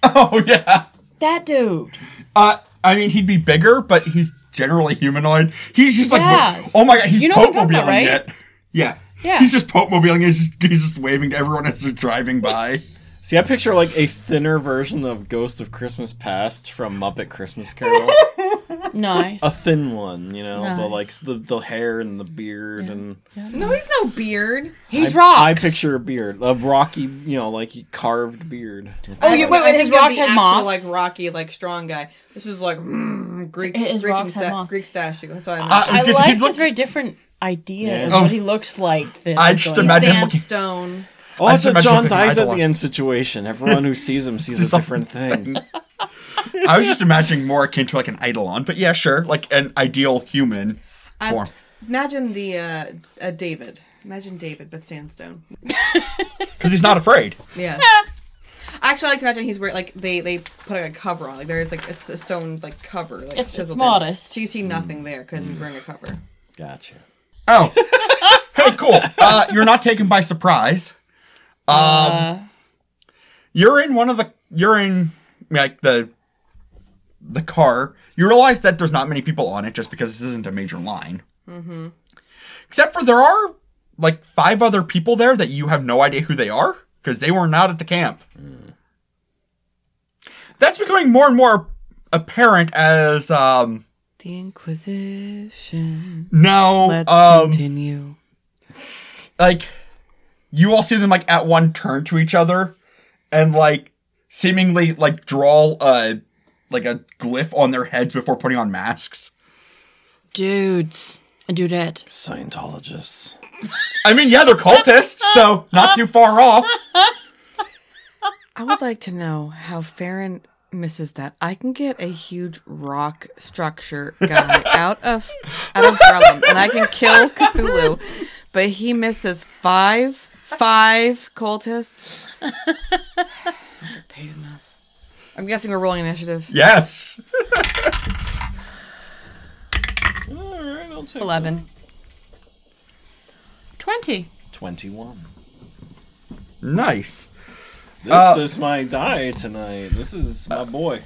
D: oh, yeah.
C: That dude.
D: Uh, I mean, he'd be bigger, but he's generally humanoid. He's just like,
C: Yeah.
D: oh my god, he's
C: You know
D: Pope
C: what I'm talking
D: mobiling
C: about, right?
D: it. Yeah.
C: Yeah.
D: He's just Pope mobiling it. He's, he's just waving to everyone as they're driving by.
A: See, I picture like a thinner version of Ghost of Christmas Past from Muppet Christmas Carol.
C: Nice.
A: a thin one, you know, the like
C: Nice.
A: the, the hair and the beard and
B: No, he's no beard.
C: He's
A: I-
C: rocks.
A: I picture a beard, a rocky, you know, like carved beard.
C: Oh, you, wait,
B: I
C: wait.
B: think
C: His
B: of the
C: rocks had
B: actual,
C: moss.
B: Like Rocky, like strong guy. This is like mm, Greek,
C: His
B: Greek,
C: rocks had
B: sta-
C: moss.
B: Greek statue. That's what I meant.
D: I
C: I
D: was gonna say, Uh, he
C: like his
D: looks-
C: very different idea of
A: Yeah.
C: what he looks like. than
D: I
C: what's
D: just
C: going on.
D: imagine- him looking-
B: Sandstone.
A: Oh, that's
D: I
A: a
D: just
A: John
D: imagine him
A: dies at
D: idolizing-
A: the end situation. Everyone who sees him sees
D: Sees
A: a different thing.
D: I was just imagining more akin to like an eidolon, but yeah, sure, like an ideal human
B: I-
D: form.
B: Imagine the uh, uh, David. Imagine David, but sandstone.
D: Because he's not afraid.
B: Yeah. Actually, I like to imagine he's wearing like they they put like, a cover on. Like there is like it's a stone like cover. Like
C: It's- it's
B: chiseled in.
C: modest.
B: So you see nothing there because he's wearing a cover.
A: Gotcha.
D: Oh. hey, cool. Uh, you're not taken by surprise. Um,
C: Uh,
D: You're in one of the you're in like the the car. You realize that there's not many people on it just because this isn't a major line. Mm-hmm. Except for there are like five other people there that you have no idea who they are because they were not at the camp. That's becoming more and more apparent as um
B: The Inquisition.
D: no
B: Let's
D: um
B: continue.
D: like you all see them like at one turn to each other and like seemingly like draw a like a glyph on their heads before putting on masks
C: dudes and dudette.
A: Scientologists.
D: I mean, yeah, they're cultists, so not too far off.
B: I would like to know how Farron misses that. I can get a huge rock structure guy out of out of Grellum, and I can kill Cthulhu, but he misses five five cultists. I don't get paid enough. I'm guessing we're rolling initiative.
D: Yes.
A: All right, I'll take
B: Eleven.
C: 20.
A: twenty-one.
D: Nice.
A: This
D: Uh,
A: is my die tonight. This is my boy.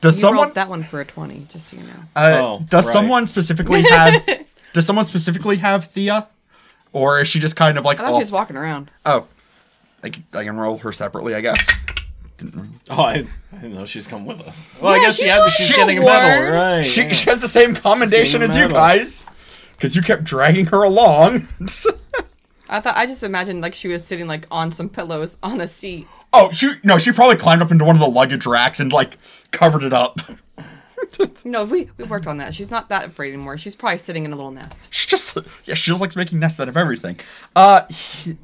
D: Does
B: You
D: someone
B: rolled that one for a twenty, just so you know.
D: uh,
A: Oh,
D: does
A: right.
D: someone specifically have does someone specifically have Thea, or is she just kind of like
B: I thought
D: oh,
B: she was walking around.
D: oh, I can, I can roll her separately, I guess.
A: Oh, I, I didn't know she's come with us. Well, I
B: Yeah,
A: guess she,
B: she
A: had.
B: was
A: She's
B: the
A: getting a medal,
B: word.
A: right?
D: She,
A: yeah.
D: she has the same commendation
A: Same
D: as you
A: medal.
D: guys because you kept dragging her along.
B: I thought I just imagined like she was sitting like on some pillows on a seat.
D: oh, she no, she probably climbed up into one of the luggage racks and like covered it up.
B: No, we we worked on that. She's not that afraid anymore. She's probably sitting in a little nest.
D: She just yeah, she just likes making nests out of everything. Uh,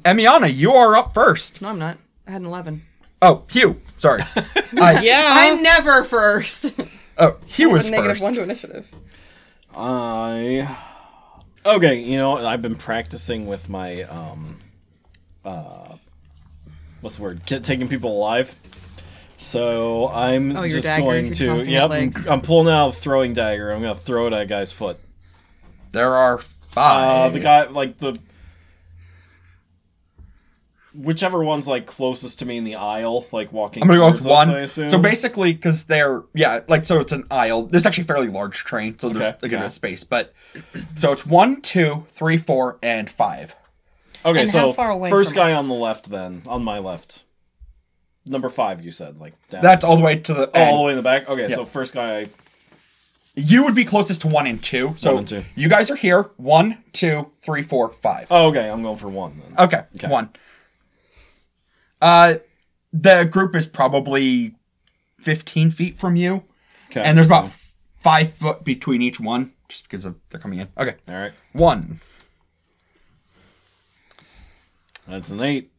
D: Emiana, you are up first.
B: No, I'm not. I had an eleven.
D: Oh, Hugh, sorry. I,
C: Yeah.
B: I'm never first.
D: Oh, Hugh was
B: A negative
D: first.
B: one to initiative.
A: I okay, you know I've been practicing with my um, uh, what's the word? Get, taking people alive. So I'm
B: Oh, your
A: just
B: daggers,
A: going
B: you're
A: to
B: tossing at
A: yep. I'm,
B: legs.
A: I'm pulling out a throwing dagger. I'm gonna throw it at a guy's foot.
D: There
A: Uh,
D: are five.
A: the guy like the whichever one's like closest to me in the aisle, like walking.
D: I'm gonna go
A: towards
D: with
A: us, I
D: one.
A: assume.
D: So basically, because they're yeah, like so it's an aisle. There's actually a fairly large train, so there's
A: Okay,
D: again
A: yeah.
D: a space. But so it's one, two, three, four, and five.
A: Okay,
C: And
A: so
C: how far away
A: first
C: from
A: guy on the left, then on my left, number five. You said like down.
D: That's all the way to the.
A: Oh, all the
D: end.
A: way in the back. Okay, so first guy.
D: You would be closest to one and two. So
A: One and two.
D: you guys are here. One, two, three, four, five.
A: Oh, okay, I'm going for one. Then.
D: Okay,
A: Okay.
D: one. Uh, the group is probably fifteen feet from you,
A: Okay.
D: and there's about five foot between each one, just because of they're coming in. Okay,
A: all right.
D: one.
A: That's an eight.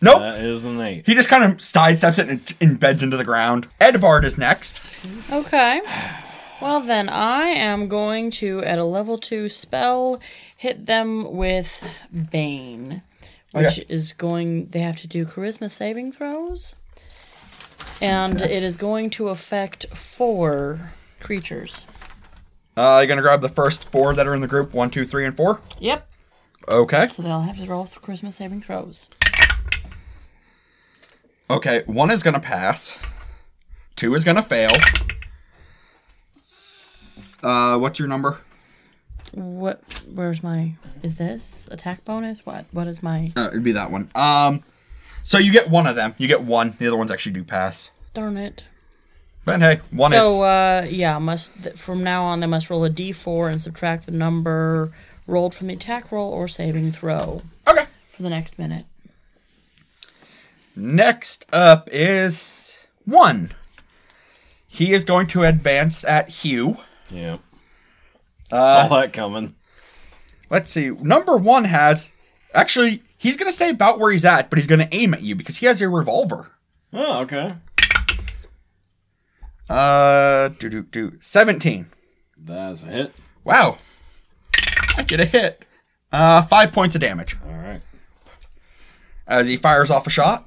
D: Nope.
A: That is an eight.
D: He just kind of sidesteps it and embeds into the ground. Edvard is next.
C: Okay. Well, then I am going to, at a level two spell, hit them with Bane, which
D: Okay.
C: is going, they have to do charisma saving throws. And it is going to affect four creatures.
D: Uh, you're gonna grab the first four that are in the group. One, two, three, and four.
C: Yep.
D: Okay.
C: So they'll have to roll for charisma saving throws.
D: Okay. One is gonna pass. Two is gonna fail. Uh, what's your number?
C: What? Where's my? Is this attack bonus? What? What is my?
D: Uh, it'd be that one. Um, so you get one of them. You get one. The other ones actually do pass.
C: Darn it!
D: But hey, one
C: So
D: is.
C: uh, yeah, must th- from now on they must roll a d4 and subtract the number rolled from the attack roll or saving throw
D: Okay.
C: for the next minute.
D: Next up is one. He is going to advance at Hugh.
A: Yeah. Uh, Saw that coming.
D: Let's see. Number one has actually he's gonna stay about where he's at, but he's gonna aim at you because he has a revolver.
A: Oh, okay.
D: Uh, do do do. Seventeen.
A: That's a hit.
D: Wow. I get a hit. Uh, five points of damage
A: All right.
D: as he fires off a shot.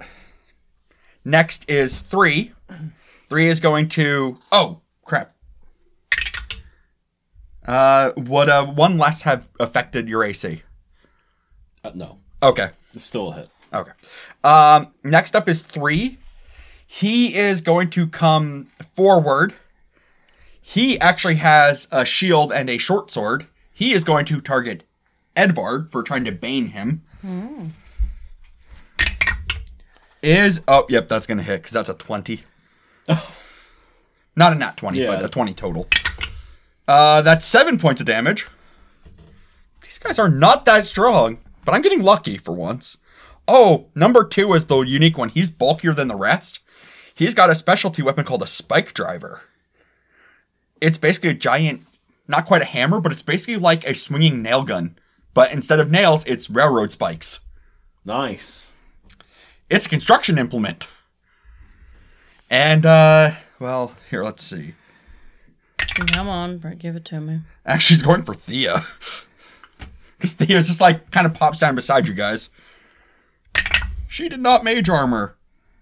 D: Next is three. Three is going to. Oh crap. Uh, would uh one less have affected your AC?
A: Uh, no,
D: Okay.
A: it's still a hit.
D: Okay. Um, next up is three. He is going to come forward. He actually has a shield and a short sword. He is going to target Edvard for trying to bane him. Is oh yep, that's gonna hit because that's a twenty. Not a nat twenty,
A: Yeah.
D: but a twenty total. Uh, that's seven points of damage. These guys are not that strong, but I'm getting lucky for once. Oh, number two is the unique one. He's bulkier than the rest. He's got a specialty weapon called a spike driver. It's basically a giant not quite a hammer, but it's basically like a swinging nail gun. But instead of nails, it's railroad spikes.
A: Nice.
D: It's a construction implement. And, uh, well, here, let's see.
C: Come on, Brett, give it to me.
D: Actually, she's going for Thea. Because Thea just like kind of pops down beside you guys. She did not mage armor.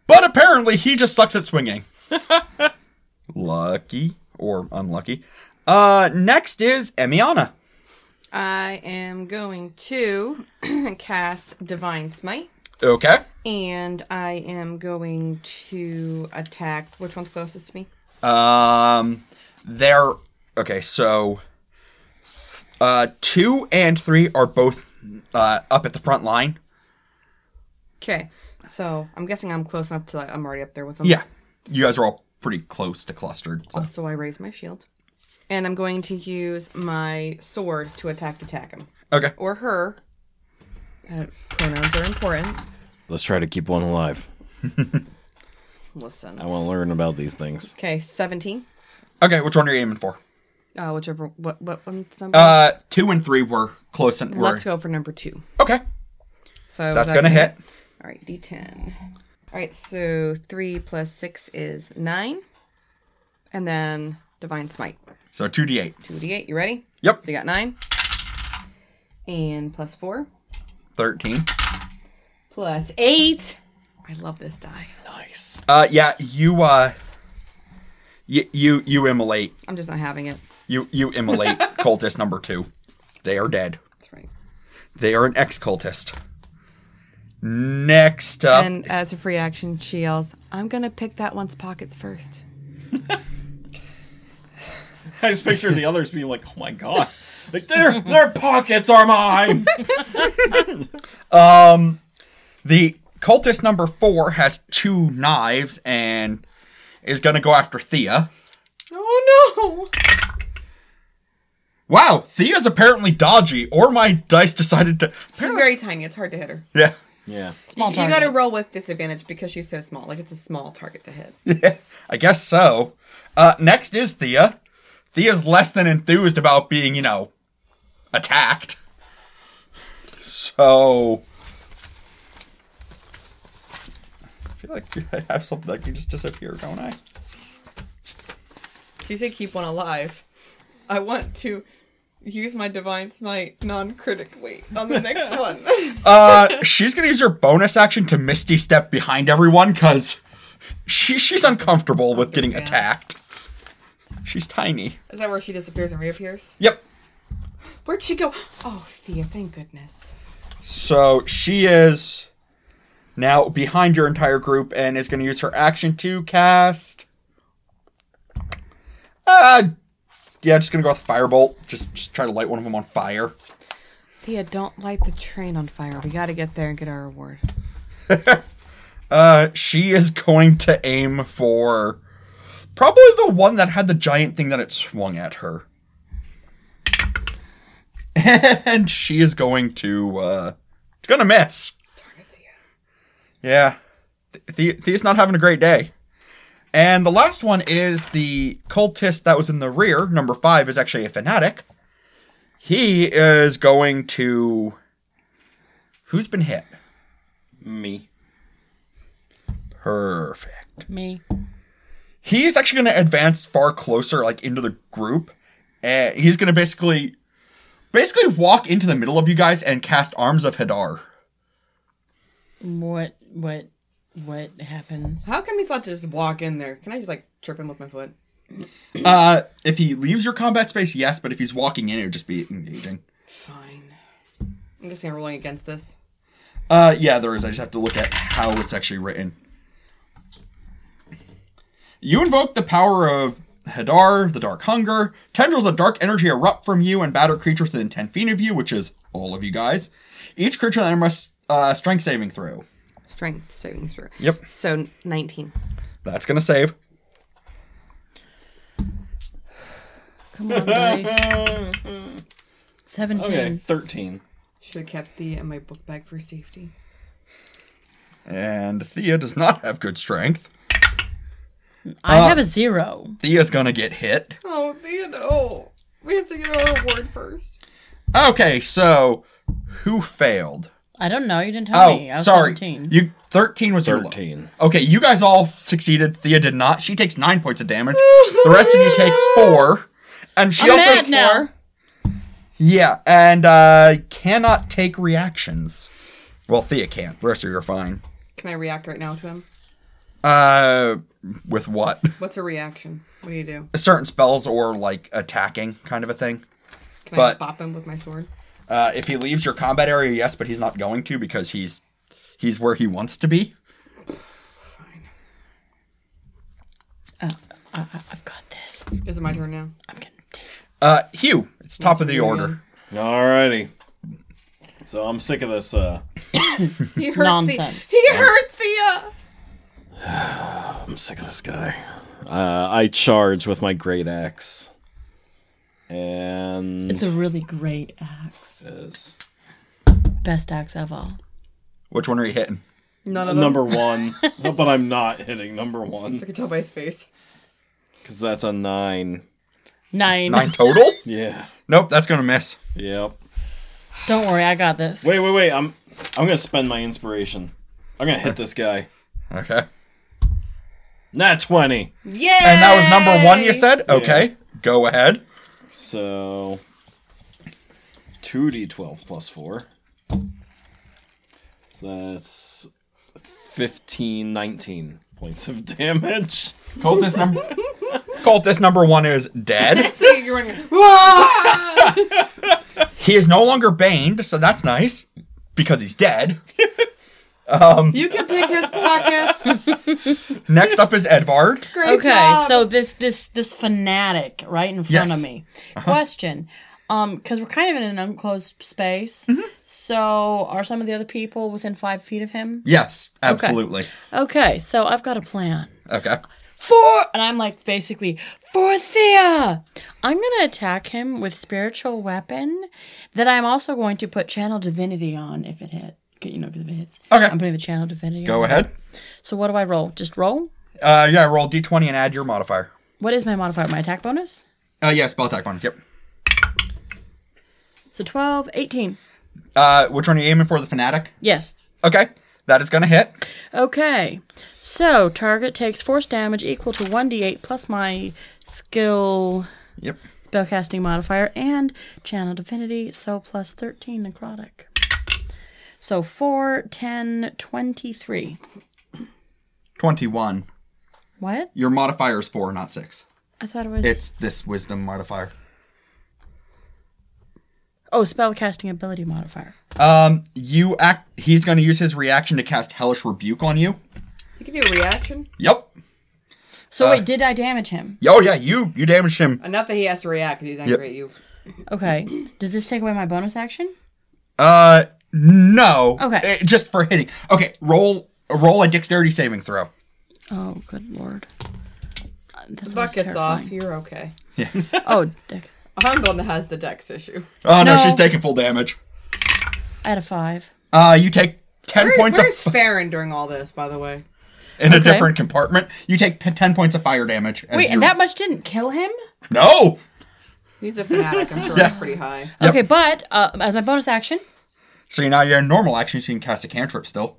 D: But apparently, he just sucks at swinging. Lucky or unlucky. Uh, next is Emiana.
B: I am going to cast Divine Smite.
D: Okay.
B: And I am going to attack. Which one's closest to me?
D: Um, they're okay. So, uh, two and three are both uh up at the front line.
B: Okay. So I'm guessing I'm close enough to. Like, I'm already up there with them.
D: Yeah, you guys are all pretty close to clustered. So.
B: So I raise my shield. And I'm going to use my sword to attack attack him.
D: Okay.
B: Or her. Uh, pronouns are important.
A: Let's try to keep one alive.
B: Listen.
A: I want to learn about these things.
B: Okay, 17.
D: Okay, which one are you aiming for?
B: Uh, whichever. What, what one's number?
D: Uh, two and three were close and were
B: Let's go for number two.
D: okay.
B: So is
D: That's
B: that
D: gonna hit.
B: All right, D10. All right, so three plus six is nine, and then divine smite
D: So two d eight.
B: two D8. You ready?
D: Yep.
B: So you got nine, and plus four,
D: Thirteen.
B: plus eight. I love this die.
A: Nice.
D: Uh, yeah, you uh, you you you immolate
B: I'm just not having it.
D: you you immolate cultist number two. They are dead.
B: That's right.
D: They are an ex cultist. Next up,
B: And as a free action, she yells, "I'm gonna pick that one's pockets first.
A: I just picture the others being like, "Oh my god, like their their pockets are mine."
D: the cultist number four has two knives and is gonna go after Thea.
B: Oh no!
D: Wow, Thea's apparently dodgy, or my dice decided to.
B: She's very tiny. It's hard to hit her.
D: Yeah.
A: Yeah.
C: Small
B: you
C: target.
B: gotta roll with disadvantage because she's so small. Like it's a small target to hit.
D: I guess so. Uh, next is Thea. Thea's less than enthused about being, you know, attacked. So. I feel like I have something that can just disappear, don't I?
B: She said keep one alive. I want to use my divine smite non-critically on the next one.
D: Uh, she's gonna use her bonus action to Misty step behind everyone because she, she's uncomfortable with getting
B: Yeah.
D: attacked. She's tiny.
B: Is that where she disappears and reappears?
D: Yep.
B: Where'd she go? Oh, Thea, thank goodness.
D: So she is now behind your entire group and is going to use her action to cast. Uh, yeah, just going to go with Firebolt. Just, just try to light one of them on fire.
B: Thea, don't light the train on fire. We gotta get there and get our reward.
D: Uh, she is going to aim for probably the one that had the giant thing that it swung at her. And she is going to, uh, it's going to miss. Yeah. The- Thea's not having a great day. And the last one is the cultist that was in the rear. Number five is actually a fanatic. He is going to. Who's been hit?
A: Me.
D: Perfect.
C: me.
D: He's actually going to advance far closer, like into the group. And he's going to basically. Basically, walk into the middle of you guys and cast Arms of Hadar.
C: What what what happens?
B: How come he's allowed to just walk in there? Can I just like trip him with my foot?
D: Uh, if he leaves your combat space, yes, but if he's walking in, it would just be engaging.
B: Fine. I'm guessing I'm rolling against this.
D: Uh, yeah, there is. I just have to look at how it's actually written. You invoke the power of Hadar, the Dark Hunger. Tendrils of dark energy erupt from you and batter creatures within 10 feet of you, which is all of you guys. Each creature then must uh, strength saving throw.
B: Strength saving throw.
D: Yep.
B: So 19.
D: That's going to save.
C: Come on, guys. Seventeen.
A: Okay. Thirteen.
B: Should have kept Thea in my book bag for safety.
D: And Thea does not have good strength.
C: I have a zero.
D: Uh, Thea's going to get hit.
B: Oh, Thea, no. We have to
D: Okay, so who failed?
C: I don't know. You didn't tell
D: Oh,
C: me. I was
D: sorry.
C: 17.
D: You thirteen was your low.
A: 13.
D: Okay, you guys all succeeded. Thea did not. She takes nine points of damage. the rest of you take four, and she
C: I'm
D: also
C: mad now.
D: yeah, and uh, cannot take reactions. Well, Thea can't. The rest of you are fine.
B: Can I react right now to him?
D: Uh, with what?
B: What's a reaction? What do you do?
D: Certain spells or like attacking kind of a thing.
B: Can I
D: But-
B: just bop him with my sword?
D: Uh, if he leaves your combat area, yes, but he's not going to because he's he's where he wants to be.
B: Fine.
C: I, I, I've got this.
B: Is it my turn now?
C: I'm gonna take.
D: Uh, Hugh, it's top of the
B: Hugh
D: order.
B: again.
A: Alrighty. So I'm sick of this. Uh,
B: He hurt
C: Nonsense.
B: The- he hurt Thea.
A: I'm sick of this guy. Uh, I charge with my great axe, and
C: It's a really great axe.
A: is
C: Best axe ever.
D: Which one are you hitting?
B: None of them.
A: number one. but I'm not hitting number
B: I
A: one
B: can tell by his face.
A: because that's a nine.
C: Nine.
D: Nine total?
A: Yeah.
D: nope, that's gonna miss.
A: Yep.
C: Don't worry, I got this.
A: Wait, wait, wait. I'm I'm gonna spend my inspiration. I'm gonna hit this guy.
D: Okay.
A: Not twenty.
B: Yeah.
D: And that was number one, you said? Okay. Go ahead.
A: So two d twelve plus four. So that's 15, 19 points of damage.
D: Cultist number Cultist number one is dead.
B: So you're running. Whoa!
D: He is no longer baned, so that's nice. Because he's dead.
B: you can pick his pockets.
D: Next up is Edvard.
B: Great
C: Okay,
B: job.
C: so this this this fanatic right in front
D: Yes. Uh-huh.
C: of me. Question, um, because we're kind of in an unclosed space.
D: Mm-hmm.
C: So are some of the other people within five feet of him?
D: Yes, absolutely.
C: Okay, so I've got a plan.
D: Okay.
C: For and I'm like basically for Thea. I'm gonna attack him with spiritual weapon that I'm also going to put channel divinity on if it hit. You know, 'cause if it hits.
D: Okay.
C: I'm putting the channel divinity.
D: Go
C: on.
D: ahead.
C: So what do I roll? Just roll.
D: Uh yeah, roll D twenty and add your modifier.
C: What is my modifier? My attack bonus.
D: Uh yeah, spell attack bonus, yep.
C: So 12, 18.
D: Uh which one are you aiming for? The fanatic?
C: Yes.
D: Okay. That is gonna hit.
C: Okay. So target takes force damage equal to 1d8 plus my skill
D: Yep.
C: spellcasting modifier and channel divinity, so plus 13 necrotic. So 4, 10, 23.
D: Twenty one.
C: What?
D: Your modifier is four, not six.
C: I thought it was.
D: It's this wisdom modifier.
C: oh, spellcasting ability modifier.
D: Um, you act. He's going to use his reaction to cast Hellish Rebuke on you.
B: you can do a reaction.
D: Yep.
C: So wait, did I damage him?
D: Oh yeah, you you damaged him.
B: Enough that he has to react because he's
D: Yep.
B: angry at you.
C: Okay. Does this take away my bonus action?
D: Uh, no.
C: Okay.
D: Eh, just for hitting. Okay, roll roll a Dexterity saving throw.
C: Oh, good lord. Uh, That's
B: The
C: always
B: bucket's off.
C: terrifying.
B: You're okay.
C: Oh, dex.
B: I'm the one that has the dex issue.
D: Oh no,
C: No.
D: she's taking full damage.
C: I had a five.
D: Uh, you take ten
B: Where,
D: points
B: where's
D: of
B: Farron during all this, by the way?
D: in a
C: Okay.
D: different compartment. You take p- ten points of fire damage. as
C: Wait,
D: you-
C: and that much didn't kill him?
D: no.
B: He's a fanatic. I'm sure he's pretty high.
C: Okay, but uh, as my bonus action.
D: So now you're in normal action. So you can cast a cantrip still.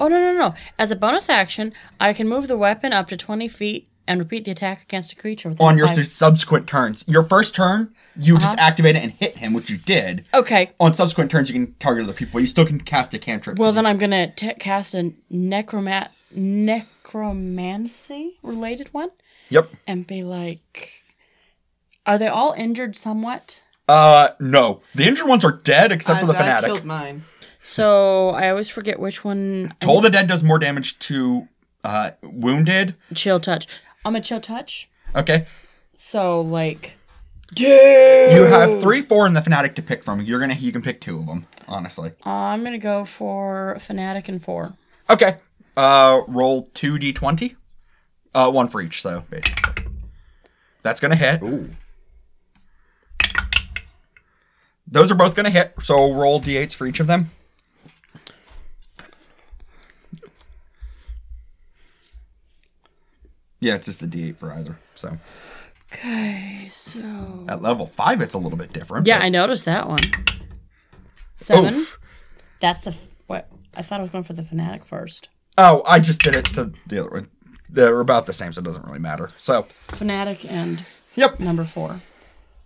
C: Oh no no no! As a bonus action, I can move the weapon up to twenty feet and repeat the attack against a creature. within
D: On your
C: five-
D: su- subsequent turns, your first turn, you
B: Uh-huh.
D: just activate it and hit him, which you did.
C: okay.
D: on subsequent turns you can target other people. You still can cast a cantrip.
C: Well then, I'm gonna t- cast a necromat necromancy related one
D: yep.
C: and be like, "Are they all injured somewhat?"
D: Uh, no, the injured ones are dead except for the
B: As Uh, I
D: fanatic.
B: killed mine.
C: So I always forget which one.
D: Toll the dead does more damage to uh wounded.
C: Chill touch. I'm a chill touch.
D: Okay,
C: So like, dude,
D: you have three, four, and the fanatic to pick from. You're gonna you can pick two of them. Honestly.
C: I'm gonna go for fanatic and four.
D: Okay. Uh, roll two d twenty. Uh, one for each. So basically, that's gonna hit. Ooh. Those are both gonna hit. So roll d8s for each of them. Yeah, it's just a d8 for either. So
C: Okay, so
D: At level five, it's a little bit different.
C: yeah,
D: but-
C: I noticed that one. Seven.
D: Oof.
C: That's the f- what I thought I was going for the fanatic first.
D: Oh, I just did it to the other one. They're about the same, so it doesn't really matter. So,
C: Fanatic and
D: yep,
C: number four.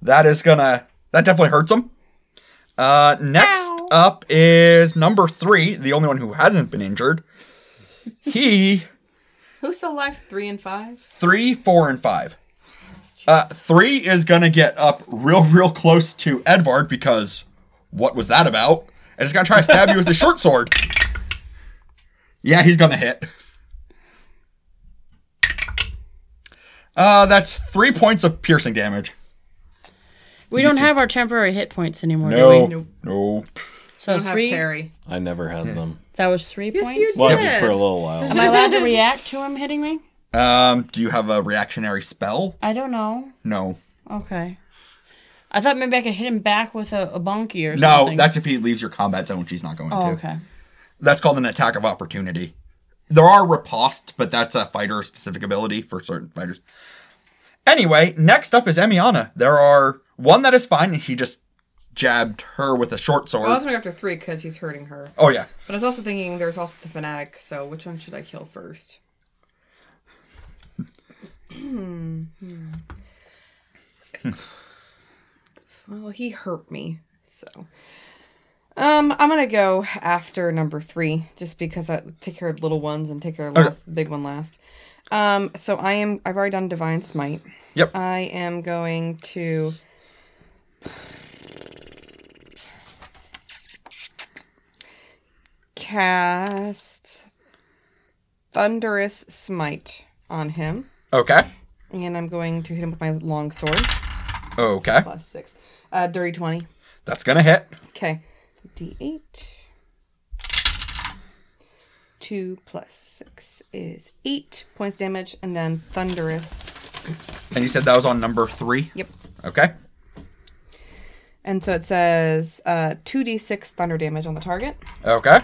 D: that is gonna that definitely hurts him. Uh, next up is number three, the only one who hasn't been injured. He
B: Who's still alive? Three and five?
D: three, four, and five. Uh, three is gonna get up real, real close to Edvard because what was that about? And it's gonna try to stab you with the short sword. Yeah, he's gonna hit. Uh, that's three points of piercing damage.
C: We don't have our temporary hit points anymore, do we?
E: No. Nope.
C: So
B: Don't have
C: three.
B: Perry.
A: I never had them.
C: That was three points.
B: you
A: Well, I
B: Yeah.
A: did for a little while.
C: Am I allowed to react to him hitting me?
D: Um, do you have a reactionary spell?
C: I don't know.
D: No.
C: Okay. I thought maybe I could hit him back with a, a bonky or
D: No,
C: something.
D: that's if he leaves your combat zone, which he's not going
C: Oh,
D: to.
C: okay.
D: That's called an attack of opportunity. There are riposte, but that's a fighter specific ability for certain fighters. Anyway, next up is Emiana. There are one that is fine, and he just jabbed her with a short sword.
B: Well,
C: Oh.
B: I was going to go after three because he's hurting her.
D: oh yeah.
B: But I was also thinking there's also the fanatic, so which one should I kill first? hmm. Well, he hurt me, so. Um, I'm gonna go after number three, just because I take care of the little ones and take care of the last, the big one last. Um, so I am. I've already done divine smite.
D: Yep.
B: I am going to. Cast Thunderous Smite on him.
D: Okay.
B: And I'm going to hit him with my long sword.
D: Okay.
B: Plus six. Uh, dirty 20.
D: That's gonna hit.
B: Okay. D8. Two plus six is eight points damage. And then Thunderous.
D: And you said that was on number three.
B: Yep.
D: Okay.
B: And so it says uh, 2d6 thunder damage on the target.
D: Okay.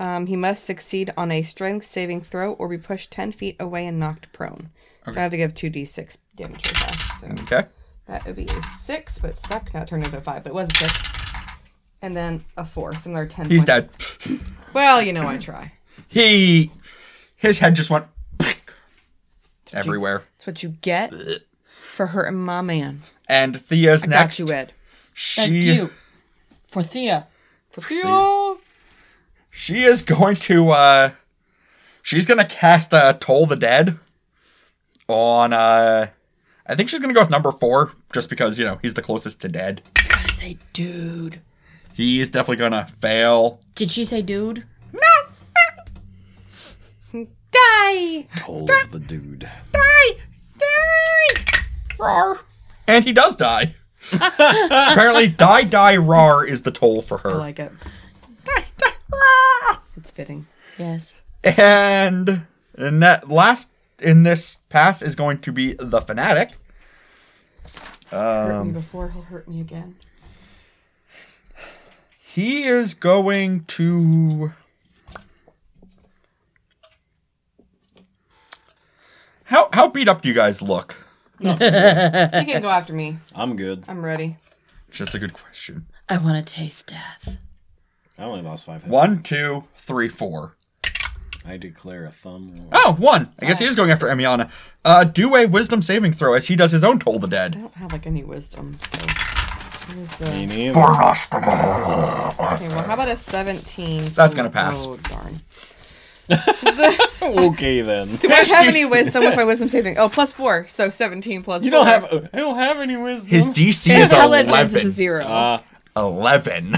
B: Um, he must succeed on a strength saving throw or be pushed 10 feet away and knocked prone. So I have to give 2d6 damage to that. So
D: Okay.
B: that would be a 6, but it's stuck. Now it turned into a 5, but it was a 6. And then a 4. So another 10
D: He's
B: points.
D: dead.
B: Well, you know, I try.
D: He his head just went everywhere.
B: That's what you get for hurting my man.
D: And Thea's
B: I
D: next.
B: got you, Ed.
C: Thank
D: She
C: you. For Thea.
D: she is going to uh she's gonna cast uh Toll the Dead on uh I think she's gonna go with number four, just because, you know, he's the closest to dead.
C: Gotta say, dude.
D: He is definitely gonna fail.
C: Did she say dude?
B: Die!
A: Told the dude.
D: Rar. And he does die. Apparently, die, die, rar is the toll for
B: I
D: her.
B: like it.
D: Die, die, rar.
B: It's fitting.
C: Yes.
D: And and that last in this pass is going to be the fanatic.
B: hurt me before, he'll hurt me again.
D: He is going to. How how beat up do you guys look?
B: He can go after me.
A: I'm good.
B: I'm ready.
D: Just a good question.
C: I want to taste death.
A: I only lost five. hits.
D: One, two, three, four.
A: I declare a thumb. roll.
D: Oh, one. I guess he is going after Emiana. Uh, do a wisdom saving throw as he does his own toll the
B: I
D: dead.
B: don't have like any wisdom, so. It was, uh,
A: Me neither.
B: Okay, well, how about a 17?
D: That's gonna pass.
B: Oh, darn.
A: Okay then.
B: Do I have any wisdom with my wisdom saving? Oh, plus four, so 17 plus
A: You
B: four.
A: don't have. I don't have any wisdom.
D: His DC is
B: Intelligence is a
D: 11.
B: zero.
D: 11.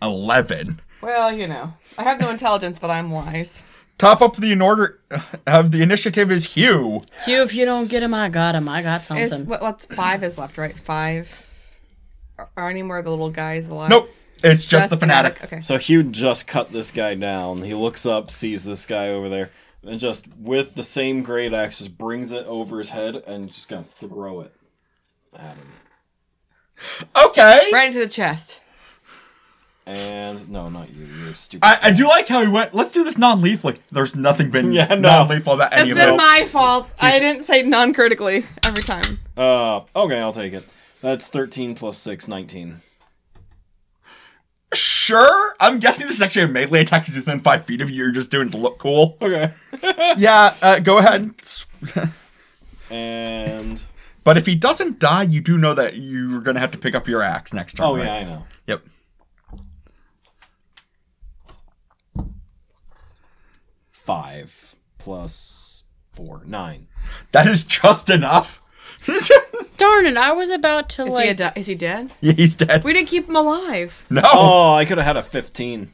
D: 11.
B: well, you know. I have no intelligence, but I'm wise.
D: Top up the in order of the initiative is Hugh.
C: Hugh, if you don't get him, I got him. I got something.
B: Is what, what's five is left, right? Five. Are, are any more of the little guys alive?
D: Nope. It's just, the fanatic.
B: Okay.
A: So Hugh just cut this guy down. He looks up, sees this guy over there, and just with the same great axe, just brings it over his head and just gonna throw it at him.
D: Okay.
B: Right into the chest.
E: And no, not you. You're stupid.
D: I, I do like how he went. Let's do this non-lethally. There's nothing been
E: Yeah, no.
D: non-lethal about any
B: It's
D: of this.
B: been my fault. I didn't say non critically every time.
E: Uh, okay, I'll take it. That's 13 plus 6, 19.
D: sure, I'm guessing this is actually a melee attack because he's within five feet of you. You're just doing it to look cool.
E: Okay.
D: yeah, uh, go ahead.
E: And.
D: But if he doesn't die, you do know that you're gonna have to pick up your axe next turn.
E: Oh,
D: right?
E: yeah, I know.
D: Yep.
E: Five plus four, nine.
D: That is just enough.
C: Darn it! I was about to
B: Is, he, a
C: like.
B: di- is he dead?
D: Yeah, he's dead.
B: We didn't keep him alive.
D: No.
E: Oh, I could have had a 15.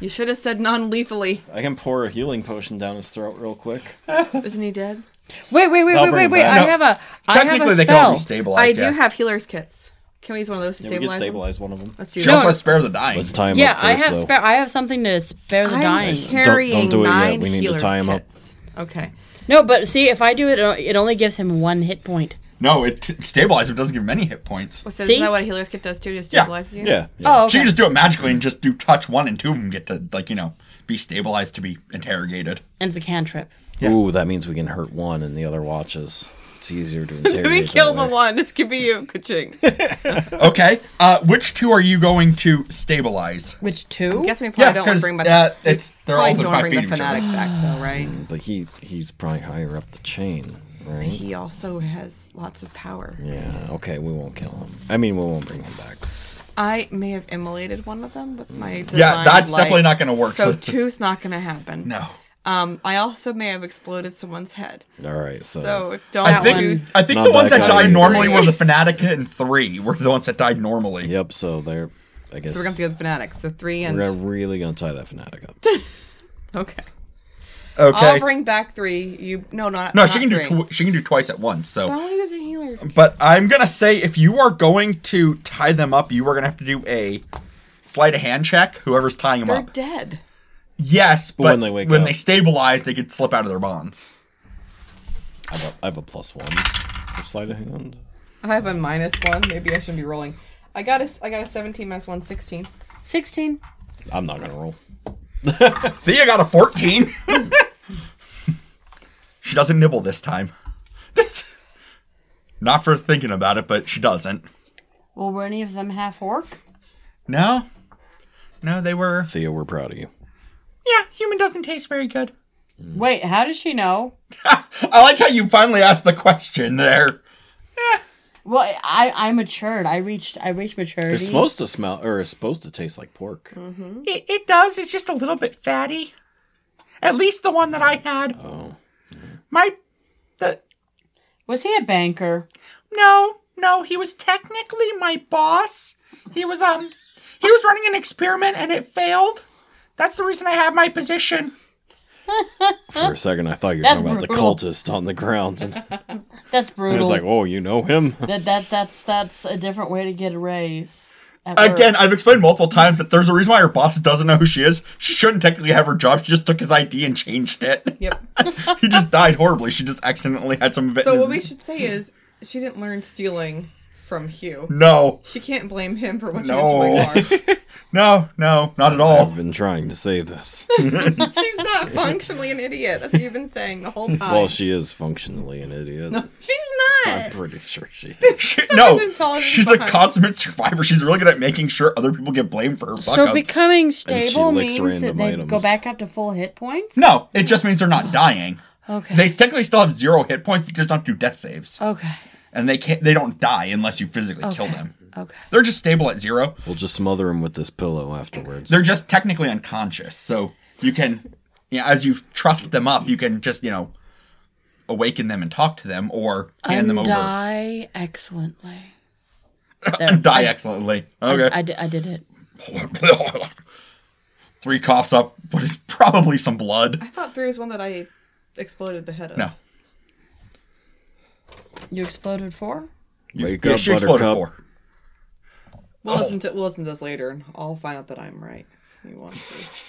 B: You should have said non lethally.
E: I can pour a healing potion down his throat real quick.
B: Isn't he dead?
C: Wait, wait, wait,
E: I'll
C: wait,
E: bring
C: wait, wait!
E: it back.
C: I
D: No.
C: have a. I have
D: Technically,
C: a
D: they can all
C: spell.
D: be stabilized.
B: I do
D: yeah.
B: have healer's kits. Can we use one of those to
E: Yeah, we could
B: stabilize, him?
E: stabilize one of them.
B: Let's do
D: She
B: that.
D: also has spare the dying.
E: time
C: Yeah, I have spare. I have something to spare the
B: I'm
C: dying.
B: carrying
E: Don't- don't do it yet.
B: nine
E: We need to
B: healer's
E: tie him up.
B: kits. Okay.
C: No, but see, if I do it, uh, it only gives him one hit point.
D: No, it t- stabilizes him. Doesn't give him any hit points.
B: Well, so
C: See?
B: Isn't that what a healer's kit does too? It
D: Yeah.
B: stabilizes you?
E: Yeah. yeah.
C: Oh,
D: She
C: okay.
D: can just do it magically and just do touch one and two of them get to like you know be stabilized to be interrogated.
C: and it's a cantrip.
E: Ooh, that means we can hurt one and the other watches. It's easier to interrogate.
B: Let me
E: that
B: kill the
E: way.
B: one. This could be you, Kaching.
D: Okay, uh, which two are you going to stabilize?
C: Which two?
B: Guess we probably don't want to
D: 'cause,
B: bring back.
D: uh,
B: the,
D: it's they're all
B: probably
D: within
B: don't want
D: five
B: to
D: feet
B: bring
D: of
B: the
D: each other.
B: fanatic back though, right?
E: But he he's probably higher up the chain, right?
B: He also has lots of power.
E: Yeah. Okay, we won't kill him. I mean, we won't bring him back.
B: I may have immolated one of them with my.
D: Yeah,
B: divine
D: that's
B: light.
D: definitely not going to work.
B: So
D: so-
B: two's not going to happen.
D: no,
B: Um, I also may have exploded someone's head.
E: All right. So,
B: So, don't
D: I think
B: choose.
D: I think
E: Not
D: the ones
E: that
D: that
E: kind of
D: died
E: thing.
D: normally
B: Three.
D: were the fanatic and three were the ones that died normally.
E: yep. So they're. I guess
B: So we're going to go with fanatic. So three and
E: we're gonna- really gonna tie that fanatic up.
B: okay.
D: Okay.
B: I'll bring back three. You no, not
D: no,
B: not
D: she can
B: three.
D: do tw- she can do twice at once. So.
B: I want to use a healer's.
D: But I'm gonna say if you are going to tie them up, you are gonna have to do a sleight of hand check. Whoever's tying them
B: They're
D: up.
B: dead.
D: Yes, but
E: when they wake up.
D: stabilize, they could slip out of their bonds.
E: I have a, I have a plus one. for Sleight of hand.
B: I have a minus one. Maybe I shouldn't be rolling. I got a I got a seventeen minus one sixteen.
C: Sixteen.
E: I'm not gonna roll.
D: Thea got a 14. she doesn't nibble this time. Not for thinking about it, but she doesn't.
C: Well, were any of them half orc?
D: No, no, they were.
E: Theo, we're proud of you.
D: Yeah, human doesn't taste very good.
C: Wait, how does she know?
D: I like how you finally asked the question there.
C: Well, I I matured. I reached I reached maturity.
E: They're supposed to smell or it's supposed to taste like pork.
D: It, it does. It's just a little bit fatty. At least the one that I had.
E: Oh.
D: My, the
C: Was he a banker?
D: No, no, he was technically my boss. He was um he was running an experiment and it failed. That's the reason I have my position.
E: For a second, I thought you were
C: That's
E: talking about
C: brutal.
E: the cultist on the ground, and
C: That's
E: I
C: brutal.
E: was like, "Oh, you know him."
C: that that that's that's a different way to get a raise. at work.
D: Again, I've explained multiple times that there's a reason why her boss doesn't know who she is. She shouldn't technically have her job. She just took his ID and changed it.
B: Yep.
D: he just died horribly. She just accidentally had some of it. in
B: So
D: his-
B: what we should say is she didn't learn stealing from Hugh.
D: no,
B: She can't blame him for what she
D: No.
B: did to my
D: no, no, not at all.
E: I've been trying to say this.
B: car. She's not functionally an idiot. That's what you've been saying the whole time.
E: well, she is functionally an idiot.
B: She's
E: I'm
B: not.
E: pretty sure she.
D: She- no,
B: intelligence
D: she's a
B: behind-
D: consummate survivor. She's really good at making sure other people get blamed for her fuck
C: so
D: ups.
C: becoming stable
E: licks
C: means that they
E: random
C: go
E: items.
C: back up to full hit points.
D: no, it just means they're not dying.
C: Okay.
D: They technically still have zero hit points. They just don't do death saves,
C: okay.
D: and they can't. They don't die unless you physically kill them.
C: Oh. Okay.
D: They're just stable at zero.
E: We'll just smother him with this pillow afterwards.
D: They're just technically unconscious. So you can, yeah, as you trust them up, you can just you know awaken them and talk to them, or hand them over
C: Die excellently.
D: and die excellently. Okay,
C: I, I, di- I did it.
D: three coughs up, but it's probably some blood.
B: I thought three was one that I exploded the head of.
D: No,
C: You exploded four.
E: Wake
D: yeah,
E: up,
D: she exploded
E: Buttercup.
D: four.
B: We'll listen to we'll listen to this later, and I'll find out that I'm right. You want this?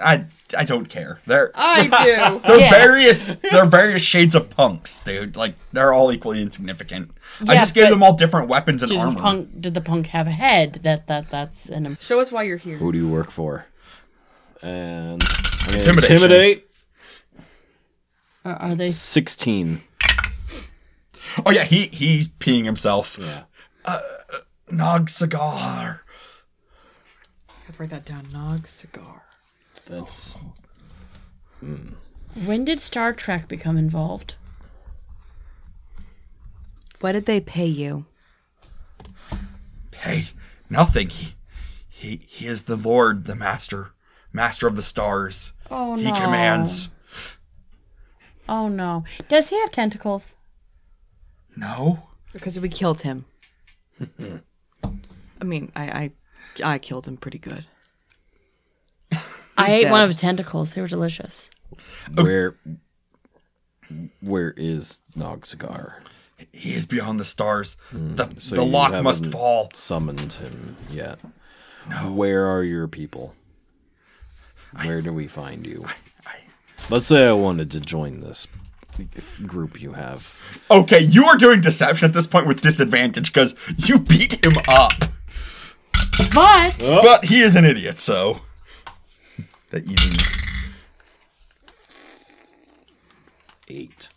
D: I I don't care. They're
B: I do.
D: they're
C: Yes.
D: various they're various shades of punks, dude. Like they're all equally insignificant. I
C: Yeah,
D: just gave
C: but-
D: them all different weapons and
C: Did the
D: armor.
C: punk did the punk have a head? That that that's an
B: Show us why you're here.
E: Who do you work for? And I'm gonna
D: Intimidation.
E: intimidate
C: are, are they
E: sixteen.
D: Oh yeah, he he's peeing himself. Uh, uh, Nog cigar.
B: I'd write that down. Nog cigar.
E: That's
C: When did Star Trek become involved?
B: What did they pay you?
D: Hey, nothing. He, he he is the Lord, the Master, Master of the Stars.
C: Oh
D: he
C: no.
D: commands.
C: Oh no. Does he have tentacles?
D: No.
B: Because we killed him. I mean, I, I I killed him pretty good.
C: I
B: He's
C: ate one
B: dead.
C: of the tentacles. They were delicious.
E: where. Where is Nog Cigar?
D: He is beyond the stars. the
E: Hmm, So
D: the
E: you
D: lock must
E: haven't
D: fall.
E: Summoned him yet? Where are your people? Where do we find you? Let's say I wanted to join this group you have.
D: Okay, you are doing deception at this point with disadvantage because you beat him up.
C: But
D: But he is an idiot, so that even
E: Eight.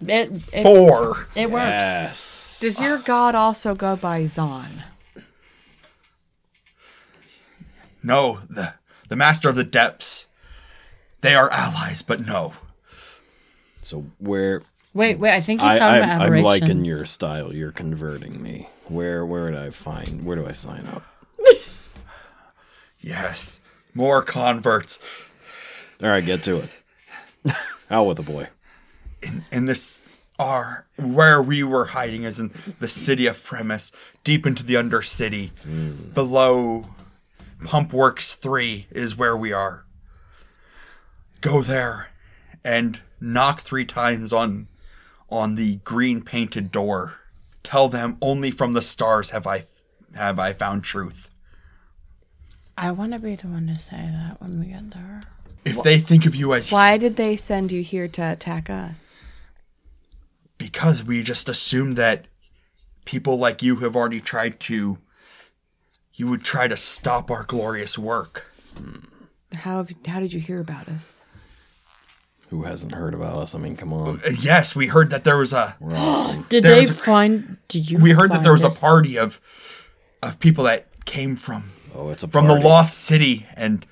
C: it it,
D: four.
C: it works.
E: Yes.
B: Does your god also go by Zon?
D: No, the the master of the depths. They are allies, but no.
E: So where
C: Wait, wait, I think he's
E: I,
C: talking about
E: I I'm
C: aberrations.
E: liking your style. You're converting me. Where where would I find? Where do I sign up?
D: Yes, more converts.
E: All right, get to it. Out with the boy.
D: And this are where we were hiding is in the city of Fremis, deep into the undercity. Below Pump Works 3 is where we are. Go there and knock three times on on the green painted door. Tell them only from the stars have I have I found truth.
C: I wanna be the one to say that when we get there.
D: If they think of you as
B: Why did they send you here to attack us?
D: because we just assume that people like you have already tried to you would try to stop our glorious work
B: How have, how did you hear about us?
E: Who hasn't heard about us? I mean, come on.
D: Uh, yes we heard that there was a
E: We're awesome.
C: Did
D: There
C: they
D: was a-
C: find did you
D: we heard that there was
C: find
D: a
C: us?
D: party of of people that came from
E: Oh, it's a
D: from the
E: party.
D: lost city and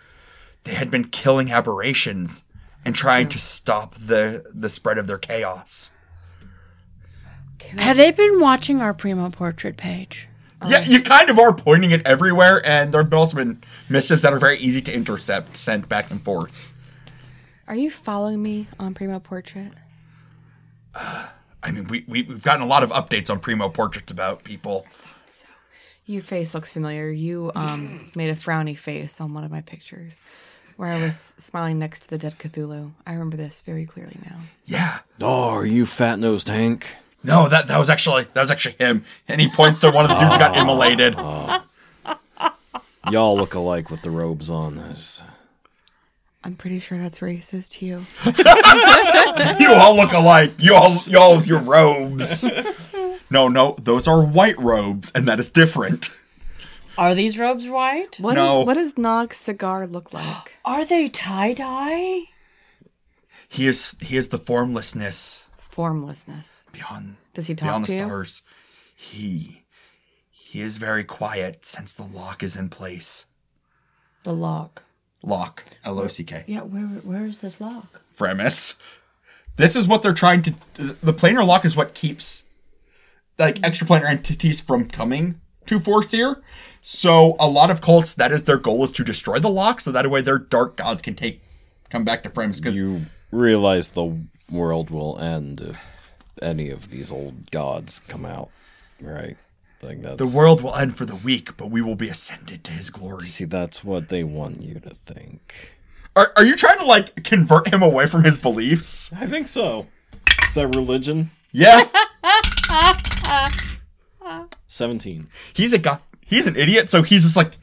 D: they had been killing aberrations and trying to stop the the spread of their chaos
C: Have they been watching our Primo portrait page?
D: yeah you kind of are pointing it everywhere and there have also been missives that are very easy to intercept sent back and forth
B: Are you following me on Primo Portrait?
D: I mean, we, we, we've gotten a lot of updates on Primo portraits about people.
B: Your face looks familiar. You um made a frowny face on one of my pictures where I was smiling next to the dead Cthulhu. I remember this very clearly now.
D: Yeah.
E: Oh, are you fat nosed Hank?
D: No, that, that was actually that was actually him. And he points to one of the dudes got immolated.
E: Y'all look alike with the robes on. This.
B: I'm pretty sure that's racist to you.
D: You all look alike. You all you all with your robes. No, no, those are white robes, and that is different.
C: Are these robes white?
B: What is
D: No.
B: what does Nog's cigar look like?
C: Are they tie dye?
D: He is he is the formlessness
B: Formlessness.
D: beyond
B: Does he talk
D: beyond
B: to
D: the
B: you?
D: stars. He he is very quiet since the lock is in place.
C: The lock.
D: Lock. L O C K.
C: Yeah, where where is this lock?
D: premise. This is what they're trying to. The planar lock is what keeps like extraplanar entities from coming to Forseer. So a lot of cults, that is their goal, is to destroy the lock, so that way their dark gods can take come back to Fremis. Because
E: You realize the world will end if any of these old gods come out, right? Like that's
D: the world will end for the weak, but we will be ascended to his glory.
E: See, that's what they want you to think.
D: Are, are you trying to like convert him away from his beliefs?
E: I think so. Is that religion?
D: Yeah,
E: 17.
D: he's a god. He's an idiot, so he's just like,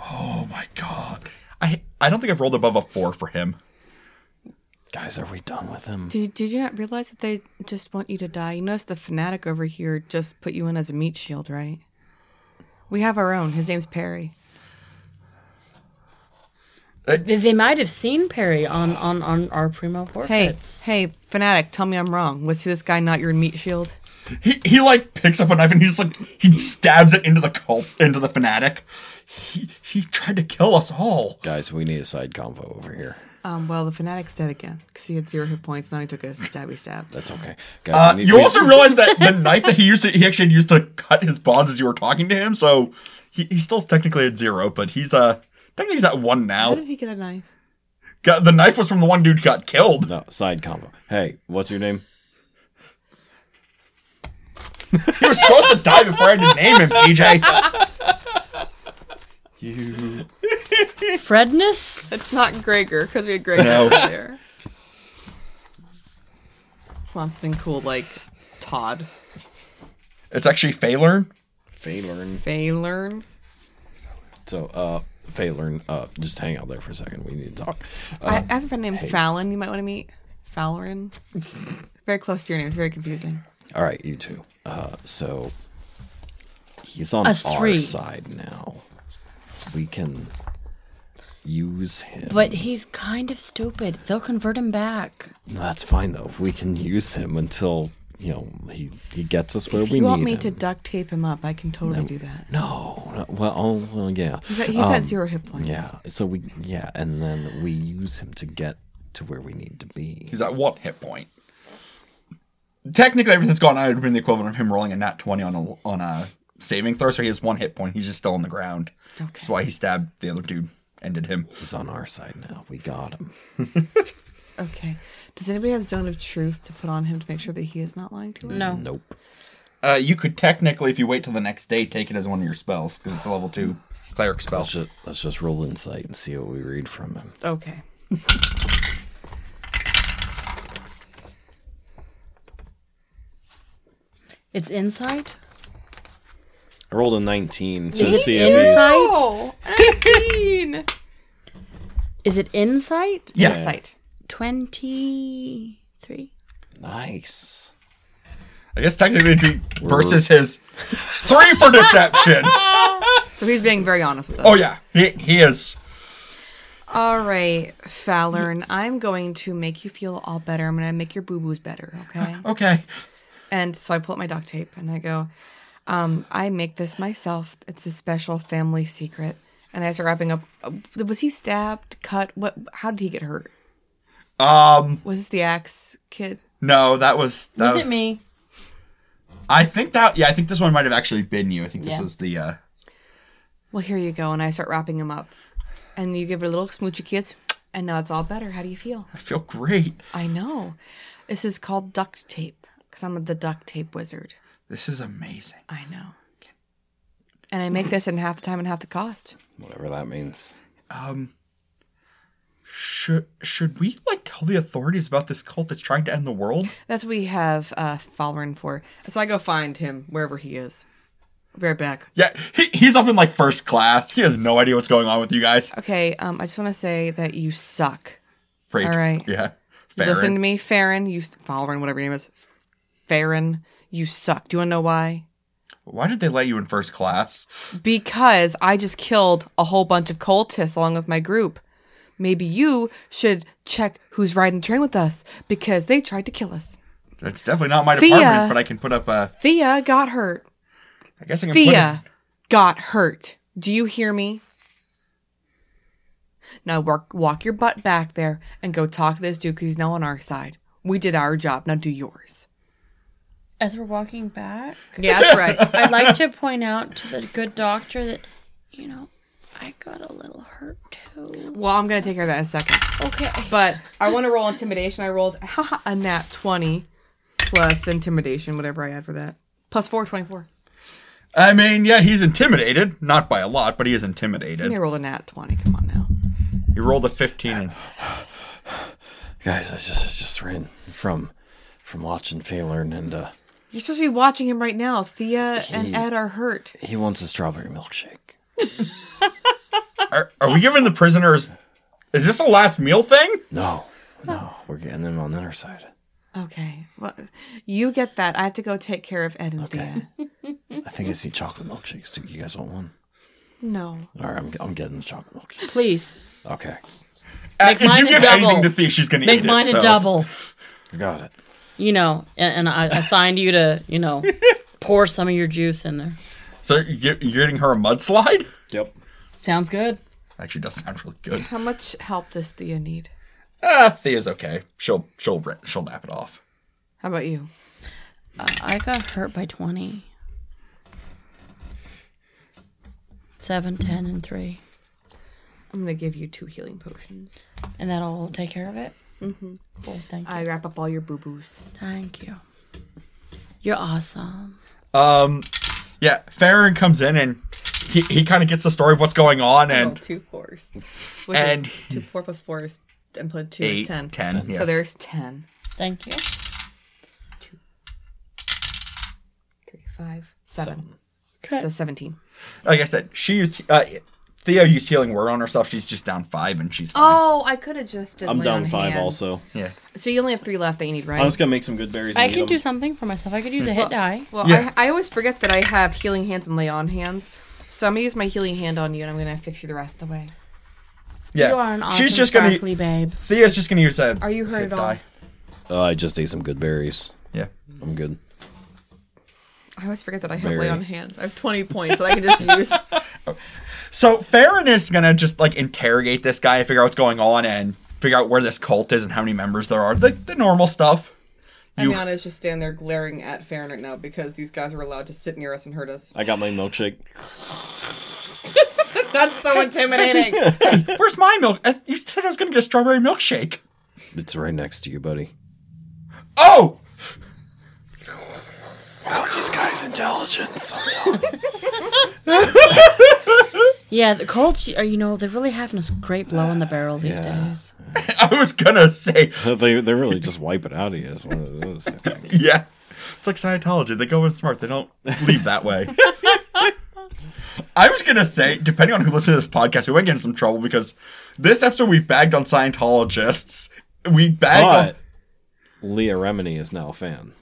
D: oh my god, I I don't think I've rolled above a four for him.
E: Guys, are we done with him?
B: Did, did you not realize that they just want you to die? You notice the fanatic over here just put you in as a meat shield, right? We have our own. His name's Perry.
C: They- They might have seen Perry on on on our primo
B: Hey,
C: portraits.
B: hey, fanatic, tell me I'm wrong. Was this guy not your meat shield?
D: He, he like picks up a knife and he's like he stabs it into the cult into the fanatic. He he tried to kill us all.
E: Guys, we need a side convo over here.
B: Um, well, the fanatic's dead again because he had zero hit points. Now he took a stabby stab.
E: It's okay. Guys,
D: Uh,
E: we need-
D: you
E: we-
D: also realize that the knife that he used to, he actually had used to cut his bonds as you were talking to him, so he, he's still technically at zero, but he's uh technically he's at one
B: How
D: now.
B: did he get a knife?
D: Got, the knife was from the one dude who got killed.
E: No, side convo. Hey, what's your name?
D: He was supposed to die before I had to name him, PJ.
C: Fredness.
B: It's not Gregor because we had Gregor
D: No.
B: earlier. Plant's been cool like Todd.
D: It's actually Phalern.
E: Faylern.
B: Failern.
E: So, uh, Faylern, uh, just hang out there for a second. We need to talk.
B: I,
E: Oh,
B: I have a friend named Fallon you might want to meet. Fallon. very close to your name. It's very confusing.
E: All right, you two. Uh, so he's on
C: Us
E: our
C: three.
E: side now. We can use him.
C: But he's kind of stupid. They'll convert him back.
E: That's fine though. We can use him until you know he he gets us where
B: If
E: we
B: you
E: need
B: want me to
E: him.
B: duct tape him up, I can totally do that.
E: No, no. Well, oh, well, yeah. Um,
B: He's, at, he's at zero hit points.
E: Yeah. So we yeah, and then we use him to get to where we need to be.
D: He's at one hit point. Technically, everything's gone. I would have been the equivalent of him rolling a nat twenty on a on a saving throw, so he has one hit point. He's just still on the ground. That's why he stabbed the other dude, ended him.
E: He's on our side now. We got him.
B: Okay. Does anybody have Zone of Truth to put on him to make sure that he is not lying to us?
C: No.
E: Nope.
D: Uh, you could technically, if you wait till the next day, take it as one of your spells because it's a level two cleric spell.
E: Let's just, let's just roll insight and see what we read from him.
B: Okay.
C: It's inside.
E: I rolled a 19, so
C: Is it
E: see if he's
C: inside?
B: Oh, mean.
C: Is it insight?
D: Yeah.
B: Insight.
C: Twenty three.
E: nice.
D: I guess technically it'd be versus his three for deception.
B: So he's being very honest with us.
D: Oh yeah, he he is.
B: All right, Fallern, I'm going to make you feel all better. I'm going to make your boo boos better, okay?
D: Okay.
B: And so I pull up my duct tape and I go, um, I make this myself. It's a special family secret. And I start wrapping up. uh, Was he stabbed, cut? What? How did he get hurt?
D: Um,
B: Was this the axe kid?
D: no, that was that.
C: Was it me?
D: I think that yeah, I think this one might have actually been you. I think this
C: Yeah.
D: was the uh
B: Well, here you go. And I start wrapping him up. And you give it a little smoochy kiss. And now it's all better. How do you feel?
D: I feel great.
B: I know. This is called duct tape because I'm the duct tape wizard.
D: This is amazing.
B: I know. And I make this in half the time and half the cost.
E: Whatever that means.
D: Should Um, should we like tell the authorities about this cult that's trying to end the world?
B: That's what we have uh Falren for. So I go find him wherever he is. I'll be right back.
D: Yeah, he, he's up in like first class. He has no idea what's going on with you guys.
B: Okay, um I just want to say that you suck.
D: Great.
B: All right.
D: Yeah.
B: Listen to
D: Farron.
B: me, Farron. You Falren, whatever your name is. Farron, you suck. Do you want to know why?
D: Why did they let you in first class?
B: Because I just killed a whole bunch of cultists along with my group. Maybe you should check who's riding the train with us because they tried to kill us.
D: That's definitely not my
B: Thea.
D: department, but I can put up a.
B: Thea got hurt.
D: I guess I can put.
B: Thea
D: A,
B: got hurt. Do you hear me? Now work, walk your butt back there and go talk to this dude because he's now on our side. We did our job. Now do yours.
C: As we're walking back,
B: Yeah, that's right.
C: I'd like to point out to the good doctor that, you know, I got a little hurt too.
B: well, I'm gonna take care of that in a second.
C: Okay.
B: But I want to roll intimidation. I rolled a nat twenty plus intimidation, whatever I had for that. Plus four, 24.
D: I mean, yeah, he's intimidated. Not by a lot, but he is
B: I
D: intimidated.
B: rolled a nat twenty. Come on now.
D: He rolled a 15.
E: Guys, I just I just ran from from watching Faylern and uh
B: You're supposed to be watching him right now. Thea and
E: He-
B: Ed are hurt.
E: he wants a strawberry milkshake.
D: Are, are we giving the prisoners Is this a last meal thing?
A: No, no, we're getting them on the inner side.
B: Okay. Well, you get that. I have to go take care of Ed and Thea.
A: I think I see chocolate milkshakes too. You guys want one?
B: No.
A: All right, I'm, I'm getting the chocolate milkshake.
C: Please
A: Okay,
D: Uh,
C: Make
D: if
C: mine
D: you
C: a
D: give anything
C: double.
D: to Thea, she's gonna
C: make
D: eat
C: mine
D: it.
C: a
D: so-
C: double.
A: I got it.
C: You know, and, and I assigned you to you know pour some of your juice in there.
D: So you're you're getting her a mudslide?
A: Yep.
C: Sounds good.
D: Actually, does sound really good.
B: How much help does Thea need?
D: Ah, Thea's okay. She'll she'll ri- she'll nap it off.
B: How about you?
C: Uh, I got hurt by 20. 7, 10, and 3.
B: I'm gonna give you two healing potions.
C: And that'll take care of it? Mm-hmm. Cool, thank you.
B: I wrap up all your boo boos.
C: thank you. You're awesome.
D: Um, yeah, Farron comes in and he, he kind of gets the story of what's going on
B: Well,
D: and
B: two fours, which
D: and-
B: is two, four plus four is and plus two
D: eight,
B: is ten.
D: ten. yes.
B: So there's ten.
C: Thank you.
B: Three, five, seven. So seventeen. Oh.
D: like I said, she used uh, Theo used healing word on herself. She's just down five and she's fine.
B: Oh, I could have just. Did
A: I'm
B: lay
A: down
B: on
A: five
B: hands.
A: also.
D: Yeah.
B: So you only have three left that you need, right?
A: I was gonna make some good berries. And
C: I
A: eat
C: can do
A: them.
C: something for myself. I could use a hit die.
B: Well,
D: Yeah.
B: I, I always forget that I have healing hands and lay on hands. So I'm gonna use my healing hand on you, and I'm gonna fix you the rest of the way.
D: Yeah.
C: You are an awesome,
D: she's just gonna
C: sparkly babe.
D: Thea's just gonna use a
B: Are you hurt
D: hit
B: at all?
D: die.
A: Uh, I just ate some good berries.
D: Yeah.
A: I'm good.
B: I always forget that I have
A: Very.
B: lay on hands. I have 20 points that I can just use.
D: So Farron is gonna just like interrogate this guy and figure out what's going on and figure out where this cult is and how many members there are. The the normal stuff. You-
B: Amiana is just standing there glaring at Farron right now because these guys are allowed to sit near us and hurt us.
A: I got my milkshake.
B: That's so intimidating.
D: Where's my milk? I- You said I was gonna get a strawberry milkshake.
A: It's right next to you, buddy.
D: Oh,
A: This guy's intelligence. I'm telling you.
C: Yeah, the Colts, you you know, they're really having a s- great blow on the barrel these
A: Yeah.
C: days.
D: I was gonna say
A: they they really just wipe it out of you. It's one of those. I think.
D: Yeah. It's like Scientology. They go in smart. They don't leave that way. I was going to say, depending on who listens to this podcast, we might get in some trouble because this episode we've bagged on Scientologists. We bagged
A: But Leah Remini is now a fan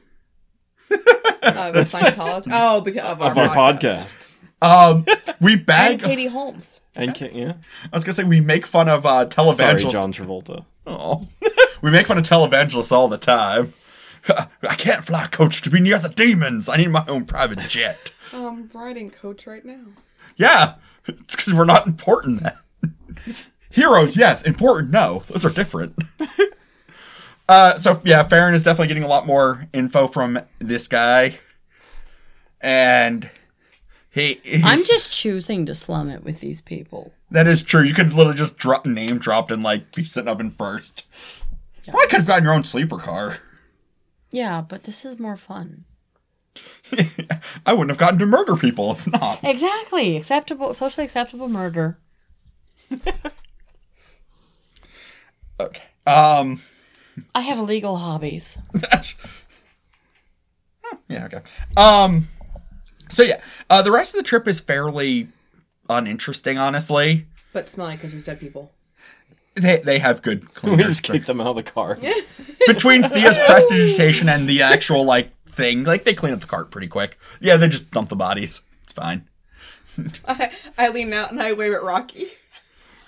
B: Of Uh, Scientology. Oh, because of our,
A: of our
B: podcast.
A: podcast.
D: on, um, we
B: And
D: bag. I
B: Katie Holmes.
A: And can, yeah,
D: was going to say, we make fun of uh,
A: sorry,
D: televangelists.
A: John Travolta.
D: Oh. we make fun of televangelists all the time. I can't fly coach to be near the demons. I need my own private jet.
B: I'm riding coach right now.
D: Yeah, it's because we're not important. then. Heroes, yes. Important, no. Those are different. uh, so yeah, Farron is definitely getting a lot more info from this guy, and he. he's-
C: I'm just choosing to slum it with these people.
D: That is true. You could literally just drop name dropped and like be sitting up in first. Probably could have gotten your own sleeper car.
C: Yeah, but this is more fun.
D: I wouldn't have gotten to murder people if not.
C: Exactly. Acceptable, socially acceptable murder.
D: Okay. Um.
C: I have illegal hobbies.
D: That's- Huh, Hmm, yeah, okay. Um, so yeah, uh, the rest of the trip is fairly uninteresting, honestly.
B: But smelling because she's dead people.
D: They, they have good
A: We
D: cleaners.
A: just kick them out of the car.
D: Between Thea's prestidigitation and the actual like thing, like they clean up the cart pretty quick. Yeah, they just dump the bodies. It's fine.
B: I, I lean out and I wave at Rocky.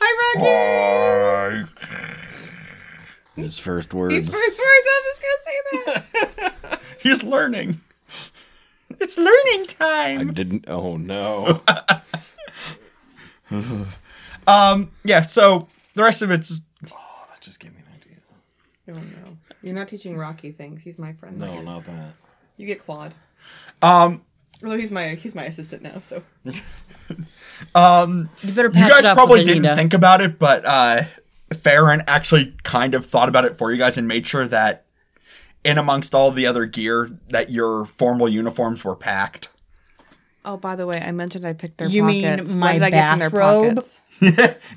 B: Hi, Rocky.
A: His first words.
B: First words, I was just gonna say that.
D: He's learning. It's learning time.
A: I didn't. Oh no.
D: Um, yeah. So the rest of it's
A: Oh, that just gave me an idea.
B: Oh no. You're not teaching Rocky things. He's my friend.
A: No,
B: yours.
A: not that.
B: You get Claude.
D: um
B: Although he's my he's my assistant now, so
D: um
C: You better patch
D: you
C: it
D: guys
C: up
D: probably
C: with
D: didn't
C: Anita.
D: think about it, but uh, Farron actually kind of thought about it for you guys and made sure that in amongst all the other gear that your formal uniforms were packed.
B: Oh, by the way, I mentioned I picked their
C: You mean
B: pockets.
C: my
B: what did I get from their
C: bathrobe?
B: pockets?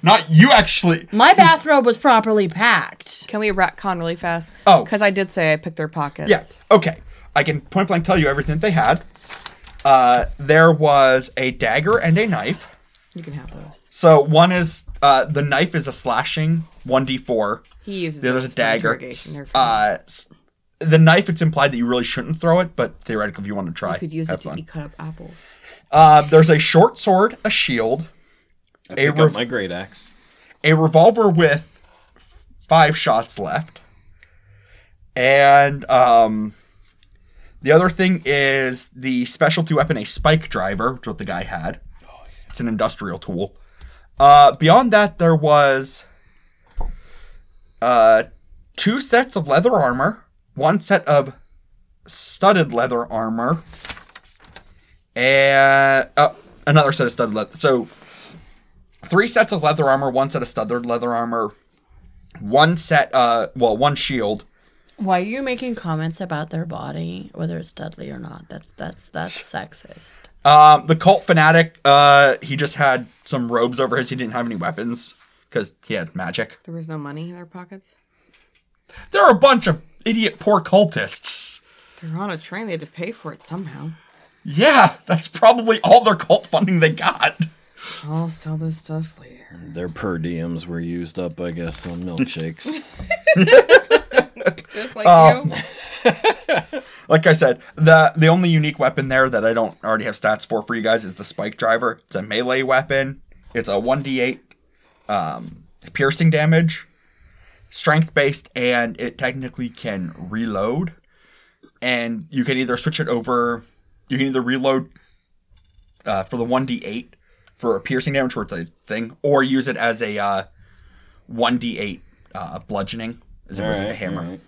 D: Not you actually.
C: My bathrobe was properly packed.
B: Can we retcon really fast?
D: Oh.
B: because I did say I picked their pockets.
D: Yes. Okay. I can point blank tell you everything that they had. Uh, there was a dagger and a knife.
B: You can have those.
D: So one is uh, the knife is a slashing one d four.
B: He uses
D: The
B: it
D: other's a
B: for
D: dagger.
B: interrogation or for-
D: Uh, s- the knife it's implied that you really shouldn't throw it, but theoretically if you want to try,
B: you could use
D: have
B: it to
D: fun.
B: eat cut up apples.
D: Uh, there's a short sword, a shield,
A: I
D: a
A: pick
D: rev-
A: up my great axe.
D: a revolver with f- five shots left. And um, the other thing is the specialty weapon, a spike driver, which is what the guy had. It's an industrial tool. Uh, beyond that, there was uh, two sets of leather armor, one set of studded leather armor, and oh, another set of studded leather. So three sets of leather armor, one set of studded leather armor, one set, uh, well, one shield.
C: Why are you making comments about their body, whether it's Dudley or not? That's that's that's sexist.
D: Um, the cult fanatic, uh, he just had some robes over his. He didn't have any weapons because he had magic.
B: There was no money in their pockets.
D: There are a bunch of idiot poor cultists.
B: They're on a train. They had to pay for it somehow.
D: Yeah, that's probably all their cult funding they got.
B: I'll sell this stuff later.
A: Their per diems were used up, I guess, on milkshakes.
B: Just like
D: Oh.
B: you.
D: Like I said, the the only unique weapon there that I don't already have stats for for you guys is the spike driver. It's a melee weapon. It's a one d eight um, piercing damage, strength based, and it technically can reload. And you can either switch it over. You can either reload uh, for the one d eight for a piercing damage, where it's a thing, or use it as a uh, one d eight uh, bludgeoning, as it was like a
A: Alright,
D: hammer
A: alright.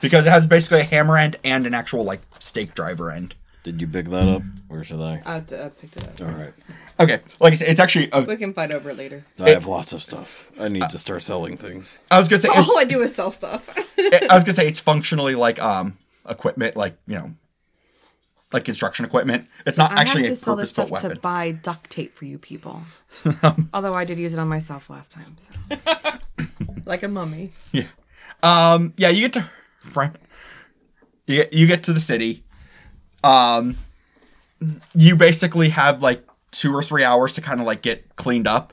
D: because it has basically a hammer end and an actual like stake driver end.
A: Did you pick that up, or should I?
B: I uh, picked it up.
A: All right.
D: Okay, like I said, it's actually. uh, A,
B: We can fight over it later.
A: I have lots of stuff. I need to start selling things.
D: I was gonna say,
B: All
D: it's,
B: Oh, I do is sell stuff.
D: I was gonna say it's functionally like um equipment, like you know, like construction equipment. It's not
B: I
D: actually
B: have
D: a
B: to sell this
D: purpose-built
B: stuff
D: weapon.
B: to buy duct tape for you people. Although I did use it on myself last time, so. like a mummy.
D: Um, yeah, you get to Frank. You get you get to the city. Um, you basically have like two or three hours to kind of like get cleaned up.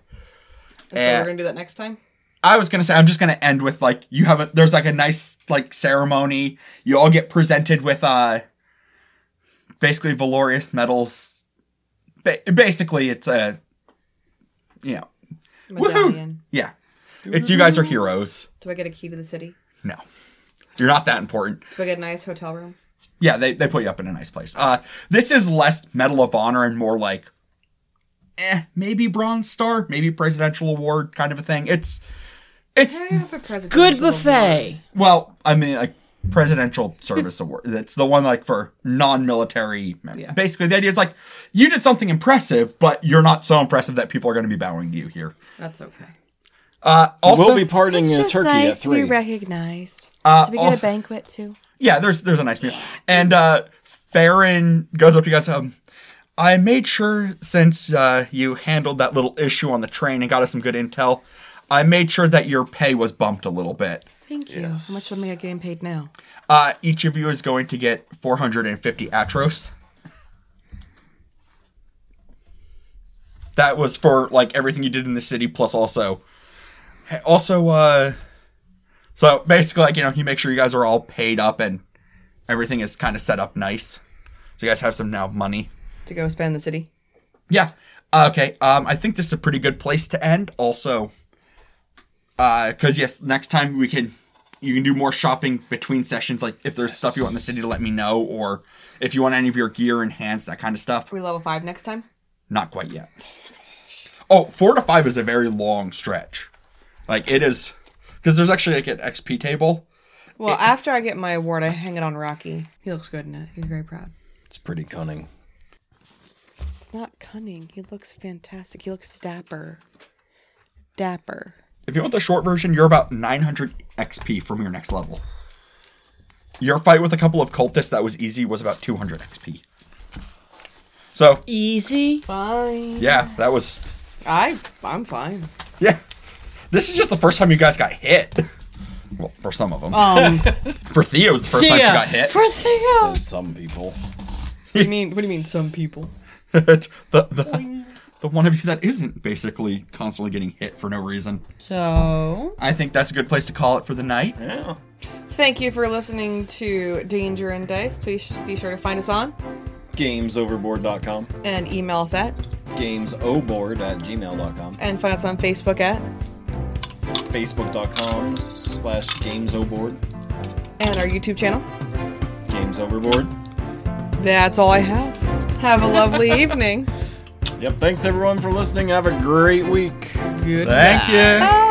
B: so
D: Eh.
B: we're gonna do that next time.
D: I was gonna say I'm just gonna end with like you have a there's like a nice like ceremony. You all get presented with uh basically valorious medals. Ba- basically, it's a you know
B: Medallion.
D: yeah, it's you guys are heroes.
B: Do I get a key to the city?
D: No, you're not that important.
B: Do I get a nice hotel room?
D: Yeah, they they put you up in a nice place. Uh, this is less Medal of Honor and more like. Eh, maybe Bronze Star, maybe Presidential Award kind of a thing. It's, it's
B: I have a presidential
C: Good
B: award.
C: buffet.
D: Well, I mean, like presidential service award. That's the one like for non-military. Members.
B: Yeah.
D: Basically, the idea is like you did something impressive, but you're not so impressive that people are going to be bowing to you here.
B: That's okay.
D: Uh, also,
A: we'll be parting in Turkey at three.
B: recognized.
D: Uh, Should we get a also-
B: banquet too?
D: yeah, there's there's a nice meal, and uh, Farron goes up to you guys. Um, I made sure since uh, you handled that little issue on the train and got us some good intel, I made sure that your pay was bumped a little bit.
B: Thank you. How much am I getting paid now?
D: Uh, each of you is going to get 450 Atros. That was for like everything you did in the city, plus also, also, uh, so basically, like you know, you make sure you guys are all paid up and everything is kind of set up nice. So you guys have some now money.
B: To go span the city.
D: Yeah. Okay. Um, I think this is a pretty good place to end. Also, uh, because yes, next time we can you can do more shopping between sessions. Like if there's stuff you want in the city to let me know, or if you want any of your gear and hands, that kind of stuff.
B: We level five next time.
D: Not quite yet. Oh, four to five is a very long stretch. Like it is, because there's actually like an XP table.
B: Well, after I get my award, I hang it on Rocky. He looks good in it. He's very proud.
A: It's pretty cunning.
B: It's not cunning. He looks fantastic. He looks dapper. Dapper.
D: If you want the short version, you're about 900 XP from your next level. Your fight with a couple of cultists that was easy was about 200 XP. So,
C: Easy.
B: Fine.
D: yeah, that was.
B: I I'm fine.
D: Yeah. This is just the first time you guys got hit. Well, for some of them.
C: Um,
D: for Theo, it was the first time she
C: Thea.
D: got hit.
C: For Thea.
A: Says some people.
B: What do you mean? What do you mean? Some people.
D: It's the, the, the one of you that isn't basically constantly getting hit for no reason.
F: So
D: I think that's a good place to call it for the night.
E: Yeah.
B: Thank you for listening to Danger and Dice. Please be sure to find us on
E: Gamesoverboard.com.
B: and email us at
E: Gamesoboard at gmail.com.
B: and find us on Facebook at
E: Facebook.com slash Gamesoboard.
B: and our YouTube channel.
E: Games Overboard.
B: That's all I have. Have a lovely evening.
E: Yep. Thanks everyone for listening. Have a great week.
B: Good.
D: Thank you.